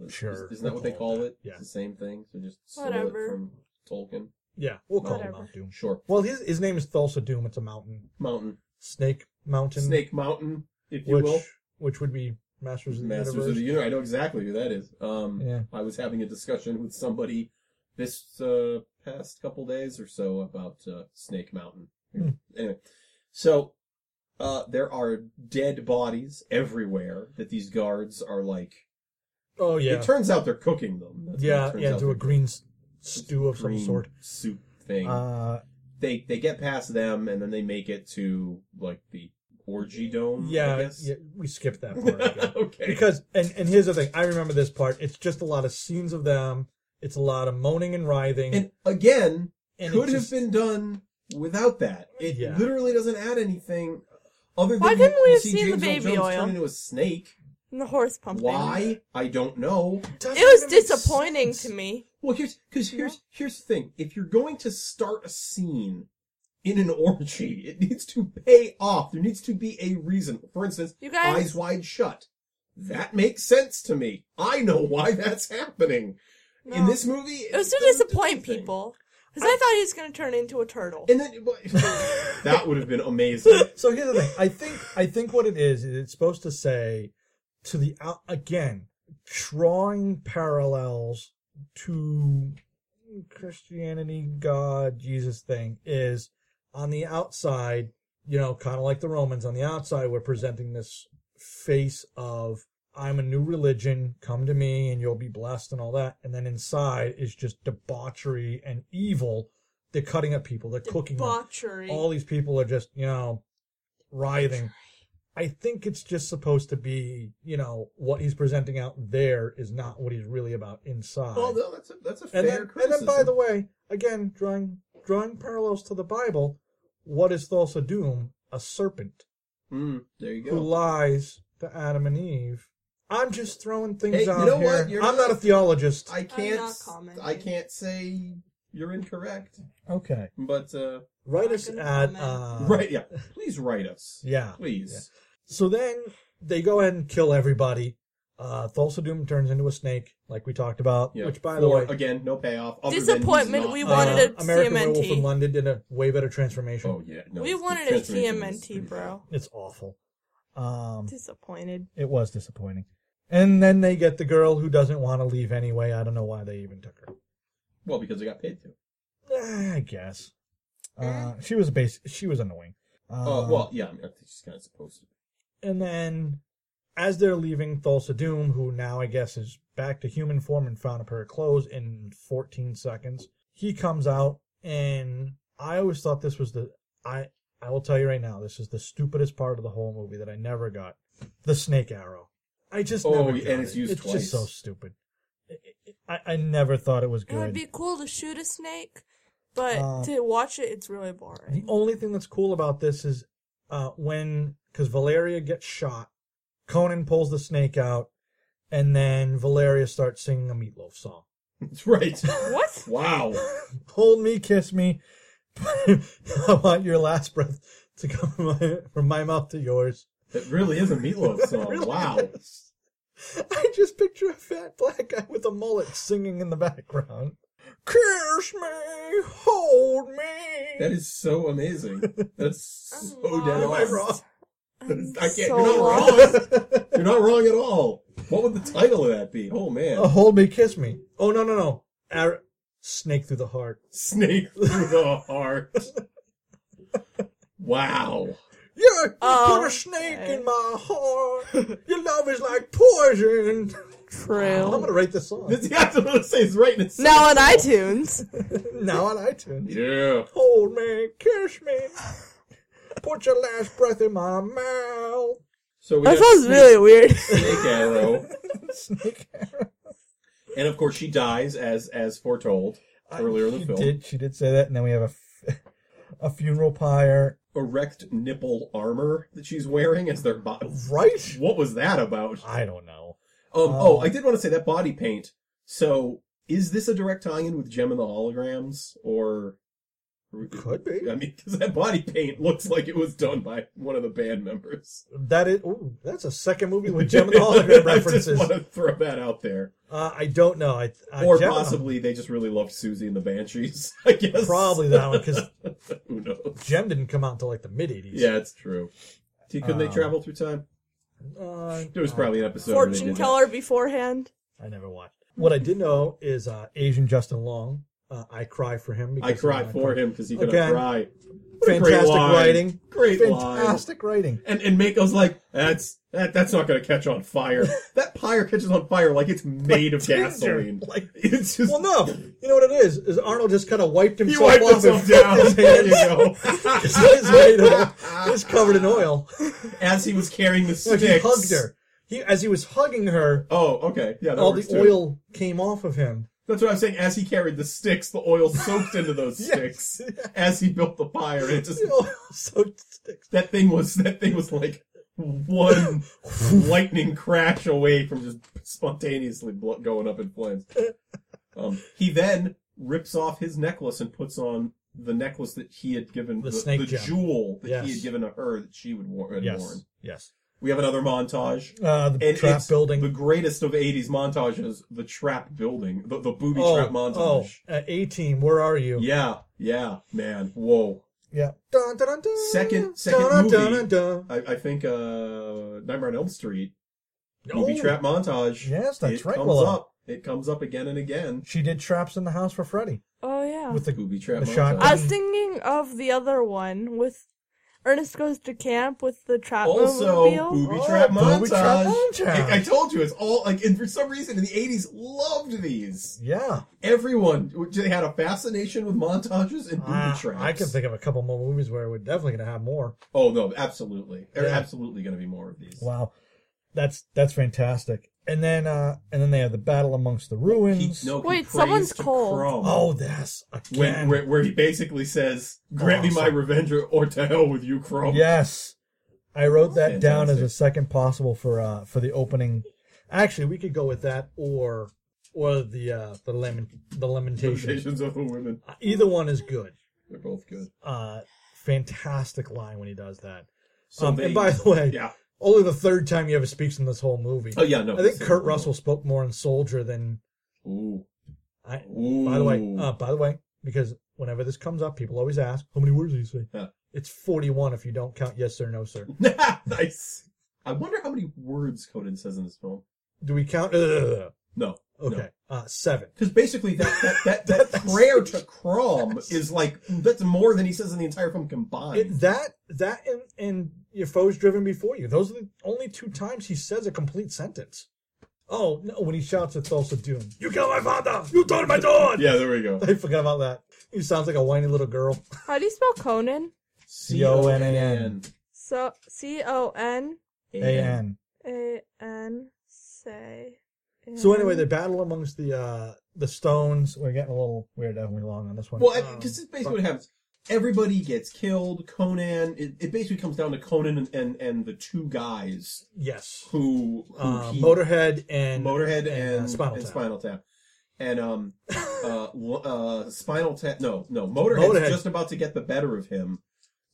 Speaker 4: Sure.
Speaker 5: Isn't that what they call it?
Speaker 4: Yeah.
Speaker 5: It's the same thing. So just stole
Speaker 6: Whatever.
Speaker 5: it from Tolkien.
Speaker 4: yeah we'll call it
Speaker 6: Whatever.
Speaker 4: Mount Doom.
Speaker 5: Sure.
Speaker 4: Well, his his name is Thulsa Doom. It's a mountain
Speaker 5: Mountain.
Speaker 4: snake mountain.
Speaker 5: Snake Mountain, if you
Speaker 4: which
Speaker 5: will.
Speaker 4: which would be Masters of the
Speaker 5: Masters
Speaker 4: Universe.
Speaker 5: of the Universe. I know exactly who that is. Um
Speaker 4: Yeah.
Speaker 5: I was having a discussion with somebody this uh past couple days or so about uh, Snake Mountain.
Speaker 4: Hmm.
Speaker 5: Anyway. So uh there are dead bodies everywhere that these guards are like
Speaker 4: oh yeah.
Speaker 5: It turns out they're cooking them. That's what it
Speaker 4: Yeah,
Speaker 5: turns
Speaker 4: yeah,
Speaker 5: out
Speaker 4: do a
Speaker 5: they're
Speaker 4: green s-
Speaker 5: cooking.
Speaker 4: stew of some
Speaker 5: Green
Speaker 4: sort.
Speaker 5: Soup thing.
Speaker 4: Uh,
Speaker 5: they they get past them and then they make it to like the orgy dome. I
Speaker 4: yeah,
Speaker 5: guess.
Speaker 4: yeah, we skipped that part again.
Speaker 5: okay.
Speaker 4: because and and here's the thing, I remember this part. It's just a lot of scenes of them. It's a lot of moaning and writhing.
Speaker 5: and again,
Speaker 4: and
Speaker 5: could
Speaker 4: it
Speaker 5: have
Speaker 4: just-
Speaker 5: been done without that. It
Speaker 4: Yeah.
Speaker 5: literally doesn't add anything. Other than
Speaker 6: Why
Speaker 5: you-
Speaker 6: couldn't we
Speaker 5: you
Speaker 6: have
Speaker 5: see
Speaker 6: seen the
Speaker 5: James Earl
Speaker 6: baby
Speaker 5: Jones
Speaker 6: oil?
Speaker 5: turn into a snake?
Speaker 6: And the horse pumping.
Speaker 5: Why? I don't know.
Speaker 4: doesn't
Speaker 6: It was
Speaker 4: even make
Speaker 6: disappointing
Speaker 4: sense.
Speaker 6: to me.
Speaker 5: Well, here's because here's here's the thing. If you're going to start a scene in an orgy, it needs to pay off. There needs to be a reason. For instance,
Speaker 6: You guys-
Speaker 5: eyes wide shut. That makes sense to me. I know why that's happening. In
Speaker 6: No.
Speaker 5: this movie,
Speaker 6: It was to
Speaker 5: doesn't do
Speaker 6: disappoint
Speaker 5: anything.
Speaker 6: people. Because I, thought he was going to turn into a turtle.
Speaker 5: And then but- that would have been amazing.
Speaker 4: So here's the thing. I think I think what it is is it's supposed to say to the out again drawing parallels to Christianity, God, Jesus thing is on the outside, you know, kind of like the Romans on the outside we're presenting this face of I'm a new religion, come to me and you'll be blessed and all that. And then inside is just debauchery and evil. They're cutting up people, they're cooking them
Speaker 6: Debauchery.
Speaker 4: all these people are just you know writhing i think it's just supposed to be you know what he's presenting out there is not what he's really about inside
Speaker 5: Well, no, that's a that's a
Speaker 4: and,
Speaker 5: fair
Speaker 4: then, and
Speaker 5: criticism.
Speaker 4: then by the way again drawing drawing parallels to the bible what is thulsa doom a serpent
Speaker 5: Mm, there you
Speaker 4: who
Speaker 5: go.
Speaker 4: lies to adam and eve i'm just throwing things
Speaker 5: Hey, you
Speaker 4: out
Speaker 5: know
Speaker 4: here
Speaker 5: what? You're
Speaker 4: i'm
Speaker 5: not-
Speaker 4: not a theologist
Speaker 5: I can't.
Speaker 6: not
Speaker 5: s-
Speaker 6: commenting.
Speaker 5: I can't say you're incorrect,
Speaker 4: okay
Speaker 5: but uh,
Speaker 4: write
Speaker 6: Not
Speaker 4: us
Speaker 6: gonna
Speaker 4: at uh,
Speaker 6: comment.
Speaker 5: right, yeah. Please write us.
Speaker 4: yeah
Speaker 5: Please.
Speaker 4: So then they go ahead and kill everybody. Uh, Thulsa Doom turns into a snake, like we talked about.
Speaker 5: Yeah.
Speaker 4: Which, by
Speaker 5: For,
Speaker 4: the way,
Speaker 5: again, no payoff. other than
Speaker 6: Disappointment,
Speaker 5: he's not-
Speaker 6: we
Speaker 5: uh,
Speaker 6: wanted
Speaker 4: uh,
Speaker 6: a
Speaker 4: American
Speaker 6: TMNT.
Speaker 4: Werewolf in London did a way better transformation.
Speaker 5: Oh yeah, no,
Speaker 6: we
Speaker 5: it's- the
Speaker 6: wanted a
Speaker 5: transformation was pretty
Speaker 6: TMNT, bro.
Speaker 4: It's awful. Um,
Speaker 6: Disappointed.
Speaker 4: it was disappointing. And then they get the girl who doesn't want to leave anyway. I don't know why they even took her.
Speaker 5: bad. Well, because they got paid to. Uh,
Speaker 4: Eh, I guess
Speaker 6: Eh.
Speaker 4: uh, she was base. She was annoying.
Speaker 5: Oh
Speaker 4: Um,
Speaker 5: well, yeah. I, mean, I think she's kind of supposed to.
Speaker 4: and then as they're leaving Thulsa Doom, who now I guess is back to human form and found a pair of clothes in 14 seconds, he comes out and I always thought this was the I I will tell you right now, this is the stupidest part of the whole movie that I never got. The snake arrow. I just
Speaker 5: Oh,
Speaker 4: never
Speaker 5: and
Speaker 4: got
Speaker 5: it's
Speaker 4: it.
Speaker 5: used
Speaker 4: it's
Speaker 5: twice.
Speaker 4: just so stupid. I- I, I never thought it was
Speaker 6: It would
Speaker 4: good.
Speaker 6: be cool to shoot a snake, but
Speaker 4: Uh,
Speaker 6: to watch it, it's really
Speaker 4: The
Speaker 6: boring.
Speaker 4: only thing that's cool about this is uh, when, because Valeria gets shot, Conan pulls the snake out, and then Valeria starts singing a meatloaf song.
Speaker 5: That's right.
Speaker 6: What?
Speaker 5: wow.
Speaker 4: Hold me, kiss me. I want your last breath to come from my, from my mouth to yours.
Speaker 5: It really is a meatloaf song.
Speaker 4: Really
Speaker 5: wow.
Speaker 4: is. I just picture a fat black guy with a mullet singing in the background. Kiss me, hold me.
Speaker 5: That is so amazing. That's so
Speaker 6: I'm
Speaker 5: dead
Speaker 4: Am
Speaker 5: on.
Speaker 4: I wrong?
Speaker 6: I'm
Speaker 5: I can't-
Speaker 6: so
Speaker 5: you're not
Speaker 6: lost.
Speaker 5: wrong. You're not wrong at all. What would the title of that be? Oh man.
Speaker 4: Oh, hold me, kiss me. Oh no, no, no. Ar- snake through the heart.
Speaker 5: Snake through the heart. Wow.
Speaker 4: Yeah, you
Speaker 6: Oh,
Speaker 4: put a snake
Speaker 6: okay.
Speaker 4: in my heart. Your love is like poison. I'm
Speaker 6: True.
Speaker 4: gonna write this song
Speaker 5: That's yeah, that's what I was saying. It's right in its
Speaker 6: Now on iTunes.
Speaker 4: now on iTunes.
Speaker 5: Yeah.
Speaker 4: Hold me, kiss me. Put your last breath in my mouth.
Speaker 5: So we
Speaker 6: That
Speaker 5: got
Speaker 6: sounds
Speaker 5: snake,
Speaker 6: really weird.
Speaker 5: snake arrow,
Speaker 4: Snake arrow.
Speaker 5: and of course she dies as as foretold earlier in the
Speaker 4: she
Speaker 5: film.
Speaker 4: Did, she did say that, and then we have a, f- a funeral pyre.
Speaker 5: Erect nipple armor that she's wearing as their body.
Speaker 4: Right?
Speaker 5: What was that about?
Speaker 4: I don't know.
Speaker 5: Um, oh, I did want to say that body paint. So, is this a direct tie-in with Gem and the Holograms, or
Speaker 4: Could be.
Speaker 5: I mean, because that body paint looks like it was done by one of the band members.
Speaker 4: That is. Ooh, that's a second movie with Gemini hologram
Speaker 5: I
Speaker 4: references.
Speaker 5: just want to throw that out there,
Speaker 4: Uh, I don't know. I, I
Speaker 5: or
Speaker 4: Gemini-
Speaker 5: possibly they just really loved Susie and the Banshees. I guess
Speaker 4: probably that one because
Speaker 5: Who knows?
Speaker 4: Gem didn't come out until like the mid '80s.
Speaker 5: Yeah, it's true. See, Couldn't they
Speaker 4: Um,
Speaker 5: travel through time?
Speaker 4: Uh,
Speaker 5: There was probably an episode. where they
Speaker 6: Fortune
Speaker 5: did that.
Speaker 6: teller beforehand.
Speaker 4: I never watched. What I did know is uh, Asian Justin Long. Uh, I cry for him.
Speaker 5: I cry for him because he could not
Speaker 4: Again.
Speaker 5: cry. What a great
Speaker 4: Fantastic
Speaker 5: line.
Speaker 4: writing.
Speaker 5: Great line.
Speaker 4: Fantastic writing.
Speaker 5: And and Mako's like, that's that that's not gonna catch on fire. that pyre catches on fire like it's made of
Speaker 4: Ginger,
Speaker 5: gasoline.
Speaker 4: like-
Speaker 5: it's just
Speaker 4: Well, no, you know what it is. Is Arnold just kind of wiped
Speaker 5: he
Speaker 4: himself
Speaker 5: wiped
Speaker 4: off
Speaker 5: himself
Speaker 4: and
Speaker 5: down.
Speaker 4: His
Speaker 5: There you
Speaker 4: hands.
Speaker 5: go.
Speaker 4: His hands made of- He's covered in oil.
Speaker 5: As he was carrying the
Speaker 4: Like
Speaker 5: sticks.
Speaker 4: he hugged her. He, as he was hugging her,
Speaker 5: Oh, okay. Yeah, that
Speaker 4: all the
Speaker 5: works too.
Speaker 4: oil came off of him.
Speaker 5: That's what I'm saying. As he carried the sticks, the oil soaked into those
Speaker 4: Yes.
Speaker 5: sticks. As he built the pyre, it just
Speaker 4: The oil soaked sticks.
Speaker 5: that thing was that thing was like one lightning crash away from just spontaneously blo- going up in flames. Um, he then rips off his necklace and puts on the necklace that he had given
Speaker 4: The snake gem.
Speaker 5: jewel that he
Speaker 4: Yes.
Speaker 5: had given to her that she would war- had worn.
Speaker 4: Yes. Yes.
Speaker 5: We have another montage.
Speaker 4: Uh, the
Speaker 5: And
Speaker 4: trap
Speaker 5: it's
Speaker 4: building.
Speaker 5: the greatest of '80s montages, the trap building, the, the booby
Speaker 4: oh,
Speaker 5: trap montage.
Speaker 4: oh, uh, A team. Where are you?
Speaker 5: Yeah, yeah, man, whoa.
Speaker 4: Yeah. Dun, dun, dun, dun.
Speaker 5: Second- second
Speaker 4: Dun, dun, dun,
Speaker 5: movie.
Speaker 4: dun.
Speaker 5: I, I think uh, Nightmare on Elm Street movie
Speaker 4: Oh,
Speaker 5: trap montage.
Speaker 4: Yes, that's
Speaker 5: it
Speaker 4: right.
Speaker 5: Comes
Speaker 4: Willow.
Speaker 5: up. It comes up again and again.
Speaker 4: She did traps in the house for Freddy
Speaker 6: Oh yeah.
Speaker 4: with the
Speaker 5: Booby trap.
Speaker 4: The
Speaker 5: montage.
Speaker 4: shotgun.
Speaker 6: I was thinking of the other one with Ernest goes to camp with the trap
Speaker 5: Also,
Speaker 6: mobile.
Speaker 5: booby
Speaker 4: Oh,
Speaker 5: trap
Speaker 4: booby
Speaker 5: montage.
Speaker 4: trap montage.
Speaker 5: I, I told you, it's all like, and for some reason in the '80s, loved these.
Speaker 4: yeah.
Speaker 5: Everyone they had a fascination with montages and booby
Speaker 4: Ah,
Speaker 5: traps.
Speaker 4: I can think of a couple more movies where we're definitely gonna have more.
Speaker 5: Oh no, absolutely. There are
Speaker 4: Yeah.
Speaker 5: absolutely going to be more of these.
Speaker 4: Wow, that's that's fantastic. And then uh and then they have the battle amongst the
Speaker 5: He,
Speaker 4: ruins.
Speaker 5: no, he
Speaker 6: Wait,
Speaker 5: prays
Speaker 6: someone's
Speaker 5: to
Speaker 6: cold.
Speaker 5: Crumb.
Speaker 4: Oh, this again.
Speaker 5: when, where, where he basically says, "Grant me my
Speaker 4: Awesome.
Speaker 5: revenge, or, or to hell with you, Crumb."
Speaker 4: yes, I wrote that down as a
Speaker 5: Oh. Fantastic.
Speaker 4: second possible for uh for the opening. Actually, we could go with that or or the uh the lemon the lamentation.
Speaker 5: Temptations of the women.
Speaker 4: Either one is good.
Speaker 5: They're both good.
Speaker 4: Uh, fantastic line when he does that.
Speaker 5: So
Speaker 4: um,
Speaker 5: they-
Speaker 4: and by the way,
Speaker 5: yeah.
Speaker 4: only the third time he ever speaks in this whole movie.
Speaker 5: Oh yeah, no.
Speaker 4: I think
Speaker 5: it's-
Speaker 4: Kurt Russell spoke more in Soldier than
Speaker 5: Ooh.
Speaker 4: I.
Speaker 5: Ooh.
Speaker 4: By the way, uh, by the way, because whenever this comes up, people always ask, "How many words do you say?"
Speaker 5: Yeah.
Speaker 4: It's forty-one if you don't count yes sir, no sir.
Speaker 5: nice. I wonder how many words Conan says in this film.
Speaker 4: Do we count? Ugh.
Speaker 5: No,
Speaker 4: Okay, uh, seven.
Speaker 5: because basically that that that, that prayer to Crom is like that's more than he says in the entire film combined.
Speaker 4: It, that that and, and your foe's driven before you. Those are the only two times he says a complete sentence. Oh, no, when he shouts at Thulsa Doom, You killed my father! You told my daughter!
Speaker 5: Yeah, there we go.
Speaker 4: I forgot about that. He sounds like a whiny little girl.
Speaker 6: How do you spell Conan?
Speaker 4: C-O-N-A-N.
Speaker 6: So C O N
Speaker 4: A-N.
Speaker 6: A N say.
Speaker 4: So anyway, they battle amongst the uh the stones. We're getting a little weird, haven't we, long on this one?
Speaker 5: Well,
Speaker 4: Um,
Speaker 5: because this is basically what happens. Everybody gets killed. Conan. It, it basically comes down to Conan and, and, and the two guys
Speaker 4: yes.
Speaker 5: who, who
Speaker 4: Uh,
Speaker 5: he-
Speaker 4: Motorhead and
Speaker 5: Motorhead and,
Speaker 4: uh, Spinal
Speaker 5: and
Speaker 4: Tap.
Speaker 5: Spinal Tap. And um, uh, lo- uh, Spinal Tap. No, no. Motorhead's
Speaker 4: Motorhead.
Speaker 5: just about to get the better of him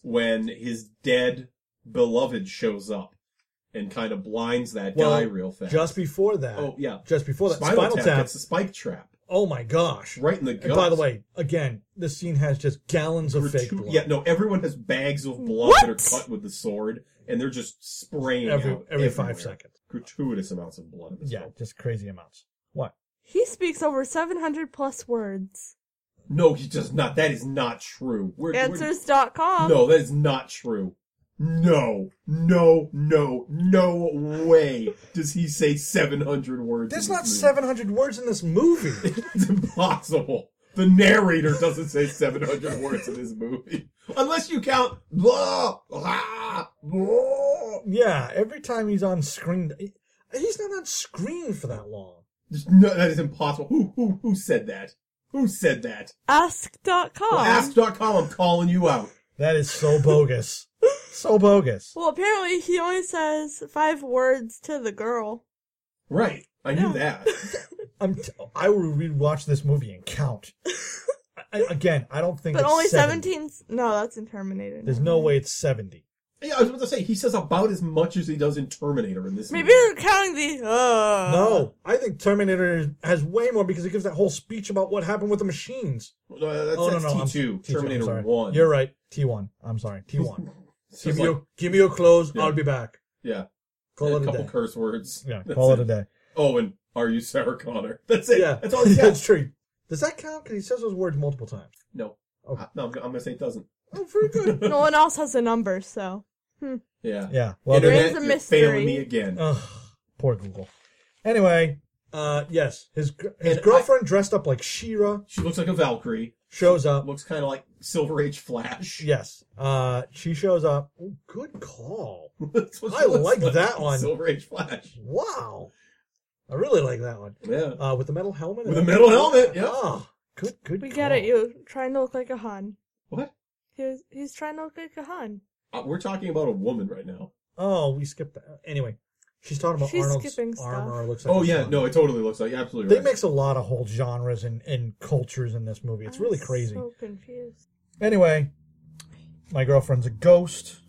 Speaker 5: when his dead beloved shows up and kind of blinds that
Speaker 4: Well,
Speaker 5: guy real fast.
Speaker 4: Just before that.
Speaker 5: oh yeah,
Speaker 4: Just before that.
Speaker 5: Spinal,
Speaker 4: Spinal,
Speaker 5: Tap,
Speaker 4: Tap.
Speaker 5: gets the spike trap
Speaker 4: oh my gosh.
Speaker 5: right in the
Speaker 4: And
Speaker 5: gut.
Speaker 4: by the way, again, this scene has just gallons of fake blood.
Speaker 5: Yeah, no, everyone has bags of blood that are
Speaker 6: What?
Speaker 5: cut with the sword, and they're just spraying
Speaker 4: every
Speaker 5: out
Speaker 4: every
Speaker 5: everywhere.
Speaker 4: five seconds.
Speaker 5: Gratuitous amounts of blood. in this
Speaker 4: Yeah,
Speaker 5: film.
Speaker 4: just crazy amounts. What?
Speaker 6: he speaks over 700 plus words.
Speaker 5: No, he does not. That is not true. We're, we're-
Speaker 6: Answers.com.
Speaker 5: no, that is not true. No, no, no, no way does he say 700 words.
Speaker 4: There's
Speaker 5: in this
Speaker 4: not
Speaker 5: movie.
Speaker 4: 700 words in this movie.
Speaker 5: It's impossible. The narrator doesn't say 700 words in this movie. Unless you count blah, blah, blah.
Speaker 4: yeah, every time he's on screen, he- he's not on screen for that long.
Speaker 5: Just, no, that is impossible. Who who who said that? Who said that?
Speaker 6: Ask.com.
Speaker 5: Well, Ask.com, I'm calling you out.
Speaker 4: That is so bogus. So bogus.
Speaker 6: Well, apparently he only says five words to the girl.
Speaker 5: Right. I knew
Speaker 6: Yeah.
Speaker 5: that.
Speaker 4: I'm t- I will rewatch this movie and count. I, I- again, I don't think
Speaker 6: But
Speaker 4: it's
Speaker 6: only
Speaker 4: 70.
Speaker 6: 17. No, that's in Terminator.
Speaker 4: There's no way it's 70.
Speaker 5: yeah, I was about to say he says about as much as he does in Terminator in this
Speaker 6: Maybe
Speaker 5: movie.
Speaker 6: they're counting the. Uh,
Speaker 4: no, I think Terminator has way more because it gives that whole speech about what happened with the machines.
Speaker 5: No, that's,
Speaker 4: oh,
Speaker 5: that's
Speaker 4: no, no. I'm-
Speaker 5: T2,
Speaker 4: T2, I'm
Speaker 5: Terminator
Speaker 4: sorry.
Speaker 5: 1.
Speaker 4: You're right. T1. I'm sorry. T1.
Speaker 5: It's
Speaker 4: give,
Speaker 5: just
Speaker 4: me
Speaker 5: like,
Speaker 4: your, give me your clothes.
Speaker 5: Yeah.
Speaker 4: I'll be back.
Speaker 5: yeah,
Speaker 4: Call
Speaker 5: a
Speaker 4: it a
Speaker 5: couple
Speaker 4: day.
Speaker 5: curse words.
Speaker 4: Yeah,
Speaker 5: That's
Speaker 4: call it a day.
Speaker 5: Oh, and are you Sarah Connor? That's it.
Speaker 4: Yeah,
Speaker 5: That's all he
Speaker 4: That's
Speaker 5: says.
Speaker 4: true. Does that count? Because he says those words multiple times.
Speaker 5: no.
Speaker 4: Okay.
Speaker 5: No, I'm, go- I'm going to say it doesn't.
Speaker 4: Oh, very good.
Speaker 6: no one else has a number, so.
Speaker 5: Yeah.
Speaker 4: yeah. Well, Uh,
Speaker 6: Internet- There's
Speaker 5: Internet,
Speaker 6: a
Speaker 5: you're
Speaker 6: mystery.
Speaker 5: failing me again.
Speaker 4: Ugh, poor Google. Anyway, uh, yes, his gr- his
Speaker 5: And I-
Speaker 4: girlfriend dressed up like Shira
Speaker 5: she looks like a Valkyrie.
Speaker 4: shows up.
Speaker 5: Looks kind of like Silver Age Flash.
Speaker 4: Yes, uh, she shows up. Oh, good call.
Speaker 5: That's what
Speaker 4: I
Speaker 5: she looks
Speaker 4: like that one.
Speaker 5: Silver Age Flash.
Speaker 4: Wow, I really like that one.
Speaker 5: Yeah.
Speaker 4: Uh, with the metal helmet. and
Speaker 5: With a
Speaker 4: everything.
Speaker 5: metal helmet, yeah.
Speaker 4: Ah, good, good.
Speaker 6: We get
Speaker 4: call.
Speaker 6: it. You're trying to look like a Han.
Speaker 5: What?
Speaker 6: He was, he's trying to look like a Han.
Speaker 5: Uh, we're talking about a woman right now.
Speaker 4: Oh, we skipped that. Anyway, she's talking about
Speaker 6: She's skipping
Speaker 4: Arnold's
Speaker 6: stuff.
Speaker 4: armor. Looks like
Speaker 5: Oh
Speaker 4: a
Speaker 5: yeah,
Speaker 4: gun.
Speaker 5: no, it totally looks like absolutely
Speaker 4: They
Speaker 5: right.
Speaker 4: mix a lot of whole genres and, and cultures in this movie. It's really
Speaker 6: I'm
Speaker 4: crazy.
Speaker 6: So confused.
Speaker 4: Anyway, my girlfriend's a ghost,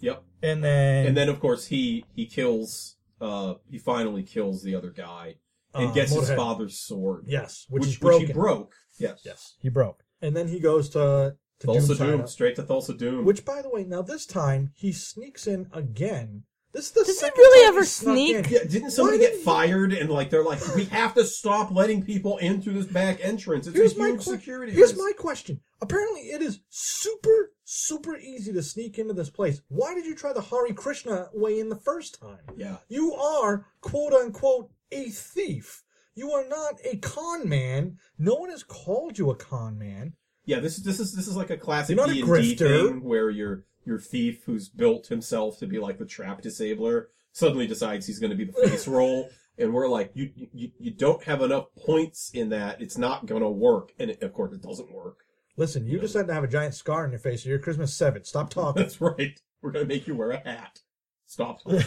Speaker 5: yep.
Speaker 4: and then
Speaker 5: And then of course he he kills uh he finally kills the other guy and
Speaker 4: uh,
Speaker 5: gets his
Speaker 4: Motorhead.
Speaker 5: father's sword.
Speaker 4: Yes, which, is
Speaker 5: which,
Speaker 4: broken.
Speaker 5: he broke. Yes.
Speaker 4: Yes, he broke. And then he goes to to
Speaker 5: Thulsa
Speaker 4: Doom,
Speaker 5: Doom,
Speaker 4: Doom
Speaker 5: straight to Thulsa Doom.
Speaker 4: which by the way, now this time he sneaks in again. This is the
Speaker 6: Does he
Speaker 4: second
Speaker 6: really
Speaker 4: time
Speaker 6: ever
Speaker 4: snuck
Speaker 6: sneak?
Speaker 4: in.
Speaker 5: yeah, didn't somebody
Speaker 4: Why
Speaker 5: get
Speaker 4: did he-
Speaker 5: fired and like they're like, we have to stop letting people in through this back entrance. It's
Speaker 4: Here's
Speaker 5: a
Speaker 4: my
Speaker 5: huge
Speaker 4: que-
Speaker 5: security.
Speaker 4: Here's
Speaker 5: risk.
Speaker 4: my question. Apparently, it is super super easy to sneak into this place. Why did you try the Hari Krishna way in the first time?
Speaker 5: yeah.
Speaker 4: You are, quote unquote, a thief. You are not a con man. No one has called you a con man.
Speaker 5: Yeah, this is this is this is like a classic
Speaker 4: You're not a
Speaker 5: D and D
Speaker 4: grifter.
Speaker 5: thing where your your thief who's built himself to be like the trap disabler suddenly decides he's going to be the face roll, and we're like, you, you you don't have enough points in that. It's not going to work, and it, of course it doesn't work.
Speaker 4: Listen, you just had to have a giant scar on your face. or You're Christmas seven. Stop talking.
Speaker 5: That's right. We're going to make you wear a hat. Stop. talking.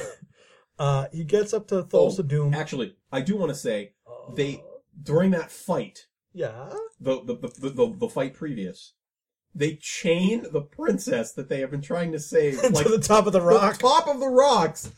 Speaker 4: uh, he gets up to Thulsa
Speaker 5: Oh,
Speaker 4: Doom. Uh, Oh.
Speaker 5: Actually, I do want to say they during that fight,
Speaker 4: yeah.
Speaker 5: the the, the the the the fight previous, they chain the princess that they have been trying to save like
Speaker 4: to the top of the rock.
Speaker 5: the top of the rocks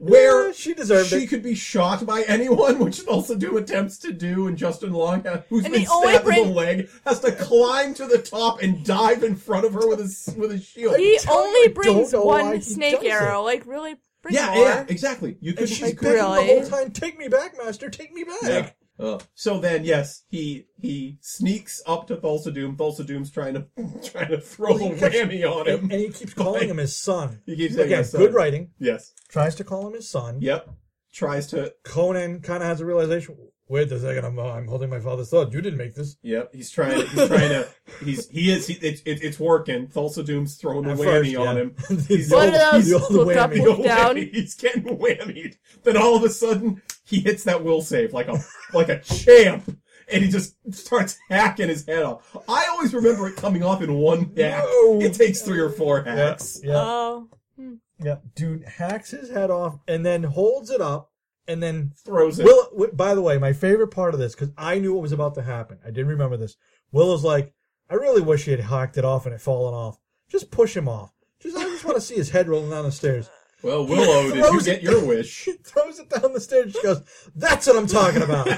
Speaker 5: where
Speaker 4: Yeah, she deserved
Speaker 5: she
Speaker 4: it.
Speaker 5: could be shot by anyone, which also do attempts to do, and Justin Long, uh, who's
Speaker 6: And
Speaker 5: been
Speaker 6: the only
Speaker 5: stabbed in
Speaker 6: bring-
Speaker 5: the leg, has to climb to the top and dive in front of her with his with his shield.
Speaker 6: He
Speaker 4: telling you, I
Speaker 6: only
Speaker 4: don't
Speaker 6: brings
Speaker 4: know why he
Speaker 6: one snake
Speaker 4: does it.
Speaker 6: arrow. Like, really? Bring
Speaker 5: yeah,
Speaker 6: more.
Speaker 5: yeah, exactly. You could
Speaker 4: And she's
Speaker 6: Like,
Speaker 4: begging
Speaker 6: really?
Speaker 4: the whole time, take me back, master, take me back.
Speaker 5: Yeah. Uh, so then, yes, he he sneaks up to Thulsa Doom. Thulsa Doom's trying to trying to throw a whammy on
Speaker 4: And,
Speaker 5: him.
Speaker 4: and he keeps calling him his son.
Speaker 5: He keeps saying
Speaker 4: Again,
Speaker 5: his son.
Speaker 4: good writing.
Speaker 5: Yes.
Speaker 4: Tries to call him his son.
Speaker 5: Yep. Tries to.
Speaker 4: Conan kind of has a realization. Wait a second, I'm, uh, I'm holding my father's sword. You didn't make this.
Speaker 5: Yep. He's trying. He's trying to. He's he is. He, it, it, it's working. Thulsa Doom's throwing a
Speaker 4: At
Speaker 5: whammy
Speaker 4: first,
Speaker 5: on
Speaker 4: yeah.
Speaker 5: him.
Speaker 4: He's
Speaker 6: One
Speaker 4: the
Speaker 6: of
Speaker 4: old-
Speaker 6: those
Speaker 4: he's the old
Speaker 6: look up,
Speaker 4: whammy.
Speaker 6: look down.
Speaker 5: He's getting whammied. Then all of a sudden, he hits that will save like a like a champ, and he just starts hacking his head off. I always remember it coming off in one hack.
Speaker 4: No.
Speaker 5: It takes three or four
Speaker 4: Yeah,
Speaker 5: hacks.
Speaker 4: yeah.
Speaker 6: Oh.
Speaker 4: Yeah, dude hacks his head off and then holds it up and then
Speaker 5: Throws it.
Speaker 4: Will. w- By the way, my favorite part of this because I knew what was about to happen. I did remember this. Willow's like, I really wish he had hacked it off and it fallen off. Just push him off. Just I just want to see his head rolling down the stairs.
Speaker 5: well, Willow, did you
Speaker 4: Throws
Speaker 5: get your wish?
Speaker 4: Throws it down the stairs. She goes, "That's what I'm talking about."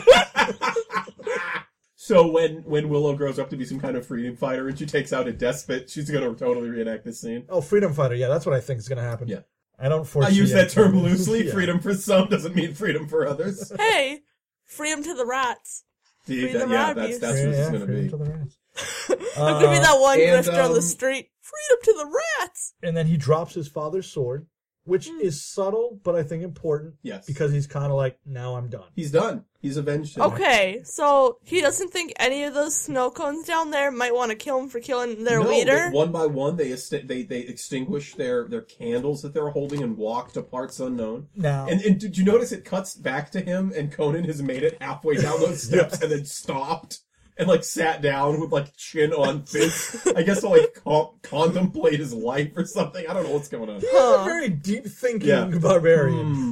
Speaker 5: So when when Willow grows up to be some kind of freedom fighter and she takes out a despot, she's gonna totally reenact this scene.
Speaker 4: oh, freedom fighter. Yeah, that's what I think is going to happen.
Speaker 5: Yeah.
Speaker 4: I don't foresee.
Speaker 5: I use that
Speaker 4: it.
Speaker 5: term loosely.
Speaker 4: Yeah.
Speaker 5: Freedom for some doesn't mean freedom for others.
Speaker 6: Hey, free him to the rats.
Speaker 5: Dude,
Speaker 6: Freedom
Speaker 5: that- yeah,
Speaker 6: of
Speaker 5: that's
Speaker 6: abuse.
Speaker 5: that's what
Speaker 4: Yeah,
Speaker 5: this is
Speaker 4: yeah,
Speaker 5: gonna
Speaker 4: freedom
Speaker 5: be.
Speaker 4: to the rats.
Speaker 6: I'm gonna be
Speaker 4: Uh,
Speaker 6: that one
Speaker 5: and,
Speaker 6: grifter on
Speaker 5: um,
Speaker 6: the street. Freedom to the rats.
Speaker 4: and then he drops his father's sword, which
Speaker 6: Hmm.
Speaker 4: is subtle but I think important
Speaker 5: Yes, because
Speaker 4: because he's kind of like, now I'm done.
Speaker 5: he's done. He's avenged. Him.
Speaker 6: Okay, so he doesn't think any of those snow cones down there might want to kill him for killing their
Speaker 5: No,
Speaker 6: leader.
Speaker 5: they- one by one, they esti- they they extinguish their their candles that they're holding and walk to parts unknown.
Speaker 4: Now,
Speaker 5: And, and did you notice it cuts back to him and Conan has made it halfway down those steps and then stopped and like sat down with like chin on fist, I guess to like co- contemplate his life or something. I don't know what's going on.
Speaker 4: he's a very deep thinking
Speaker 5: Yeah.
Speaker 4: barbarian.
Speaker 5: Hmm.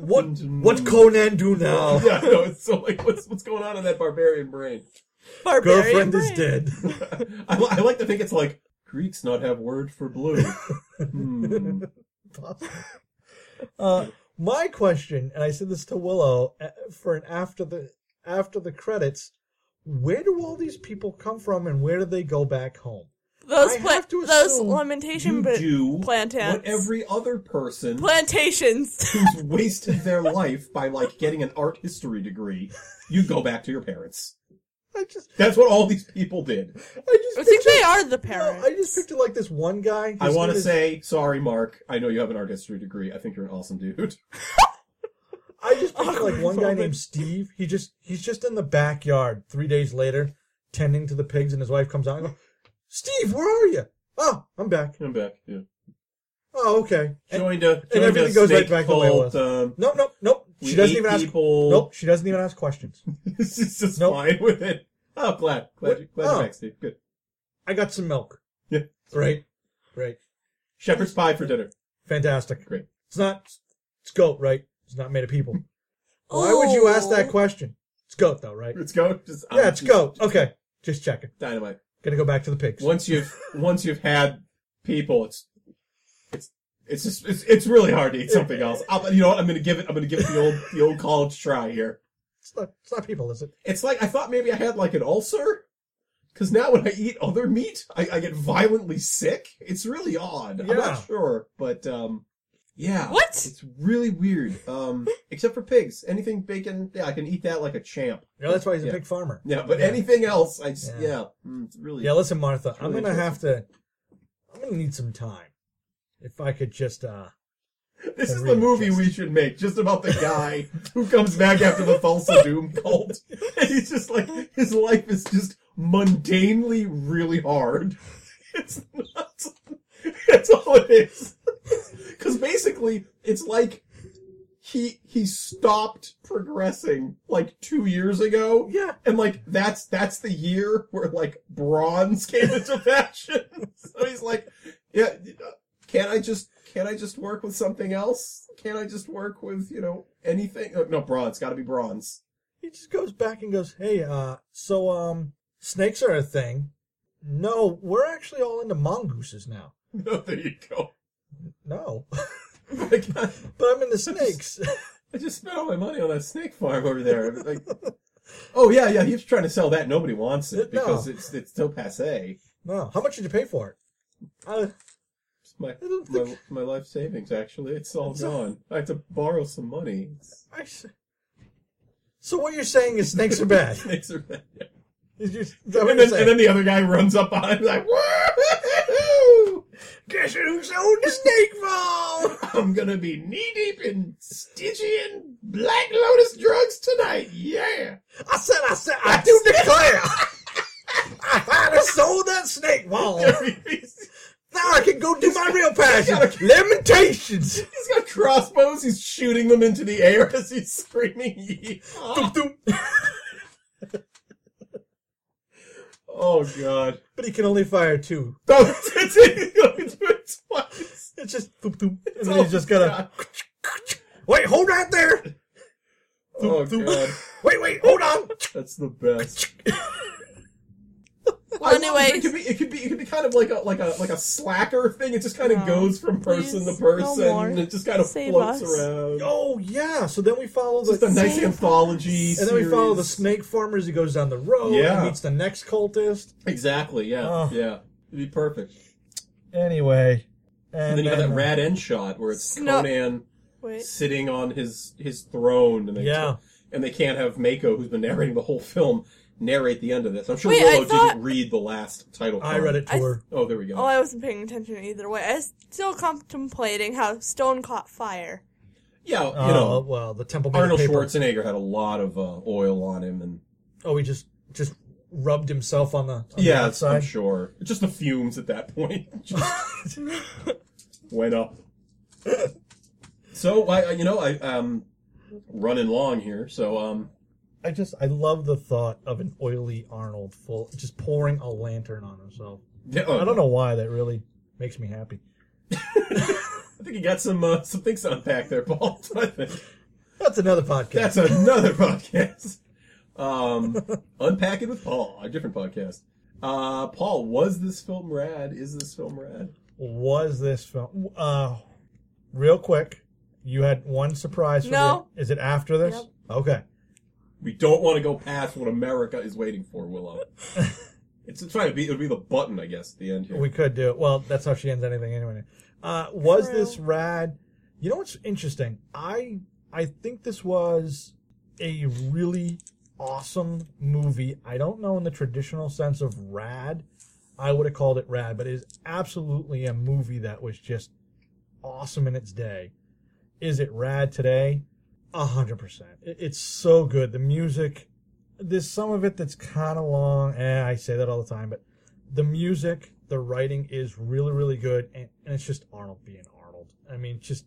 Speaker 4: What
Speaker 5: Mm.
Speaker 4: what Conan do now?
Speaker 5: Yeah, I know. It's so like what's what's going on in that barbarian brain?
Speaker 6: Barbarian
Speaker 4: Girlfriend is
Speaker 6: brain.
Speaker 4: dead.
Speaker 5: I, li- I like to think it's like Greeks not have word for blue. Hmm.
Speaker 4: uh, my question, and I said this to Willow uh, for an after the after the credits. Where do all these people come from, and where do they go back home?
Speaker 6: Those
Speaker 4: I
Speaker 6: pla-
Speaker 4: have to
Speaker 6: those
Speaker 4: assume
Speaker 6: lamentation
Speaker 5: You
Speaker 6: but
Speaker 5: do
Speaker 6: plantans.
Speaker 5: what every other person
Speaker 6: plantations.
Speaker 5: who's wasted their life by like getting an art history degree. You go back to your parents.
Speaker 4: I just,
Speaker 5: That's what all these people
Speaker 4: I
Speaker 5: did.
Speaker 4: just
Speaker 6: I think
Speaker 4: picture-
Speaker 6: they are the
Speaker 4: No,
Speaker 6: parents.
Speaker 4: I just pictured like this one guy.
Speaker 5: I
Speaker 4: his
Speaker 5: want
Speaker 4: name
Speaker 5: to
Speaker 4: is-
Speaker 5: say, sorry, Mark. I know you have an art history degree. I think you're an awesome dude.
Speaker 4: I just picture like one guy named Steve. He just he's just in the backyard three days later, tending to the pigs, and his wife comes out and goes, "Steve, where are you? Oh, I'm back.
Speaker 5: I'm back. Yeah.
Speaker 4: Oh, okay. And,
Speaker 5: Joined a joined
Speaker 4: everything
Speaker 5: a
Speaker 4: goes right
Speaker 5: snake
Speaker 4: back the way it
Speaker 5: cult,
Speaker 4: was.
Speaker 5: um,
Speaker 4: nope, nope, nope.
Speaker 5: we
Speaker 4: She doesn't
Speaker 5: ate
Speaker 4: even ask.
Speaker 5: people.
Speaker 4: Nope, she doesn't even ask questions.
Speaker 5: She's just
Speaker 4: Nope.
Speaker 5: fine with it. Oh, glad, glad, you, glad
Speaker 4: Oh.
Speaker 5: you're back, Steve. Good.
Speaker 4: I got some milk.
Speaker 5: Yeah.
Speaker 4: Right. Right.
Speaker 5: Shepherd's pie for dinner.
Speaker 4: Fantastic.
Speaker 5: Great.
Speaker 4: It's not. It's goat, right? It's not made of people. Why would you ask that
Speaker 6: Ooh.
Speaker 4: question? It's goat, though, right?
Speaker 5: Let's go. Just, I'm
Speaker 4: Yeah, it's
Speaker 5: just-
Speaker 4: goat. Okay, just checking.
Speaker 5: Dynamite.
Speaker 4: Gonna go back to the pigs.
Speaker 5: Once you've once you've had people, it's it's it's just it's, it's really hard to eat something else. I'll, you know what? I'm gonna give it. I'm gonna give it the old the old college try here.
Speaker 4: It's not, it's not people, is it?
Speaker 5: It's like I thought maybe I had like an ulcer, because now when I eat other meat, I, I get violently sick. It's really odd. I'm
Speaker 4: Yeah.
Speaker 5: not sure, but um, yeah,
Speaker 6: What?
Speaker 5: It's really weird. Um, except for pigs, anything bacon, yeah, I can eat that like a champ.
Speaker 4: No, that's why he's a
Speaker 5: Yeah.
Speaker 4: pig farmer.
Speaker 5: Yeah, but
Speaker 4: Yeah.
Speaker 5: anything else, I just
Speaker 4: Yeah.
Speaker 5: yeah, Mm, it's really
Speaker 4: Yeah, listen, Martha, I'm
Speaker 5: really
Speaker 4: gonna have to. I'm gonna need some time. If I could just, uh,
Speaker 5: This
Speaker 4: And
Speaker 5: is the movie
Speaker 4: readjust.
Speaker 5: we should make, just about the guy who comes back after the Thulsa Doom cult. And he's just like, his life is just mundanely really hard. It's not, that's all it is. Cause basically, it's like, he, he stopped progressing like two years ago.
Speaker 4: yeah,
Speaker 5: And like that's that's the year where like bronze came into fashion. so he's like, yeah, can I just can I just work with something else? Can I just work with you know anything? Uh, No, bronze. Got to be bronze.
Speaker 4: he just goes back and goes, "Hey, uh, so um, snakes are a thing. No, we're actually all into mongooses now.
Speaker 5: No, there you go.
Speaker 4: No,
Speaker 5: My God,
Speaker 4: but I'm into snakes.
Speaker 5: I just spent all my money on that snake farm over there. Like, oh yeah, yeah. He was trying to sell that. Nobody wants it
Speaker 4: No.
Speaker 5: because it's it's so passe.
Speaker 4: no, how much did you pay for it? Uh,
Speaker 5: It's my
Speaker 4: I don't
Speaker 5: my,
Speaker 4: think-
Speaker 5: my life savings actually. It's all gone. I have to borrow some money. It's-
Speaker 4: I s- So what you're saying is snakes are bad.
Speaker 5: Snakes are bad. Yeah.
Speaker 4: Is you- is that what
Speaker 5: And
Speaker 4: you're
Speaker 5: then, and
Speaker 4: saying?
Speaker 5: then the other guy runs up on him like, woo!
Speaker 4: Guess who's owned a snake farm?
Speaker 5: I'm gonna be knee deep in Stygian Black Lotus drugs tonight. Yeah.
Speaker 4: I said, I said, I do declare. I had sold that snake wall.
Speaker 5: he's
Speaker 4: Now I can go do my real passion. Lamentations.
Speaker 5: got crossbows. He's shooting them into the air as he's screaming. "Yeehaw."
Speaker 4: Doop, doop.
Speaker 5: oh god.
Speaker 4: But he can only fire two.
Speaker 5: No, that's it. He's gonna do it twice.
Speaker 4: It's just doop, doop. And then
Speaker 5: Oh,
Speaker 4: he's just gonna.
Speaker 5: God.
Speaker 4: Wait, hold right there.
Speaker 5: Oh
Speaker 4: doop.
Speaker 5: god,
Speaker 4: Wait, wait, hold on.
Speaker 5: that's the best.
Speaker 6: Well,
Speaker 5: I love it.
Speaker 6: anyways.
Speaker 5: it could be it could be it could be kind of like a like a like a slacker thing. It just kind of
Speaker 6: No.
Speaker 5: goes from person
Speaker 6: Please,
Speaker 5: to person.
Speaker 6: no more.
Speaker 5: and it just kind of
Speaker 6: Save us.
Speaker 5: floats around.
Speaker 4: Oh yeah. So then we follow
Speaker 5: It's just a
Speaker 4: the.
Speaker 5: nice
Speaker 6: Save
Speaker 5: anthology.
Speaker 4: And then we follow the
Speaker 5: series.
Speaker 4: snake farmer as he goes down the road.
Speaker 5: Yeah.
Speaker 4: He meets the next cultist.
Speaker 5: Exactly. Yeah.
Speaker 4: Oh.
Speaker 5: Yeah. It'd be perfect.
Speaker 4: Anyway.
Speaker 5: And,
Speaker 4: And,
Speaker 5: then you got that
Speaker 4: uh,
Speaker 5: rad end shot where it's
Speaker 6: Snow-
Speaker 5: Conan
Speaker 6: Wait.
Speaker 5: sitting on his his throne, and they
Speaker 4: Yeah.
Speaker 5: and they can't have Mako, who's been narrating the whole film, narrate the end of this. I'm sure
Speaker 6: Wait, I
Speaker 5: Willow
Speaker 6: thought-
Speaker 5: didn't read the last title.
Speaker 4: I
Speaker 5: card.
Speaker 4: read it to
Speaker 6: I-
Speaker 4: her.
Speaker 5: Oh, there we go.
Speaker 6: Oh, I wasn't paying attention either way. I was still contemplating how Stone caught fire.
Speaker 5: yeah, you
Speaker 4: Oh,
Speaker 5: know,
Speaker 4: well, the temple. made of
Speaker 5: Arnold
Speaker 4: paper.
Speaker 5: Schwarzenegger had a lot of uh, oil on him, and
Speaker 4: Oh, he just just rubbed himself on the on the
Speaker 5: yeah, I'm
Speaker 4: outside.
Speaker 5: sure just the fumes at that point just went up. So I, you know, I um, running long here. So um,
Speaker 4: I just I love the thought of an oily Arnold full just pouring a lantern on himself.
Speaker 5: yeah, oh,
Speaker 4: I don't know why that really makes me happy.
Speaker 5: I think you got some uh, some things to unpack there, Paul. That's what I think.
Speaker 4: That's another podcast.
Speaker 5: That's another podcast. Um, Unpack it with Paul, a different podcast. Uh, Paul, was this film rad? Is this film rad?
Speaker 4: Was this film? Uh, real quick, you had one surprise. For
Speaker 6: No.
Speaker 4: the- is it after this?
Speaker 6: Yep.
Speaker 4: Okay.
Speaker 5: We don't want to go past what America is waiting for, Willow. it's trying to be. It would be the button, I guess, at the end here.
Speaker 4: We could do it. Well, that's how she ends anything anyway. Uh, was
Speaker 6: True.
Speaker 4: this rad? You know what's interesting? I I think this was a really awesome movie. I don't know in the traditional sense of rad. I would have called it rad, but it is absolutely a movie that was just awesome in its day. Is it rad today? A hundred percent. It- It's so good. The music. There's some of it that's kind of long. Eh, I say that all the time, but the music, the writing is really, really good, and, and it's just Arnold being Arnold. I mean, just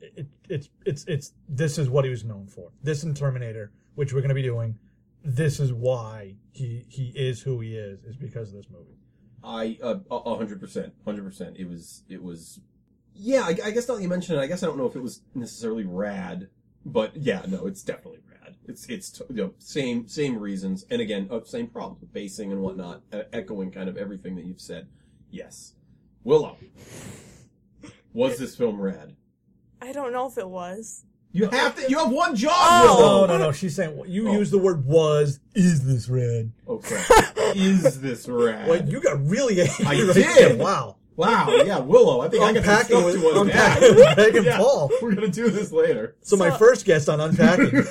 Speaker 4: it, it's it's it's this is what he was known for. This and Terminator, which we're going to be doing. This is why he he is who he is, is because of this movie.
Speaker 5: I uh, a a hundred percent, hundred percent. It was, it was. Yeah, I, I guess now that you mention it, I guess I don't know if it was necessarily rad, but yeah, no, it's definitely rad. It's it's t- you know, same same reasons, and again, uh, same problems with basing and whatnot, uh, echoing kind of everything that you've said. Yes, Willow, was this film rad?
Speaker 6: I don't know if it was.
Speaker 5: You have to. You have one job.
Speaker 4: No,
Speaker 6: Oh.
Speaker 4: no, no. She's saying you
Speaker 5: Oh.
Speaker 4: use the word was. Is this red?
Speaker 5: Willow. Okay. Is this rad?
Speaker 4: Well, you got really angry.
Speaker 5: I
Speaker 4: right
Speaker 5: did.
Speaker 4: there. Wow.
Speaker 5: wow. Yeah, Willow. I think I got some
Speaker 4: Unpacking
Speaker 5: stuff
Speaker 4: with,
Speaker 5: to unpack.
Speaker 4: unpacking with Meg and
Speaker 5: Yeah,
Speaker 4: Paul.
Speaker 5: We're gonna do this later.
Speaker 4: So, my
Speaker 6: So-
Speaker 4: first guest on unpacking.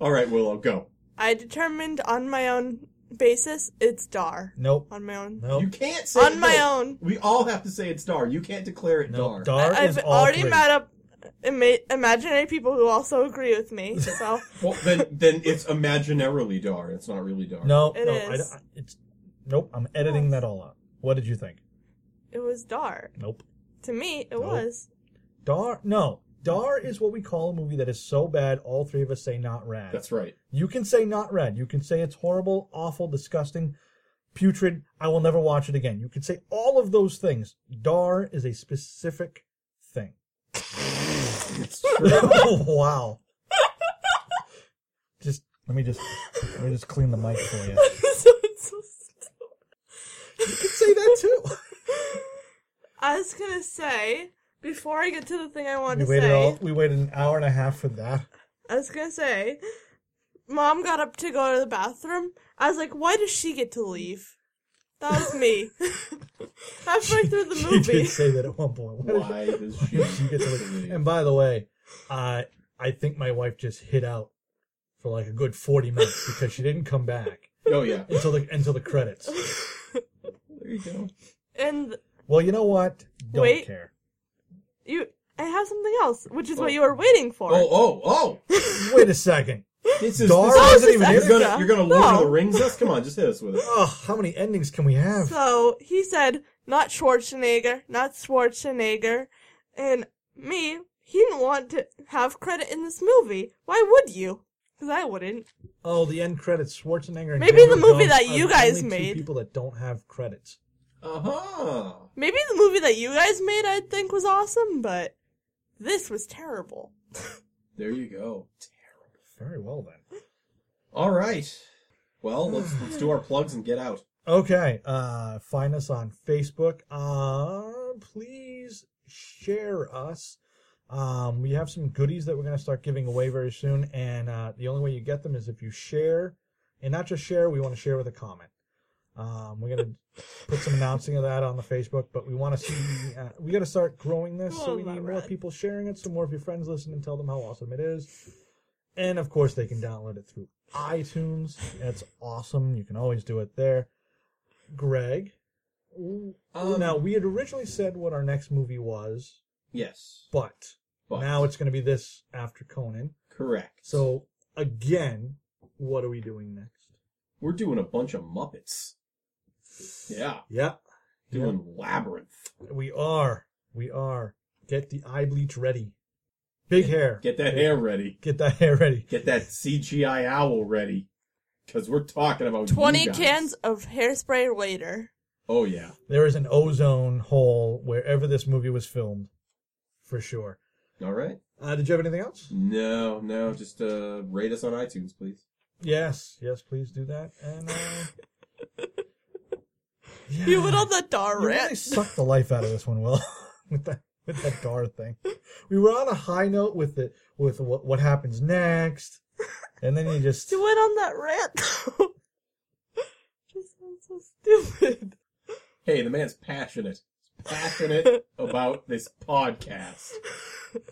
Speaker 5: All right, Willow, go.
Speaker 6: I determined on my own basis it's Dar.
Speaker 4: nope.
Speaker 6: On my own.
Speaker 4: Nope.
Speaker 5: You can't say
Speaker 6: On my
Speaker 5: no.
Speaker 6: own.
Speaker 5: We all have to say it's Dar. You can't declare it
Speaker 4: No,
Speaker 5: Dar.
Speaker 4: Dar
Speaker 6: I-
Speaker 4: is
Speaker 6: I've
Speaker 4: all
Speaker 6: already
Speaker 4: three.
Speaker 6: met up ima- imaginary people who also agree with me. So
Speaker 5: Well, then, then it's imaginarily Dar. It's not really Dar.
Speaker 4: No,
Speaker 6: It
Speaker 4: no, I
Speaker 6: is.
Speaker 4: don't- it's nope. I'm editing that all out. What did you think?
Speaker 6: it was Dar.
Speaker 4: Nope.
Speaker 6: To me, it
Speaker 4: Nope.
Speaker 6: was.
Speaker 4: Dar, no. Dar is what we call a movie that is so bad all three of us say not rad.
Speaker 5: that's right.
Speaker 4: You can say not rad. You can say it's horrible, awful, disgusting, putrid. I will never watch it again. You can say all of those things. Dar is a specific thing.
Speaker 5: It's true.
Speaker 4: wow. just let me just let me just clean the mic for you.
Speaker 6: So it's so stupid.
Speaker 4: You can say that too.
Speaker 6: I was gonna say before I get to the thing I want
Speaker 4: We
Speaker 6: to
Speaker 4: waited
Speaker 6: say.
Speaker 4: all, we waited an hour and a half for that.
Speaker 6: I was gonna say, mom got up to go to the bathroom. I was like, why does she get to leave? That was me. Halfway through the
Speaker 4: She
Speaker 6: movie.
Speaker 4: did say that at one point. Why did
Speaker 5: Why does she
Speaker 4: she- she get to leave? And by the way, uh, I think my wife just hid out for like a good 40 minutes because she didn't come back
Speaker 5: Oh yeah.
Speaker 4: until the until the credits.
Speaker 5: There you go.
Speaker 6: And
Speaker 4: Well, you know what? Don't
Speaker 6: Wait.
Speaker 4: care.
Speaker 6: you, I have something else, which is what
Speaker 5: Oh.
Speaker 6: you were waiting for.
Speaker 5: Oh oh oh!
Speaker 4: Wait a second.
Speaker 5: This is, this
Speaker 4: Dara
Speaker 5: is-
Speaker 4: wasn't even
Speaker 5: you're
Speaker 4: here.
Speaker 5: gonna you're gonna Lord of
Speaker 6: No.
Speaker 5: the Rings us? Come on, just hit us with it.
Speaker 4: Oh, how many endings can we have?
Speaker 6: So he said, not Schwarzenegger, not Schwarzenegger. And me, he didn't want to have credit in this movie. Why would you? Because I wouldn't.
Speaker 4: Oh, the end credits. Schwarzenegger. And
Speaker 6: Maybe the
Speaker 4: Cameron
Speaker 6: movie
Speaker 4: Diaz
Speaker 6: that
Speaker 4: are
Speaker 6: you
Speaker 4: the
Speaker 6: guys
Speaker 4: only two
Speaker 6: made.
Speaker 4: people that don't have credits.
Speaker 5: Uh huh.
Speaker 6: Maybe the movie that you guys made I'd think was awesome, but this was terrible.
Speaker 5: There you go.
Speaker 4: Very well then.
Speaker 5: All right. Well, let's let's do our plugs and get out.
Speaker 4: Okay. Uh, find us on Facebook. Uh, please share us. Um, we have some goodies that we're going to start giving away very soon, and uh, the only way you get them is if you share, and not just share. We want to share with a comment. Um, we're going to put some announcing of that on the Facebook, but we want to see. Uh, we got to start growing this, so
Speaker 6: Oh,
Speaker 4: we
Speaker 6: my
Speaker 4: need more
Speaker 6: red.
Speaker 4: people sharing it. So more of your friends listen and tell them how awesome it is. And of course, they can download it through iTunes. That's awesome. You can always do it there. Greg,
Speaker 5: Um,
Speaker 4: now we had originally said what our next movie was,
Speaker 5: yes,
Speaker 4: but
Speaker 5: but
Speaker 4: now it's going to be this after Conan.
Speaker 5: correct.
Speaker 4: So again, what are we doing next?
Speaker 5: we're doing a bunch of Muppets. Yeah,
Speaker 4: Yeah,
Speaker 5: doing Labyrinth.
Speaker 4: we are. We are. Get the eye bleach ready. Big hair.
Speaker 5: Get that hair ready.
Speaker 4: Get that hair ready.
Speaker 5: Get that CGI owl ready, because we're talking about you
Speaker 6: 20
Speaker 5: guys.
Speaker 6: cans of hairspray later.
Speaker 5: Oh yeah.
Speaker 4: There is an ozone hole wherever this movie was filmed, for sure.
Speaker 5: All right.
Speaker 4: Uh, did you have anything
Speaker 5: Mm.
Speaker 4: else?
Speaker 5: No, no. Just uh, rate us on iTunes, please.
Speaker 4: Yes, yes. Please do that. And uh, yeah.
Speaker 6: You went on the dar
Speaker 4: You really
Speaker 6: rant.
Speaker 4: sucked the life out of this one, Will, with that with that dar thing. We were on a high note with it, with what what happens next, and then you just
Speaker 6: You went on that rant. Just sounds so stupid.
Speaker 5: Hey, the man's passionate. Passionate about this podcast.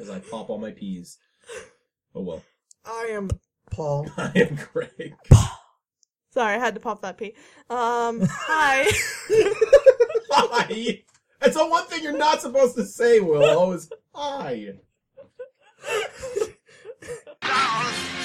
Speaker 5: As I pop all my peas. Oh well.
Speaker 4: I am Paul.
Speaker 5: I am Greg.
Speaker 6: Sorry, I had to pop that pee. Um, hi.
Speaker 5: Hi. That's the one thing you're not supposed to Oh, say, Will. Always hi.
Speaker 3: Dolls,